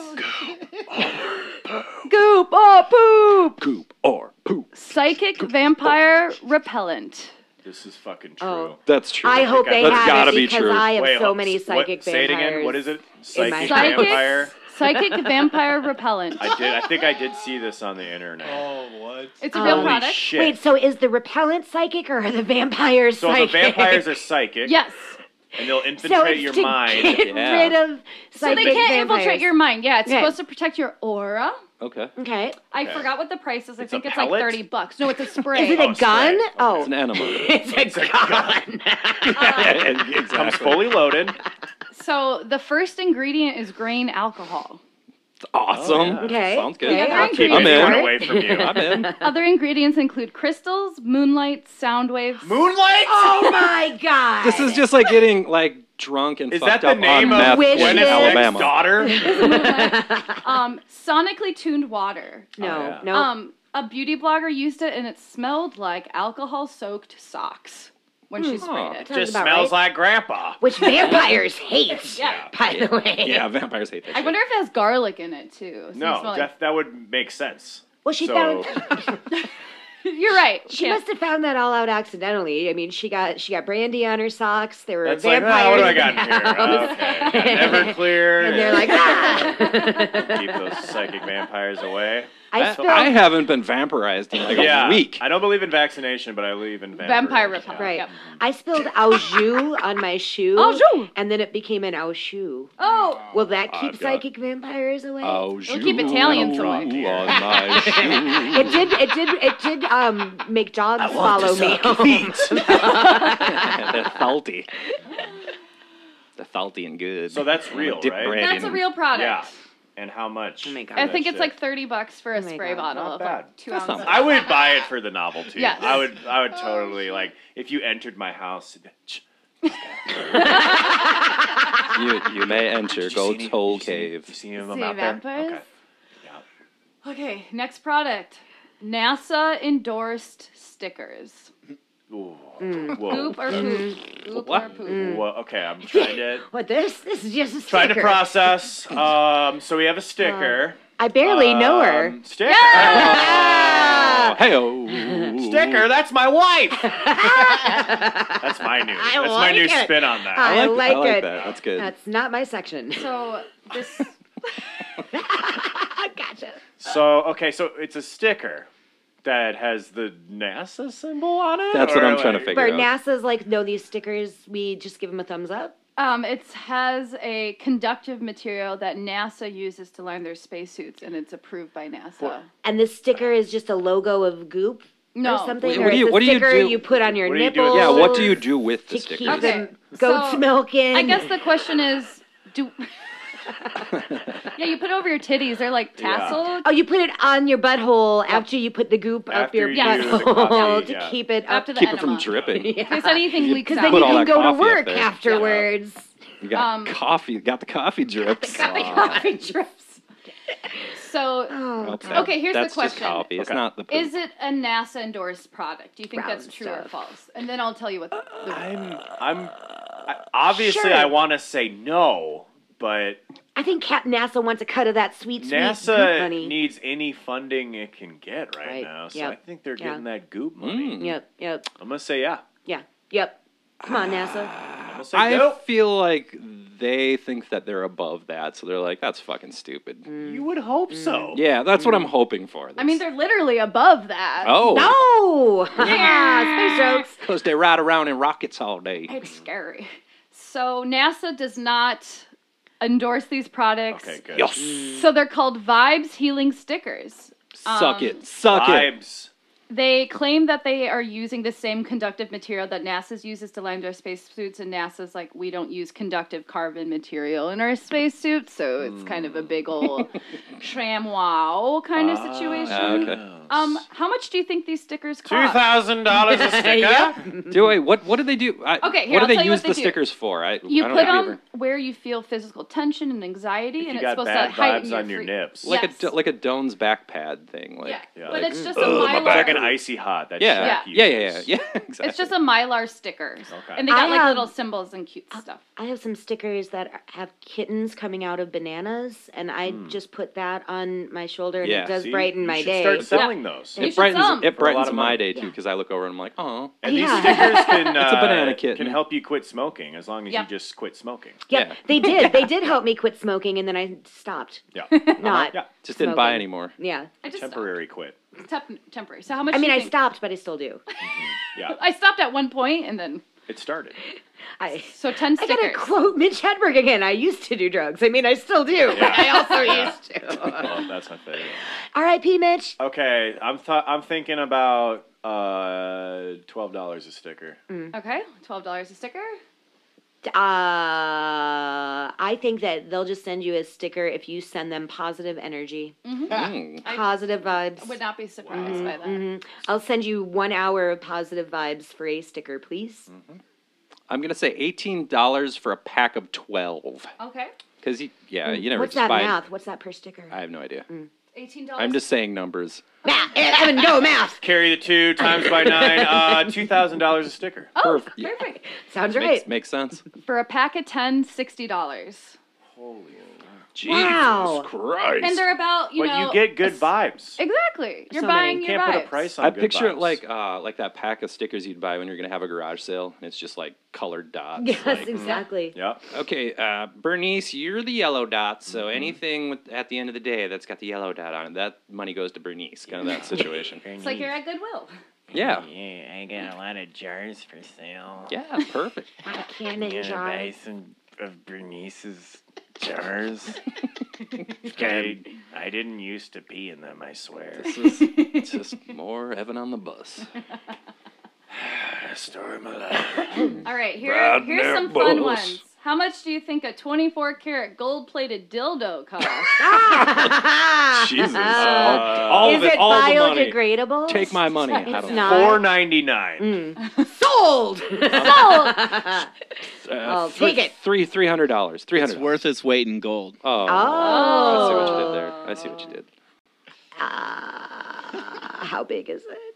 Speaker 7: Goop or poop.
Speaker 4: Poop or poop.
Speaker 6: Oh, Psychic vampire repellent.
Speaker 5: This is fucking true.
Speaker 7: Oh.
Speaker 4: That's true.
Speaker 7: I hope they
Speaker 5: That's
Speaker 7: have
Speaker 4: gotta
Speaker 7: it
Speaker 4: be
Speaker 7: because
Speaker 4: true.
Speaker 7: I have
Speaker 5: Wait,
Speaker 7: so
Speaker 5: what-
Speaker 7: many
Speaker 5: what-
Speaker 7: psychic
Speaker 5: Say it
Speaker 7: vampires.
Speaker 5: again. What is it?
Speaker 7: in my
Speaker 5: Psychic
Speaker 7: house.
Speaker 6: Psychic
Speaker 5: vampire.
Speaker 6: Psychic vampire repellent.
Speaker 5: I did. I think I did see this on the internet.
Speaker 9: Oh, what?
Speaker 6: It's a real
Speaker 7: Holy
Speaker 5: Holy
Speaker 6: product.
Speaker 5: shit!
Speaker 7: Wait, so is the repellent psychic or are the vampires
Speaker 5: so the
Speaker 7: psychic?
Speaker 5: vampires are psychic,
Speaker 6: Yes.
Speaker 5: and they'll
Speaker 7: so
Speaker 5: infiltrate
Speaker 7: it's
Speaker 5: your
Speaker 7: to
Speaker 5: mind.
Speaker 7: get
Speaker 4: Yeah.
Speaker 7: rid of
Speaker 6: So they
Speaker 7: psychic
Speaker 6: can't
Speaker 7: vampires.
Speaker 6: infiltrate your mind. Yeah, it's
Speaker 7: Okay.
Speaker 6: supposed to protect your aura.
Speaker 4: Okay.
Speaker 7: Okay.
Speaker 6: I
Speaker 5: Okay.
Speaker 6: forgot what the price is. I
Speaker 5: It's a
Speaker 6: think it's like
Speaker 5: pellet?
Speaker 6: 30 bucks. No, it's a
Speaker 7: Is
Speaker 6: spray.
Speaker 7: it
Speaker 5: Oh,
Speaker 7: a
Speaker 5: it's
Speaker 7: gun?
Speaker 5: great.
Speaker 7: Oh,
Speaker 4: It's an animal.
Speaker 7: it's a, gun.
Speaker 5: Comes fully loaded.
Speaker 6: so the first ingredient is grain alcohol.
Speaker 4: Awesome.
Speaker 5: yeah.
Speaker 7: Oh, Okay.
Speaker 4: Sounds good.
Speaker 6: Yeah,
Speaker 5: I'll
Speaker 6: I'm
Speaker 5: keep
Speaker 4: in.
Speaker 5: anyone away from you.
Speaker 4: I'm in.
Speaker 6: Other ingredients include crystals, moonlight, sound waves.
Speaker 5: Moonlight.
Speaker 7: oh my god.
Speaker 4: This is just like getting like drunk and
Speaker 5: Is
Speaker 4: fucked
Speaker 5: that the
Speaker 4: up
Speaker 5: name
Speaker 4: on
Speaker 5: of
Speaker 4: meth
Speaker 7: Wishes.
Speaker 5: Gwen
Speaker 4: in
Speaker 5: and Alabama.
Speaker 4: Alabama.
Speaker 5: daughter?
Speaker 6: um, sonically tuned water.
Speaker 7: no,
Speaker 5: Oh, yeah.
Speaker 7: no.
Speaker 6: Um, a beauty blogger used it and it smelled like alcohol soaked socks when
Speaker 5: Hmm.
Speaker 6: she sprayed
Speaker 4: Huh.
Speaker 6: it.
Speaker 7: Sounds
Speaker 5: Just
Speaker 7: about
Speaker 5: smells
Speaker 7: right.
Speaker 5: like Grandpa.
Speaker 7: which vampires hate.
Speaker 6: Yeah.
Speaker 7: By the way.
Speaker 4: Yeah, vampires hate that.
Speaker 6: I
Speaker 4: shit.
Speaker 6: wonder if it has garlic in it too. So you
Speaker 5: No,
Speaker 6: smell like-
Speaker 5: that, that would make sense.
Speaker 7: Well, she
Speaker 5: So-
Speaker 7: found
Speaker 6: You're right.
Speaker 7: she
Speaker 6: Can't-
Speaker 7: must have found that all out accidentally. I mean, she got she got brandy on her socks. There were
Speaker 5: That's like,
Speaker 7: vampires.
Speaker 5: ah, what do I
Speaker 7: in
Speaker 5: got
Speaker 7: the
Speaker 5: in here?
Speaker 7: house.
Speaker 5: Okay, never clear.
Speaker 7: And they're like, ah!
Speaker 5: keep those psychic vampires away.
Speaker 7: I
Speaker 4: I,
Speaker 7: spilled.
Speaker 4: I haven't been vampirized in like
Speaker 5: yeah,
Speaker 4: a week.
Speaker 5: I don't believe in vaccination, but I believe in vampires.
Speaker 6: vampire repellent.
Speaker 7: Right.
Speaker 6: Yep.
Speaker 7: I spilled au jus on my shoe.
Speaker 6: Au jus.
Speaker 7: And then it became an au jus.
Speaker 6: Oh,
Speaker 7: Will that
Speaker 4: I've
Speaker 7: keep
Speaker 4: got-
Speaker 7: psychic vampires away?
Speaker 4: Oh,
Speaker 6: It'll keep Italians away.
Speaker 8: Oh,
Speaker 4: On my shoe.
Speaker 7: It did. It did. It did. Um, make dogs follow me. home.
Speaker 4: They're salty. They're salty and good.
Speaker 5: So that's real,
Speaker 4: Dip
Speaker 5: right?
Speaker 4: bread
Speaker 6: that's a
Speaker 4: in-
Speaker 6: real product.
Speaker 5: Yeah. And how much?
Speaker 7: Oh my God.
Speaker 6: I
Speaker 5: for
Speaker 6: think
Speaker 5: that
Speaker 6: it's
Speaker 5: shit?
Speaker 6: like thirty bucks for a
Speaker 7: Oh my
Speaker 6: spray
Speaker 7: God,
Speaker 6: bottle
Speaker 5: not
Speaker 6: of like
Speaker 5: bad.
Speaker 6: two
Speaker 4: That's
Speaker 6: ounces.
Speaker 4: not
Speaker 5: I would buy it for the novelty.
Speaker 6: Yes.
Speaker 5: I would. I
Speaker 7: Oh,
Speaker 5: would totally like if you entered my house. ch-
Speaker 4: You, you may enter
Speaker 5: Did you see
Speaker 4: Gold's
Speaker 5: any-
Speaker 4: Hole
Speaker 5: did you see any-
Speaker 4: Cave.
Speaker 5: You see any of them
Speaker 6: See
Speaker 5: out
Speaker 6: vampires?
Speaker 5: there?
Speaker 6: Okay, next product. NASA endorsed stickers.
Speaker 5: Okay. Ooh.
Speaker 7: Mm.
Speaker 5: Whoa.
Speaker 6: Poop or poop. Poop or
Speaker 4: What?
Speaker 6: poop.
Speaker 5: Whoa. Okay, I'm trying to
Speaker 7: What this? This is just a Mm. sticker.
Speaker 5: trying to process. Um, so we have a sticker.
Speaker 7: I barely know her.
Speaker 5: Um, Sticker.
Speaker 4: Oh, hey
Speaker 5: Sticker. That's my wife. that's my new. That's my
Speaker 7: like
Speaker 5: new
Speaker 7: it.
Speaker 5: spin on that.
Speaker 7: I,
Speaker 4: like-
Speaker 7: like,
Speaker 4: I like
Speaker 7: it.
Speaker 4: that. That's good.
Speaker 7: That's not my section.
Speaker 6: So this
Speaker 7: gotcha.
Speaker 5: So okay, so it's a sticker that has the NASA symbol on it?
Speaker 4: That's what
Speaker 5: Or
Speaker 4: I'm trying to
Speaker 5: like-
Speaker 4: figure
Speaker 7: Where
Speaker 4: out.
Speaker 7: NASA's like, no, these stickers, we just give them a thumbs up.
Speaker 6: Um, it has a conductive material that NASA uses to line their spacesuits, and it's approved by NASA.
Speaker 7: And this sticker is just a logo of goop
Speaker 6: No.
Speaker 7: or something.
Speaker 4: Wait,
Speaker 7: or
Speaker 4: what do
Speaker 7: it's
Speaker 4: you-
Speaker 7: a
Speaker 4: what do you
Speaker 7: sticker
Speaker 4: do-
Speaker 7: put on your
Speaker 4: What do you do
Speaker 7: nipples.
Speaker 4: with- Yeah, what do you do with the
Speaker 7: to keep
Speaker 4: stickers?
Speaker 7: them goat's milk in?
Speaker 6: I guess the question is, do. yeah, you put it over your titties. They're like
Speaker 7: Yeah.
Speaker 6: tassel.
Speaker 7: Oh, you put it on your butthole after you put the goop up
Speaker 4: After
Speaker 7: your
Speaker 4: you do the
Speaker 7: butthole
Speaker 4: coffee,
Speaker 7: to
Speaker 4: yeah.
Speaker 7: keep it up.
Speaker 6: After the
Speaker 4: Keep it
Speaker 6: enema.
Speaker 4: from dripping.
Speaker 6: If there's anything
Speaker 4: You
Speaker 6: leaks
Speaker 4: put
Speaker 6: out,
Speaker 4: all that
Speaker 7: go to
Speaker 4: coffee up
Speaker 7: work
Speaker 4: there.
Speaker 7: afterwards.
Speaker 4: You got
Speaker 6: Um,
Speaker 4: coffee. Got the coffee drips. Wow.
Speaker 6: coffee drips. So,
Speaker 4: Nope, that-
Speaker 6: okay, here's
Speaker 4: that's
Speaker 6: the question.
Speaker 4: Just coffee. It's not the. poop.
Speaker 6: Is it a NASA endorsed product? Do you think that's
Speaker 7: Brown
Speaker 6: true or
Speaker 7: stuff.
Speaker 6: false? And then I'll tell you what. The,
Speaker 5: I'm, I'm I, obviously
Speaker 7: Sure.
Speaker 5: I want to say no, but
Speaker 7: I think Cat NASA wants a cut of that sweet, sweet goop
Speaker 5: NASA
Speaker 7: money.
Speaker 5: needs any funding it can get right,
Speaker 7: Right,
Speaker 5: now, so
Speaker 7: yep,
Speaker 5: I think they're
Speaker 7: yeah.
Speaker 5: getting that goop money.
Speaker 4: Mm.
Speaker 7: Yep, yep,
Speaker 5: I'm gonna say yeah.
Speaker 7: yeah, yep. Come on, NASA.
Speaker 5: I'm gonna say
Speaker 4: I
Speaker 5: no.
Speaker 4: feel like they think that they're above that, so they're like, "That's fucking stupid."
Speaker 5: You would hope so.
Speaker 4: Yeah, that's what I'm
Speaker 5: Mm.
Speaker 4: hoping for.
Speaker 6: I mean, they're literally above that.
Speaker 4: oh,
Speaker 7: No! Space jokes.
Speaker 4: because they ride around in rockets all day.
Speaker 6: It's scary. So NASA does not endorse these products.
Speaker 5: Okay, good.
Speaker 6: So they're called Vibes Healing Stickers. Um,
Speaker 4: Suck it, suck it.
Speaker 5: Vibes.
Speaker 6: They claim that they are using the same conductive material that NASA's uses to line their spacesuits, and NASA's like, we don't use conductive carbon material in our spacesuits, so it's kind of a
Speaker 4: Hmm.
Speaker 6: big old tram wow kind of situation.
Speaker 4: Ah, Okay.
Speaker 6: Um, how much do you think these stickers
Speaker 5: Two
Speaker 6: cost?
Speaker 5: thousand dollars a sticker.
Speaker 4: Do I? What? What do they do? I,
Speaker 6: Okay, here,
Speaker 4: what do
Speaker 6: I'll
Speaker 4: they
Speaker 6: tell you
Speaker 4: use
Speaker 6: what they
Speaker 4: the
Speaker 6: do.
Speaker 4: stickers for? I,
Speaker 6: You
Speaker 4: I don't
Speaker 6: put
Speaker 4: think we
Speaker 6: on
Speaker 4: ever-
Speaker 6: where you feel physical tension and anxiety,
Speaker 5: If
Speaker 6: and
Speaker 5: you
Speaker 6: it's
Speaker 5: got
Speaker 6: supposed
Speaker 5: bad
Speaker 6: to heighten
Speaker 5: vibes
Speaker 6: your
Speaker 5: on your
Speaker 6: freak-
Speaker 5: nips.
Speaker 4: like
Speaker 6: Yes.
Speaker 4: a like a Doan's back pad thing. Like,
Speaker 6: yeah.
Speaker 5: yeah,
Speaker 6: but
Speaker 5: like,
Speaker 6: it's just a
Speaker 5: Ugh, my back
Speaker 6: mylar.
Speaker 5: and icy hot. That
Speaker 4: yeah,
Speaker 5: Shaq
Speaker 4: yeah, yeah, yeah,
Speaker 5: uses.
Speaker 4: yeah, Exactly.
Speaker 6: It's just a mylar sticker,
Speaker 5: Okay.
Speaker 6: and they got
Speaker 7: I um,
Speaker 6: like
Speaker 7: have-
Speaker 6: little symbols and cute stuff.
Speaker 7: I have some stickers that are- have kittens coming out of bananas, and I just put that on my shoulder, and
Speaker 4: Yeah,
Speaker 7: it does
Speaker 5: See,
Speaker 7: brighten
Speaker 5: you
Speaker 7: my
Speaker 5: should
Speaker 7: day.
Speaker 5: Start selling those.
Speaker 6: You should
Speaker 4: it brightens
Speaker 6: sell 'em.
Speaker 4: it
Speaker 5: For a lot
Speaker 4: brightens
Speaker 5: of
Speaker 4: my
Speaker 5: money.
Speaker 4: day too because I look over and I'm like, oh,
Speaker 5: And
Speaker 7: Yeah.
Speaker 5: these stickers can
Speaker 4: It's a
Speaker 5: uh,
Speaker 4: banana kitten.
Speaker 5: can help you quit smoking as long as
Speaker 6: Yep.
Speaker 5: you just quit smoking.
Speaker 7: Yep,
Speaker 4: Yeah.
Speaker 7: they did. They did help me quit smoking, and then I stopped.
Speaker 5: Yeah.
Speaker 7: Not.
Speaker 5: Uh-huh. Yeah.
Speaker 4: just didn't buy
Speaker 7: smoking.
Speaker 4: anymore.
Speaker 7: Yeah.
Speaker 6: I just
Speaker 5: Temporary quit.
Speaker 6: stopped. Temp- temporary. So how much?
Speaker 7: I
Speaker 6: do
Speaker 7: mean,
Speaker 6: you
Speaker 7: I
Speaker 6: think-
Speaker 7: stopped, but I still do.
Speaker 5: Yeah.
Speaker 6: I stopped at one point, and then
Speaker 5: It started.
Speaker 7: I.
Speaker 6: so ten
Speaker 7: I
Speaker 6: stickers.
Speaker 7: gotta quote Mitch Hedberg again. I used to do drugs. I mean, I still do. but I also used to.
Speaker 5: Well, that's my favorite.
Speaker 7: R.I.P. Mitch.
Speaker 5: Okay, I'm th- I'm thinking about uh twelve dollars a sticker.
Speaker 6: Okay, twelve dollars a sticker.
Speaker 7: Uh, I think that they'll just send you a sticker if you send them positive energy,
Speaker 4: Mm.
Speaker 7: positive vibes.
Speaker 6: I would not be surprised by that.
Speaker 7: Mhm. I'll send you one hour of positive vibes for a sticker, please.
Speaker 4: Mm. I'm gonna say eighteen dollars for a pack of twelve.
Speaker 6: Okay,
Speaker 4: Because you, yeah,
Speaker 6: Hmm.
Speaker 4: you never
Speaker 7: What's
Speaker 4: just
Speaker 7: that
Speaker 4: buy.
Speaker 7: math? Hmm. What's that per sticker?
Speaker 4: I have no idea.
Speaker 6: eighteen dollars.
Speaker 4: I'm just saying numbers.
Speaker 7: math, Evan, go math.
Speaker 5: Carry the two times by nine, uh two thousand dollars a sticker.
Speaker 6: oh,
Speaker 4: Perf- yeah.
Speaker 6: perfect
Speaker 7: Sounds
Speaker 4: Makes,
Speaker 7: right.
Speaker 4: makes sense.
Speaker 6: for a pack of 10, 60 dollars,
Speaker 7: Wow.
Speaker 10: Christ.
Speaker 6: and they're about you
Speaker 5: but
Speaker 6: know
Speaker 5: you get good
Speaker 6: a-
Speaker 5: vibes.
Speaker 6: Exactly, you're
Speaker 7: So
Speaker 6: buying
Speaker 7: many.
Speaker 5: You
Speaker 6: your
Speaker 5: can't put a
Speaker 6: vibes.
Speaker 5: price on.
Speaker 4: I
Speaker 5: good
Speaker 4: picture it
Speaker 5: vibes.
Speaker 4: like uh, like that pack of stickers you'd buy when you're gonna have a garage sale, and it's just like colored dots.
Speaker 7: Yes,
Speaker 4: like,
Speaker 7: exactly.
Speaker 5: Yeah.
Speaker 4: okay, uh, Bernice, you're the yellow dot, so anything with, at the end of the day that's got the yellow dot on it, that money goes to Bernice. Kind of that situation.
Speaker 6: It's like you're at Goodwill.
Speaker 4: yeah,
Speaker 9: Yeah, I got a lot of jars for sale.
Speaker 4: yeah, perfect.
Speaker 7: I can enjoy.
Speaker 9: some of Bernice's jars.
Speaker 5: Okay.
Speaker 9: I didn't used to pee in them, I swear.
Speaker 4: This is it's just more Evan on the bus.
Speaker 9: Story of my life.
Speaker 6: All right, here
Speaker 10: Riding
Speaker 6: here's
Speaker 10: their
Speaker 6: some fun
Speaker 10: bulls.
Speaker 6: ones. How much do you think a 24 karat gold plated dildo costs?
Speaker 5: Jesus. Uh,
Speaker 4: all
Speaker 7: Ah! Is
Speaker 4: of it,
Speaker 7: it
Speaker 4: all the money.
Speaker 7: biodegradable?
Speaker 4: Take my money. I
Speaker 7: It's
Speaker 4: don't
Speaker 5: Four
Speaker 7: not.
Speaker 5: ninety nine.
Speaker 7: Sold.
Speaker 6: Sold.
Speaker 7: I'll take it.
Speaker 4: Three three hundred dollars. Three
Speaker 8: It's
Speaker 4: hundred.
Speaker 8: worth its weight in gold.
Speaker 4: Oh, I see what you did
Speaker 7: Oh.
Speaker 4: there. I see what you did.
Speaker 7: Ah, how big is it?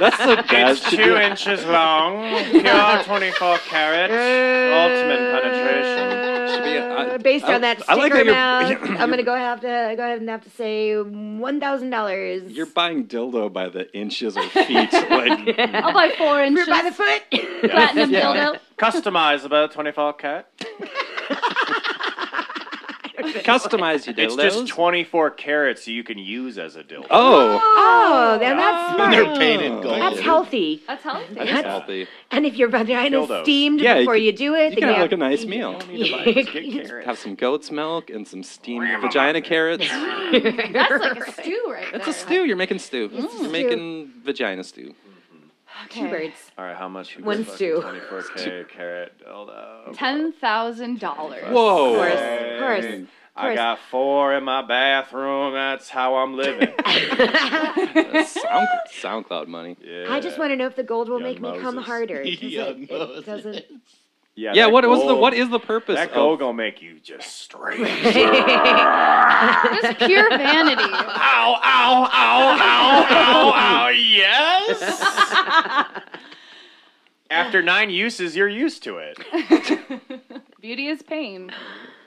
Speaker 4: That's the
Speaker 5: It's two inches long, pure 24 carat, ultimate penetration.
Speaker 4: Should be a- I-
Speaker 7: Uh, based
Speaker 4: I-
Speaker 7: on that
Speaker 4: I
Speaker 7: sticker
Speaker 4: like
Speaker 7: like
Speaker 4: that you're-
Speaker 7: I'm gonna go have to go ahead and have to say one thousand dollars.
Speaker 4: You're buying dildo by the inches or feet. like,
Speaker 6: I'll buy four inches.
Speaker 7: by the foot.
Speaker 6: platinum
Speaker 4: Yeah.
Speaker 6: dildo.
Speaker 5: Customizable 24 carat.
Speaker 4: Customize your
Speaker 5: It's
Speaker 4: dildos.
Speaker 5: just 24 carats you can use as a dildo.
Speaker 4: oh,
Speaker 7: Oh, then that's smart.
Speaker 5: They're painted gold.
Speaker 7: That's healthy.
Speaker 6: That's healthy.
Speaker 4: that's healthy.
Speaker 7: And if your vagina
Speaker 5: Dildos.
Speaker 7: is steamed
Speaker 4: Yeah, you
Speaker 7: before
Speaker 4: can-
Speaker 7: you do it,
Speaker 4: You
Speaker 7: then
Speaker 4: can have
Speaker 7: you
Speaker 4: like a nice meal. Have some goat's milk and some steamed vagina carrots.
Speaker 6: That's like a stew right
Speaker 4: It's a
Speaker 6: there.
Speaker 4: stew. You're making stew. You're
Speaker 7: Mm. stew.
Speaker 4: making vagina stew.
Speaker 7: two birds.
Speaker 5: All right, how much?
Speaker 7: One stew.
Speaker 5: 24 carat dildo.
Speaker 6: Ten thousand dollars.
Speaker 7: Of course,
Speaker 4: Whoa.
Speaker 7: of course.
Speaker 5: I got four in my bathroom. That's how I'm living.
Speaker 4: Sound, SoundCloud money.
Speaker 5: Yeah.
Speaker 7: I just want to know if the gold will
Speaker 5: Young
Speaker 7: make me come
Speaker 5: Moses.
Speaker 7: harder. Does
Speaker 8: Young
Speaker 7: it, it doesn't.
Speaker 5: Yeah.
Speaker 4: Yeah,
Speaker 5: that
Speaker 4: what was the
Speaker 5: gold-
Speaker 4: what is the purpose?
Speaker 5: that gold
Speaker 4: of,
Speaker 5: gonna make you just straight?
Speaker 6: Just pure vanity.
Speaker 5: ow! Ow! Ow! Ow! Ow! Ow! Yes. After nine uses, you're used to it.
Speaker 6: Beauty is pain.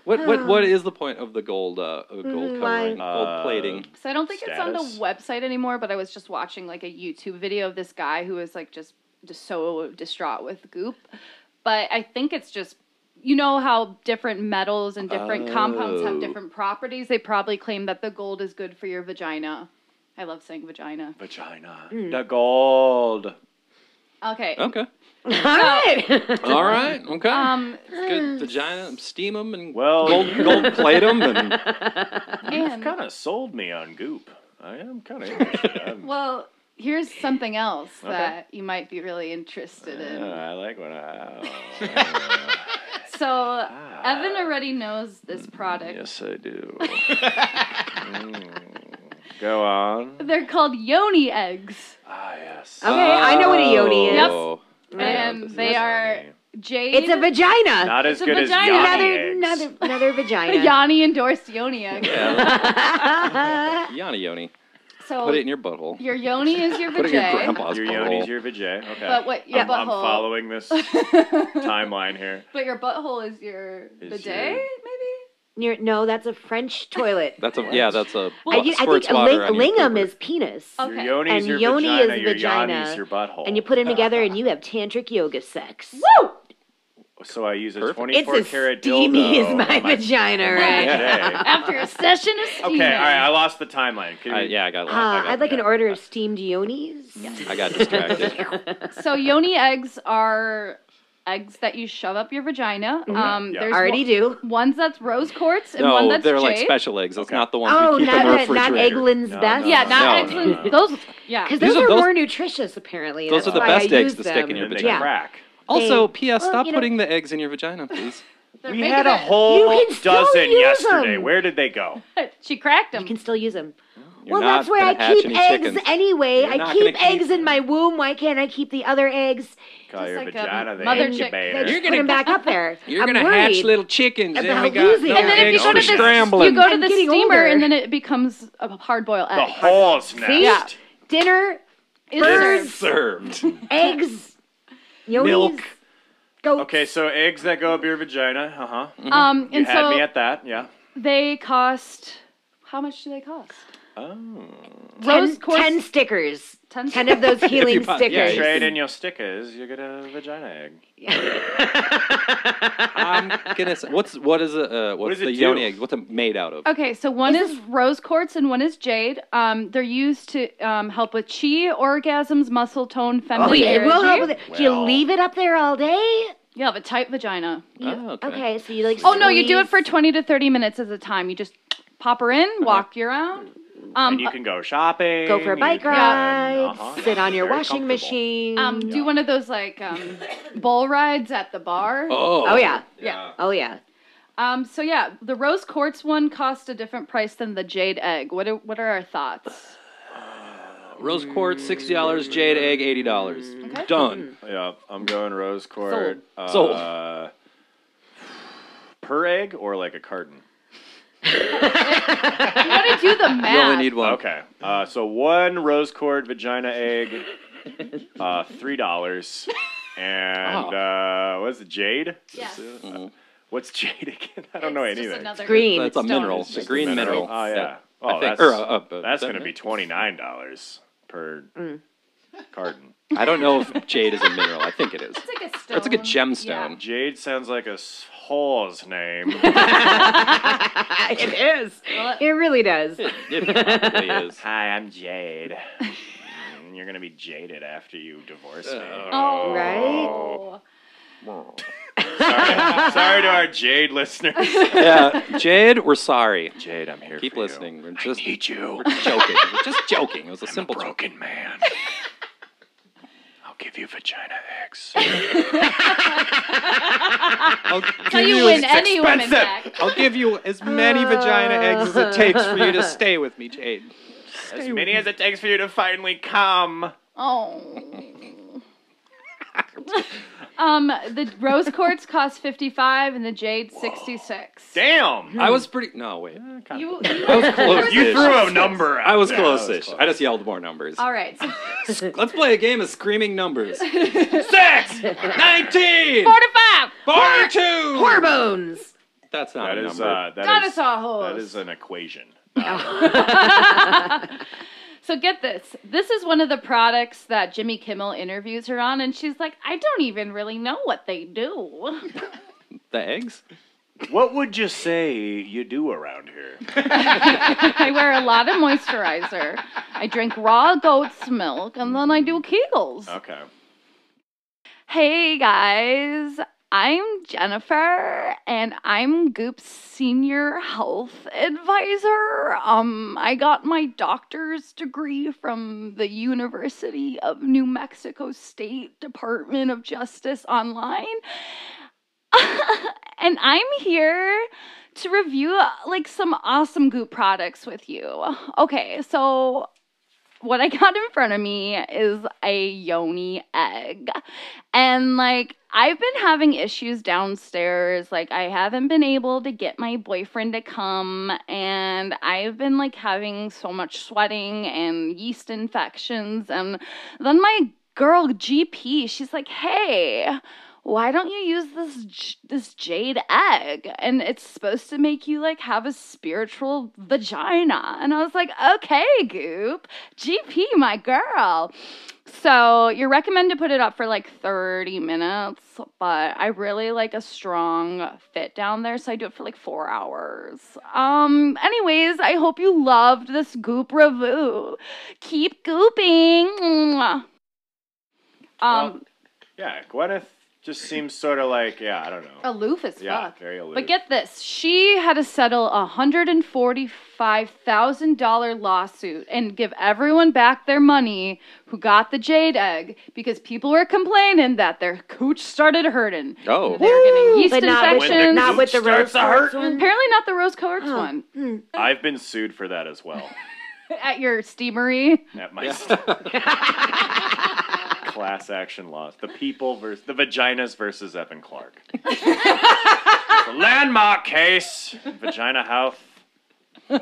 Speaker 4: what what what is the point of the gold uh of gold
Speaker 7: Mm, why?
Speaker 4: covering, gold
Speaker 5: Uh,
Speaker 4: plating?
Speaker 6: So I don't think it's
Speaker 5: Status?
Speaker 6: on the website anymore, but I was just watching like a YouTube video of this guy who was like just just so distraught with goop. But I think it's just you know how different metals and different compounds
Speaker 4: Oh.
Speaker 6: have different properties. They probably claim that the gold is good for your vagina. I love saying vagina.
Speaker 5: Vagina. The gold.
Speaker 6: Okay.
Speaker 5: Oh.
Speaker 4: Okay.
Speaker 7: All right.
Speaker 4: All right. Okay.
Speaker 7: Uh,
Speaker 6: Um
Speaker 4: Good vagina. Steam them and
Speaker 5: Well,
Speaker 4: gold
Speaker 5: you-
Speaker 4: gold plate them and
Speaker 6: and
Speaker 5: kind of sold me on Goop. I am kind of interested. I'm-
Speaker 6: well, here's something else that you might be really interested in.
Speaker 5: Yeah, I like when I. oh,
Speaker 6: So Evan already knows this product.
Speaker 5: ah. Mm, yes, I do. Mm. Go on.
Speaker 6: They're called yoni eggs.
Speaker 5: Ah, yes.
Speaker 7: Okay, I know what a yoni is.
Speaker 4: Oh.
Speaker 6: and
Speaker 5: this
Speaker 6: Um, they
Speaker 5: is
Speaker 6: are
Speaker 5: yoni.
Speaker 6: jade.
Speaker 7: It's a vagina.
Speaker 5: Not as
Speaker 6: It's a
Speaker 5: good as
Speaker 6: vagina.
Speaker 5: Yanni
Speaker 7: another,
Speaker 5: eggs.
Speaker 7: another, another vagina.
Speaker 6: Yanni endorsed yoni eggs.
Speaker 4: Yoni yoni.
Speaker 6: So
Speaker 4: Put it in your butthole.
Speaker 6: your yoni is your
Speaker 4: Put it in your
Speaker 6: vajay.
Speaker 4: grandpa's
Speaker 5: Your
Speaker 4: butthole.
Speaker 5: yoni's your vajay. Okay.
Speaker 6: But what your
Speaker 5: I'm, I'm
Speaker 6: butthole?
Speaker 5: following this timeline here.
Speaker 6: but your butthole is your
Speaker 5: Is
Speaker 6: bidet,
Speaker 5: your-
Speaker 6: maybe.
Speaker 7: You're- no, that's a French toilet.
Speaker 4: that's a yeah. That's a
Speaker 7: I,
Speaker 4: well,
Speaker 7: u- I
Speaker 4: squirts
Speaker 7: think a
Speaker 4: water
Speaker 7: ling-
Speaker 4: on your Oh.
Speaker 7: lingam
Speaker 4: pooper.
Speaker 7: is penis.
Speaker 6: Okay.
Speaker 5: Your yoni's
Speaker 7: And
Speaker 5: your
Speaker 7: yoni
Speaker 5: vagina.
Speaker 7: is
Speaker 5: your
Speaker 7: vagina.
Speaker 5: yoni's your butthole.
Speaker 7: And you put them together and you have tantric yoga sex.
Speaker 6: Woo!
Speaker 5: so I use a
Speaker 4: Perfect.
Speaker 5: 24
Speaker 7: It's as
Speaker 5: carat
Speaker 7: steamy
Speaker 5: dildo.
Speaker 7: as my
Speaker 5: on my
Speaker 7: vagina right
Speaker 5: vajay.
Speaker 6: After a session of
Speaker 5: Okay,
Speaker 6: steaming.
Speaker 5: all right. I lost the timeline. Can
Speaker 4: I,
Speaker 5: we-
Speaker 4: yeah, I got.
Speaker 7: Uh,
Speaker 4: I got
Speaker 7: I'd like an
Speaker 4: yeah.
Speaker 7: order of steamed yonis.
Speaker 4: I got distracted.
Speaker 6: So yoni eggs are eggs that you shove up your vagina. Um,
Speaker 5: Yeah.
Speaker 6: there's
Speaker 7: Already do.
Speaker 6: one, ones that's rose quartz and one
Speaker 4: Mm-hmm. no,
Speaker 6: that's
Speaker 4: they're
Speaker 6: jade.
Speaker 4: like special eggs. That's
Speaker 5: Okay.
Speaker 4: not the ones
Speaker 7: Oh,
Speaker 4: we keep
Speaker 7: not,
Speaker 4: in the
Speaker 7: that, not
Speaker 4: refrigerator.
Speaker 7: Eggland's
Speaker 5: No,
Speaker 7: best.
Speaker 5: no,
Speaker 6: yeah, not
Speaker 4: no,
Speaker 6: eggs.
Speaker 4: no, no.
Speaker 6: Those, yeah.
Speaker 7: Because
Speaker 4: These
Speaker 7: those
Speaker 4: are
Speaker 7: are,
Speaker 4: those-
Speaker 7: more nutritious, apparently.
Speaker 4: Those
Speaker 7: That's
Speaker 4: are the
Speaker 7: why
Speaker 4: best
Speaker 7: I
Speaker 4: eggs
Speaker 7: use
Speaker 4: to stick in
Speaker 7: them.
Speaker 5: And
Speaker 4: your
Speaker 5: then they
Speaker 7: Yeah.
Speaker 5: crack.
Speaker 4: Also, P.S.
Speaker 7: well,
Speaker 4: stop
Speaker 7: you know-
Speaker 4: putting the eggs in your vagina, please.
Speaker 6: They're
Speaker 5: We
Speaker 6: big
Speaker 5: had a
Speaker 6: event.
Speaker 5: whole
Speaker 7: You can still
Speaker 5: dozen
Speaker 7: use
Speaker 5: yesterday.
Speaker 7: them.
Speaker 5: Where did they go?
Speaker 6: She cracked them.
Speaker 7: You can still use them.
Speaker 4: You're
Speaker 7: well, that's
Speaker 4: not
Speaker 7: where I
Speaker 4: gonna hatch
Speaker 7: keep
Speaker 4: any
Speaker 7: eggs
Speaker 4: chickens.
Speaker 7: anyway.
Speaker 4: You're
Speaker 7: I
Speaker 4: not
Speaker 7: keep
Speaker 4: gonna keep-
Speaker 7: eggs in my womb. Why can't I keep the other eggs?
Speaker 5: Call
Speaker 6: Just
Speaker 5: your
Speaker 6: like a
Speaker 5: vagina the
Speaker 6: mother chick.
Speaker 7: I
Speaker 5: incubator.
Speaker 7: just put them back up there. I'm worried.
Speaker 4: chickens,
Speaker 7: and about we got losing no
Speaker 6: and then if
Speaker 7: eggs
Speaker 6: you go to
Speaker 5: for
Speaker 6: the
Speaker 5: scrambling.
Speaker 6: you go to
Speaker 7: I'm
Speaker 6: the
Speaker 7: getting
Speaker 6: steamer
Speaker 7: older.
Speaker 6: and then it becomes a hard boiled
Speaker 5: The
Speaker 6: egg.
Speaker 5: horse
Speaker 7: See?
Speaker 5: nest.
Speaker 7: Dinner,
Speaker 6: Is
Speaker 7: birds.
Speaker 6: there-
Speaker 4: served.
Speaker 7: eggs, yonis,
Speaker 5: Milk.
Speaker 7: goats.
Speaker 5: Okay, so eggs that go up your vagina. Uh huh.
Speaker 6: Um,
Speaker 5: You
Speaker 6: and
Speaker 5: had me
Speaker 6: so
Speaker 5: at that. Yeah.
Speaker 6: they cost. How much do they cost?
Speaker 5: Oh.
Speaker 7: Ten,
Speaker 6: Rose quartz.
Speaker 7: ten stickers.
Speaker 6: ten-
Speaker 7: Ten of those healing
Speaker 4: buy- yeah,
Speaker 7: stickers.
Speaker 4: you-
Speaker 5: Trade in your stickers, you get a vagina egg.
Speaker 4: I'm gonna say, what's what is a uh, what's
Speaker 5: does it
Speaker 4: the yoni
Speaker 5: do?
Speaker 4: egg? What's it made out of?
Speaker 6: Okay, so one is rose quartz and one is jade. Um, they're used to um, help with chi, orgasms, muscle tone, feminine
Speaker 7: Oh, yeah, it
Speaker 6: energy.
Speaker 7: will help with it. Do you
Speaker 5: Well. Oh,
Speaker 7: leave it up there all day?
Speaker 6: You have a tight vagina.
Speaker 4: Oh, okay.
Speaker 7: Okay, so you like.
Speaker 6: Oh no, you do it for
Speaker 7: squeeze-
Speaker 6: twenty to thirty minutes at a time. You just pop her in, walk you around. Um,
Speaker 5: Uh-huh. and you can go shopping.
Speaker 7: Go for a
Speaker 5: you
Speaker 7: bike
Speaker 5: can-
Speaker 7: ride.
Speaker 5: uh-huh,
Speaker 7: Sit on your
Speaker 5: very
Speaker 7: washing
Speaker 5: comfortable.
Speaker 7: machine.
Speaker 6: um, do one of those like um, bull rides at the bar.
Speaker 4: Oh,
Speaker 7: oh yeah.
Speaker 6: Yeah.
Speaker 7: Oh yeah.
Speaker 6: Um. So yeah, the rose quartz one cost a different price than the jade egg. What are, What are our thoughts?
Speaker 4: Rose quartz sixty dollars, jade egg eighty dollars. Done.
Speaker 5: Yeah, I'm going rose quartz. Uh,
Speaker 4: Sold.
Speaker 5: Per egg or like a carton?
Speaker 6: You gotta do the math.
Speaker 4: You only need one.
Speaker 5: Okay. Uh, so one rose cord vagina egg, uh, three dollars, and
Speaker 4: Ah.
Speaker 5: uh, what's it, jade?
Speaker 6: Yes.
Speaker 4: Mhm.
Speaker 5: What's jade again? I don't know
Speaker 6: It's just
Speaker 5: anything.
Speaker 6: another-
Speaker 7: Green.
Speaker 4: That's a
Speaker 6: Stone.
Speaker 4: mineral.
Speaker 6: It's
Speaker 4: It's a
Speaker 5: Just
Speaker 4: green mineral.
Speaker 5: Oh yeah.
Speaker 4: I
Speaker 5: Oh,
Speaker 4: think-
Speaker 5: that's
Speaker 4: or, uh, uh, uh,
Speaker 5: that's
Speaker 4: that-
Speaker 5: gonna be twenty nine dollars per
Speaker 4: Mm.
Speaker 5: carton.
Speaker 4: I don't know if jade is a mineral. I think it is.
Speaker 6: It's like a stone.
Speaker 4: Or it's like a gemstone.
Speaker 5: Jade sounds like a s- whore's name.
Speaker 12: it is. It really does.
Speaker 5: Hi, I'm Jade. Mm, You're gonna be jaded after you divorce me.
Speaker 12: Oh. Right?
Speaker 5: Sorry, sorry to our Jade listeners.
Speaker 4: yeah, Jade, we're sorry. Jade, I'm
Speaker 5: here.
Speaker 4: Keep listening. We're just
Speaker 5: need you.
Speaker 4: We're joking. We're just joking. It was a simple broken
Speaker 5: man. I'll give you vagina eggs.
Speaker 4: I'll
Speaker 6: Tell
Speaker 4: give
Speaker 6: you
Speaker 4: as-
Speaker 6: when any woman back.
Speaker 4: I'll give you as many vagina eggs as it takes for you to stay with me, Jade.
Speaker 5: As many as it takes for you to finally come.
Speaker 6: Oh. um, the rose quartz cost fifty five and the jade sixty six.
Speaker 5: Damn.
Speaker 4: I was pretty. No, wait.
Speaker 6: You,
Speaker 4: I was close.
Speaker 5: You threw a number.
Speaker 4: I was
Speaker 5: out there.
Speaker 4: close ish. I just yelled more numbers.
Speaker 6: all right. So
Speaker 4: Let's play a game of screaming numbers.
Speaker 6: Six.
Speaker 4: 19!
Speaker 6: Four to five.
Speaker 4: 42!
Speaker 12: Hormones!
Speaker 4: That's not
Speaker 5: That
Speaker 4: a
Speaker 5: is,
Speaker 4: number.
Speaker 5: uh, that is-
Speaker 6: Dinosaur
Speaker 5: That
Speaker 6: horse.
Speaker 5: is an equation.
Speaker 6: So get this. This is one of the products that Jimmy Kimmel interviews her on, and she's like, I don't even really know what they do.
Speaker 4: The eggs?
Speaker 5: What would you say you do around here?
Speaker 6: I wear a lot of moisturizer. I drink raw goat's milk, and then I do Kegels.
Speaker 5: Okay.
Speaker 6: Hey guys, I'm Jennifer and I'm Goop's senior health advisor. Um I got my doctor's degree from the University of New Mexico State Department of Justice online. and I'm here to review uh, like some awesome Goop products with you. Okay, so what I got in front of me is a yoni egg. And like I've been having issues downstairs. Like I haven't been able to get my boyfriend to come and I've been like having so much sweating and yeast infections and then my girl GP, she's like, "Hey, why don't you use this j- this jade egg and it's supposed to make you like have a spiritual vagina and i was like okay goop gp my girl so you're recommended to put it up for like 30 minutes but i really like a strong fit down there so i do it for like four hours um anyways i hope you loved this goop review keep gooping Mwah. um
Speaker 5: Yeah, Gwyneth just seems sort of like yeah, I don't know.
Speaker 6: aloof as
Speaker 5: yeah,
Speaker 6: fuck
Speaker 5: very aloof.
Speaker 6: But get this, she had to settle a hundred and forty-five thousand dollar lawsuit and give everyone back their money who got the jade egg because people were complaining that their cooch started hurting.
Speaker 4: Oh.
Speaker 6: They're getting yeast
Speaker 7: But not with-
Speaker 6: infections.
Speaker 7: not with the
Speaker 5: Starts rose to quartz hurt. one?
Speaker 6: Apparently not the rose quartz one.
Speaker 5: I've been sued for that as well.
Speaker 6: At your steamery.
Speaker 5: At my class action laws. The people versus the vaginas versus Evan Clark. It's a landmark case. Vagina health.
Speaker 6: so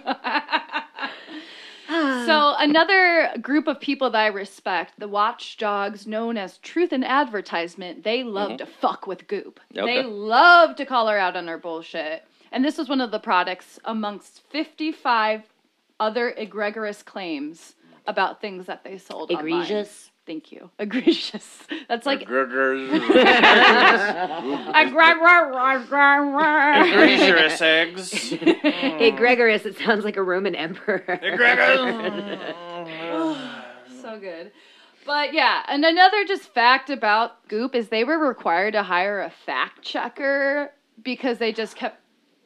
Speaker 6: another group of people that I respect, the watchdogs known as Truth and Advertisement, they love to fuck with Goop.
Speaker 12: Okay.
Speaker 6: They love to call her out on her bullshit. And this was one of the products amongst 55 other egregious claims about things that they sold online.
Speaker 7: Egregious?
Speaker 6: Thank you. Egregious. That's like
Speaker 5: Egregious eggs.
Speaker 12: Egregorous, it sounds like a Roman emperor.
Speaker 6: so good. But yeah, and another just fact about Goop is they were required to hire a fact checker because they just kept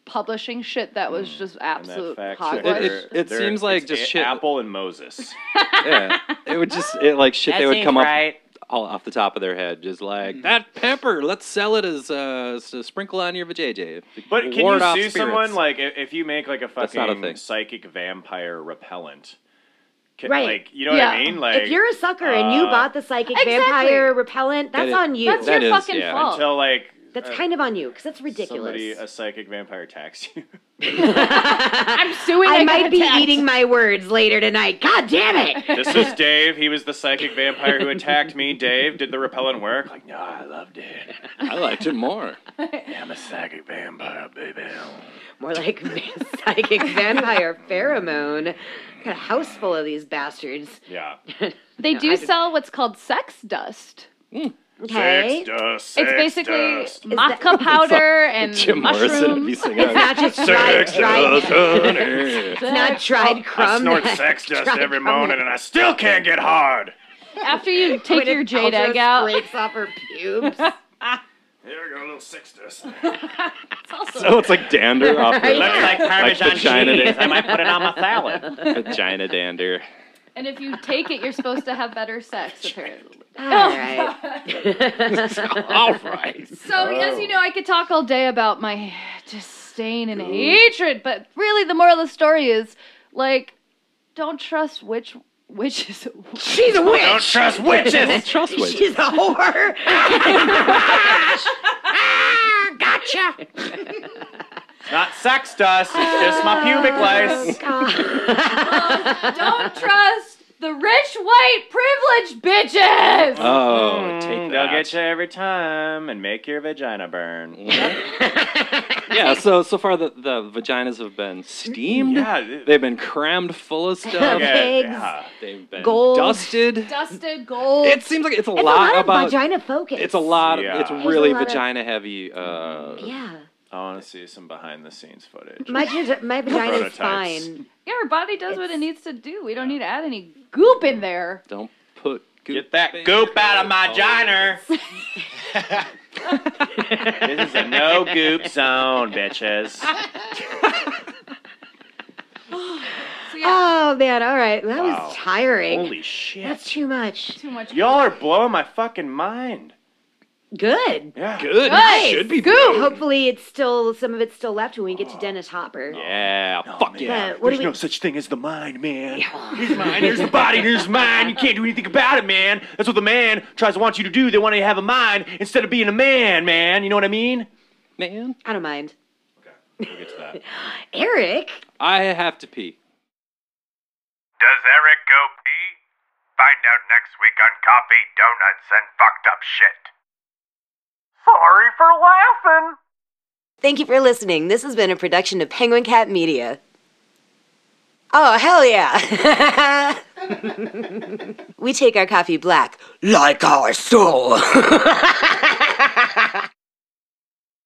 Speaker 6: publishing shit that was just absolute hogwash.
Speaker 4: checker- It- it- it
Speaker 5: They're-
Speaker 4: seems like
Speaker 5: it's
Speaker 4: just
Speaker 5: A-
Speaker 4: shit-
Speaker 5: Apple and Moses.
Speaker 4: yeah. It would just, it, like, shit
Speaker 5: That
Speaker 4: they would
Speaker 5: seems
Speaker 4: come
Speaker 5: right.
Speaker 4: up all off the top of their head. Just like, that pepper, let's sell it as uh, s- a sprinkle on your vajayjay.
Speaker 5: But can
Speaker 4: Ward
Speaker 5: you
Speaker 4: off
Speaker 5: sue
Speaker 4: spirits.
Speaker 5: someone like if, if you make like a
Speaker 4: That's not a
Speaker 5: fucking
Speaker 4: thing.
Speaker 5: psychic vampire repellent? Can,
Speaker 7: Right.
Speaker 5: Like you know what I mean? Like
Speaker 7: if you're a sucker and you
Speaker 5: uh,
Speaker 7: bought the psychic
Speaker 6: Exactly.
Speaker 7: vampire repellent,
Speaker 5: That
Speaker 7: that's
Speaker 5: is-
Speaker 7: on you.
Speaker 6: That's your fucking fault.
Speaker 5: until like
Speaker 7: That's
Speaker 5: uh,
Speaker 7: kind of on you because that's
Speaker 5: somebody uh,
Speaker 7: ridiculous.
Speaker 5: a psychic vampire attacks you.
Speaker 6: I'm suing.
Speaker 7: I
Speaker 6: got
Speaker 7: might be
Speaker 6: attacked.
Speaker 7: eating my words later tonight. God damn it!
Speaker 5: this is Dave. He was the psychic vampire who attacked me. Dave, did the repellent work? Like no, I loved it.
Speaker 4: I liked it more.
Speaker 5: I'm a psychic vampire, baby.
Speaker 12: More like psychic vampire pheromone. Got a house full of these bastards.
Speaker 5: Yeah.
Speaker 6: They
Speaker 12: No,
Speaker 6: do
Speaker 12: I did-
Speaker 6: sell what's called sex dust.
Speaker 7: Okay.
Speaker 5: Sex dust.
Speaker 6: It's
Speaker 5: sex
Speaker 6: basically
Speaker 5: dust.
Speaker 6: maca powder and
Speaker 4: Jim Morrison would be
Speaker 6: mushrooms.
Speaker 4: singing.
Speaker 7: It's not just
Speaker 5: Sex
Speaker 7: dried-
Speaker 5: dust, honey.
Speaker 7: It's not dried
Speaker 5: I
Speaker 7: crumb.
Speaker 5: snort sex dust
Speaker 7: Dried
Speaker 5: every
Speaker 7: crumb.
Speaker 5: morning and I still can't get hard.
Speaker 6: After you take
Speaker 7: Gwyneth
Speaker 6: your jade
Speaker 7: Paltrow
Speaker 6: egg out,
Speaker 7: scrapes off her pubes.
Speaker 5: Here we go, a little sex dust.
Speaker 4: So Oh, it's like dander off the
Speaker 5: Looks like Parmesan
Speaker 4: vagina
Speaker 5: cheese.
Speaker 4: dander.
Speaker 5: I might put it on my salad.
Speaker 4: Vagina dander.
Speaker 6: and if you take it, you're supposed to have better sex, apparently.
Speaker 7: All
Speaker 6: Oh,
Speaker 7: right.
Speaker 4: All right.
Speaker 6: So, as
Speaker 4: Oh.
Speaker 6: you know, I could talk all day about my disdain and hatred, but really the moral of the story is like, don't trust witch witches.
Speaker 7: She's a witch.
Speaker 5: Don't trust witches.
Speaker 4: Trust me.
Speaker 7: She's a whore. Ah, gotcha.
Speaker 5: Not sex dust. It's just my pubic
Speaker 7: Oh,
Speaker 5: lice.
Speaker 6: don't trust the rich white privileged bitches.
Speaker 4: Oh,
Speaker 3: Mm.
Speaker 4: take
Speaker 5: They'll
Speaker 4: that.
Speaker 5: get you every time and make your vagina burn.
Speaker 4: yeah, so so far the, the vaginas have been steamed.
Speaker 5: Yeah, it-
Speaker 4: They've been crammed full of stuff.
Speaker 7: Yeah. Pigs.
Speaker 4: They've been
Speaker 7: Gold.
Speaker 4: dusted.
Speaker 6: Dusted gold.
Speaker 4: It seems like it's a lot,
Speaker 7: It's a lot
Speaker 4: about
Speaker 7: of vagina focus.
Speaker 4: it's a lot of
Speaker 5: Yeah.
Speaker 4: it's
Speaker 5: There's
Speaker 4: really
Speaker 7: a lot of-
Speaker 4: vagina heavy uh
Speaker 7: Yeah.
Speaker 5: I want to see some behind the scenes footage.
Speaker 7: My, vagi- my vagina's
Speaker 5: Prototypes.
Speaker 7: fine.
Speaker 6: yeah, our body does what it needs to do. We don't need to add any goop in there.
Speaker 4: don't put goop
Speaker 5: Get that goop out of my giner. this is a no goop zone, bitches.
Speaker 6: So
Speaker 4: Ah.
Speaker 6: yeah,
Speaker 7: Oh man, all right. That
Speaker 5: Wow.
Speaker 7: was tiring.
Speaker 5: Holy shit.
Speaker 7: That's too much.
Speaker 6: too much.
Speaker 5: Y'all are blowing my fucking mind.
Speaker 7: Good.
Speaker 5: Yeah.
Speaker 4: Good.
Speaker 6: Nice.
Speaker 4: Should be
Speaker 6: Goop.
Speaker 7: Hopefully it's still some of it's still left when we get to Dennis Hopper.
Speaker 4: Yeah, fuck yeah.
Speaker 7: But what do
Speaker 5: There's
Speaker 7: we
Speaker 5: no such thing as the mind, man. Here's mine, here's the body, here's mine. You can't do anything about it, man. That's what the man tries to want you to do. They want you to have a mind instead of being a man, man. You know what I mean?
Speaker 4: Man,
Speaker 7: I don't mind.
Speaker 5: We'll get to that.
Speaker 7: Eric,
Speaker 4: I have to pee.
Speaker 1: Does Eric go pee? Find out next week on Coffee, Donuts, and Fucked Up Shit. Sorry for laughing.
Speaker 12: Thank you for listening. This has been a production of Penguin Cat Media. Oh, hell yeah! we take our coffee black, like our soul.